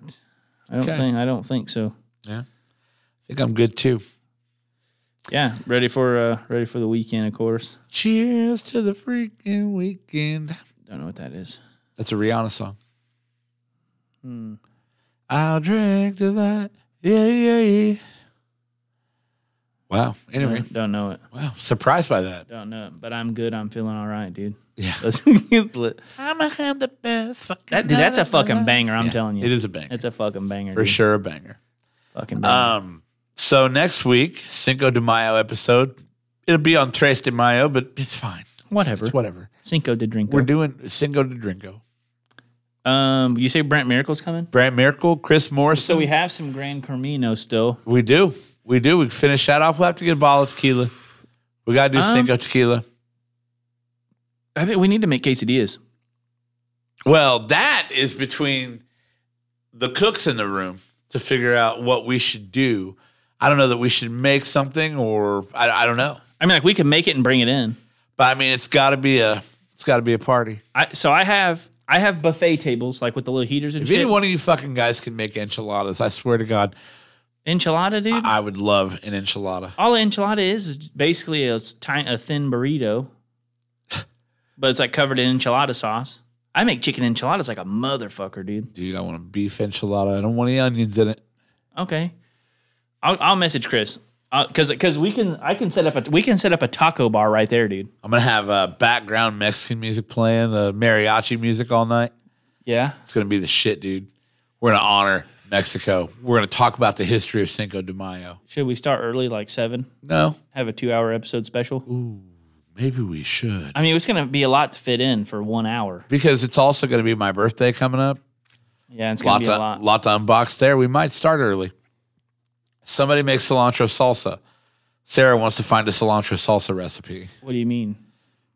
B: I don't
C: Okay.
B: think. I don't think so.
C: think I'm good too.
B: Yeah, ready for uh, ready for the weekend, of course.
C: Cheers to the freaking weekend.
B: Don't know what that is.
C: That's a Rihanna song.
B: Hmm.
C: I'll drink to that. Yeah, yeah, yeah. Wow. Anyway,
B: Don't, don't know it.
C: wow. Surprised by that.
B: Don't know it. But I'm good. I'm feeling all right, dude.
C: Yeah.
B: Let's-
C: I'm going to have the best fucking.
B: that, dude, that's a
C: banger.
B: fucking banger. I'm telling you,
C: It is a banger.
B: It's a fucking banger.
C: For
B: dude.
C: sure, a banger.
B: Fucking banger.
C: Um, so next week, Cinco de Mayo episode. It'll be on Tres de Mayo, but it's fine.
B: Whatever.
C: It's whatever.
B: Cinco did drink.
C: We're
B: though.
C: doing Cinco de Drinko.
B: um, you say Brent Miracle's coming.
C: Brand Miracle, Chris Morrison.
B: So we have some Gran Carmino still.
C: we do. We do. We finish that off. We'll have to get a bottle of tequila. We got to do
B: Um,
C: Cinco tequila.
B: I think we need to make quesadillas.
C: Well, that is between the cooks in the room to figure out what we should do. I don't know that we should make something or I, I don't know.
B: I mean, like we could make it and bring it in.
C: But I mean, it's got to be a it's got to be a party.
B: I so I have I have buffet tables like with the little heaters and
C: If
B: shit.
C: any one of you fucking guys can make enchiladas, I swear to God,
B: Enchilada, dude.
C: I would love an enchilada.
B: all an enchilada is is basically a, tiny, a thin burrito, but it's like covered in enchilada sauce. I make chicken enchiladas like a motherfucker, dude.
C: Dude, I want a beef enchilada. I don't want any onions in it.
B: Okay, I'll, I'll message Chris because because we can I can set up a we can set up a taco bar right there, dude.
C: I'm gonna have uh, background Mexican music playing, uh, mariachi music all night.
B: Yeah,
C: It's gonna be the shit, dude. We're gonna honor Mexico. We're gonna talk about the history of Cinco de Mayo.
B: should we start early like seven?
C: No,
B: Have a two hour episode special.
C: maybe we should
B: I mean, it's gonna be a lot to fit in for one hour.
C: because it's also gonna be my birthday coming up.
B: Yeah, it's gonna
C: Lot
B: be
C: to
B: a lot.
C: lot to unbox there. We might start early. Somebody makes cilantro salsa. Sarah wants to find a cilantro salsa recipe.
B: What do you mean?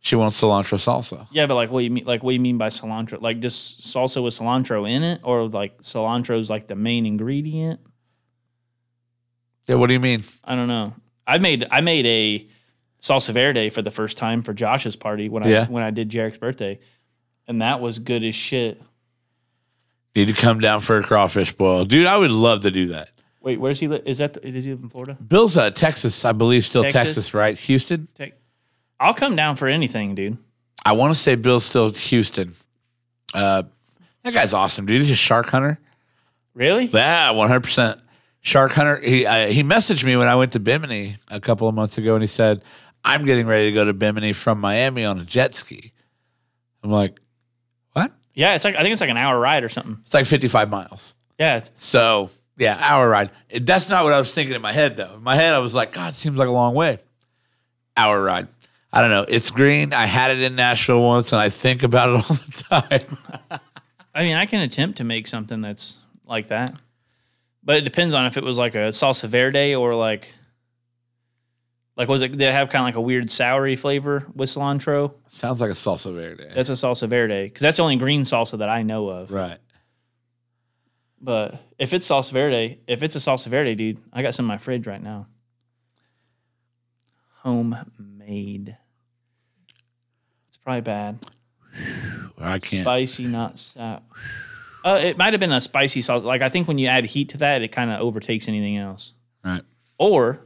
C: She wants cilantro salsa.
B: Yeah, but like what you mean like what you mean by cilantro? Like just salsa with cilantro in it or like cilantro's like the main ingredient?
C: Yeah, what do you mean?
B: I don't know. I made I made a salsa verde for the first time for Josh's party when I
C: Yeah.
B: when I did Jarek's birthday. And that was good as shit.
C: Need to come down for a crawfish boil, dude. I would love to do that.
B: Wait, where's he live? Is that is he live in Florida?
C: Bill's uh, Texas, I believe, still
B: Texas?
C: Texas, right? Houston.
B: Take, I'll come down for anything, dude.
C: I want to say Bill's still Houston. Uh, that guy's awesome, dude. He's a shark hunter.
B: Really?
C: Yeah, one hundred percent. Shark hunter. He uh, he messaged me when I went to Bimini a couple of months ago, and he said, "I'm getting ready to go to Bimini from Miami on a jet ski." I'm like, "What?"
B: Yeah, it's like I think it's like an hour ride or something.
C: It's like 55 miles.
B: Yeah, it's,
C: So yeah, hour ride. It- That's not what I was thinking in my head though. In my head, I was like, God, it seems like a long way. Hour ride. I don't know. It's green. I had it in Nashville once, and I think about it all the time.
B: I mean, I can attempt to make something that's like that, but it depends on if it was like a salsa verde or like, like was it? Did it have kind of like a weird soury flavor with cilantro?
C: Sounds like a salsa verde.
B: That's a salsa verde because that's the only green salsa that I know of.
C: right.
B: But if it's salsa verde, if it's a salsa verde, dude, I got some in my fridge right now. Homemade. It's probably bad.
C: I can't.
B: spicy, not sour. Uh, it might have been a spicy sauce. Like I think when you add heat to that, it kind of overtakes anything else.
C: Right.
B: Or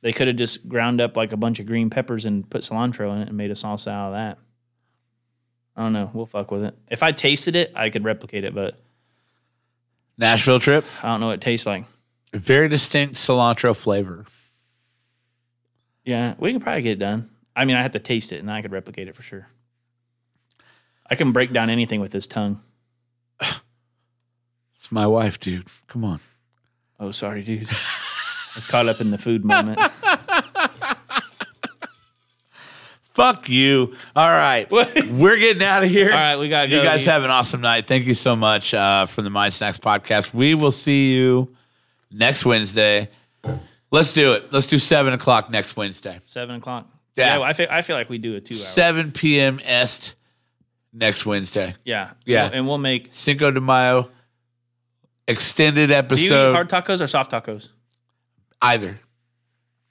B: they could have just ground up like a bunch of green peppers and put cilantro in it and made a sauce out of that. I don't know. We'll fuck with it. If I tasted it, I could replicate it, but
C: Nashville trip.
B: I don't know what it tastes like.
C: Very distinct cilantro flavor.
B: Yeah, we can probably get it done. I mean, I have to taste it and I could replicate it for sure. I can break down anything with this tongue.
C: It's my wife, dude. Come on.
B: Oh, sorry, dude. I was caught up in the food moment.
C: Fuck you. All right. We're getting out of here.
B: All right, we gotta
C: You
B: go,
C: guys
B: dude.
C: have an awesome night. Thank you so much uh, from the My Snacks podcast. We will see you next Wednesday. Let's do it. Let's do seven o'clock next Wednesday.
B: Seven o'clock.
C: Yeah.
B: well, I feel I feel like we do a two hour.
C: Seven p.m. est next Wednesday.
B: Yeah,
C: Yeah.
B: and we'll make.
C: Cinco de Mayo extended
B: Do you
C: episode.
B: eat hard tacos or soft tacos?
C: either.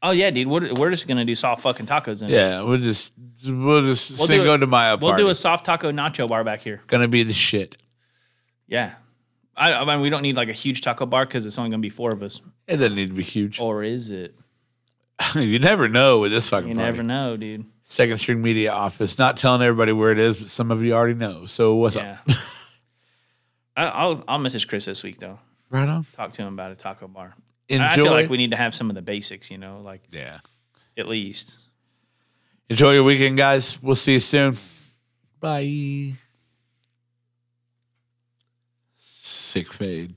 B: Oh yeah, dude. We're, we're just gonna do soft fucking tacos. Then.
C: Yeah, we'll just we'll just
B: We'll do
C: Cinco
B: it.
C: de Mayo
B: We'll
C: party.
B: do a soft taco nacho bar back here.
C: Gonna be the shit.
B: Yeah. I, I mean, we don't need like a huge taco bar because it's only gonna be four of us.
C: It doesn't need to be huge.
B: Or is it?
C: you never know with this fucking
B: You
C: party.
B: never know, dude.
C: Second String Media office. Not telling everybody where it is, but some of you already know. So what's up?
B: Yeah. I, I'll I'll message Chris this week though.
C: Right on.
B: Talk to him about a taco bar.
C: Enjoy.
B: I feel like we need to have some of the basics, you know, like
C: yeah.
B: at least.
C: Enjoy your weekend, guys. We'll see you soon. Bye. Sick fade.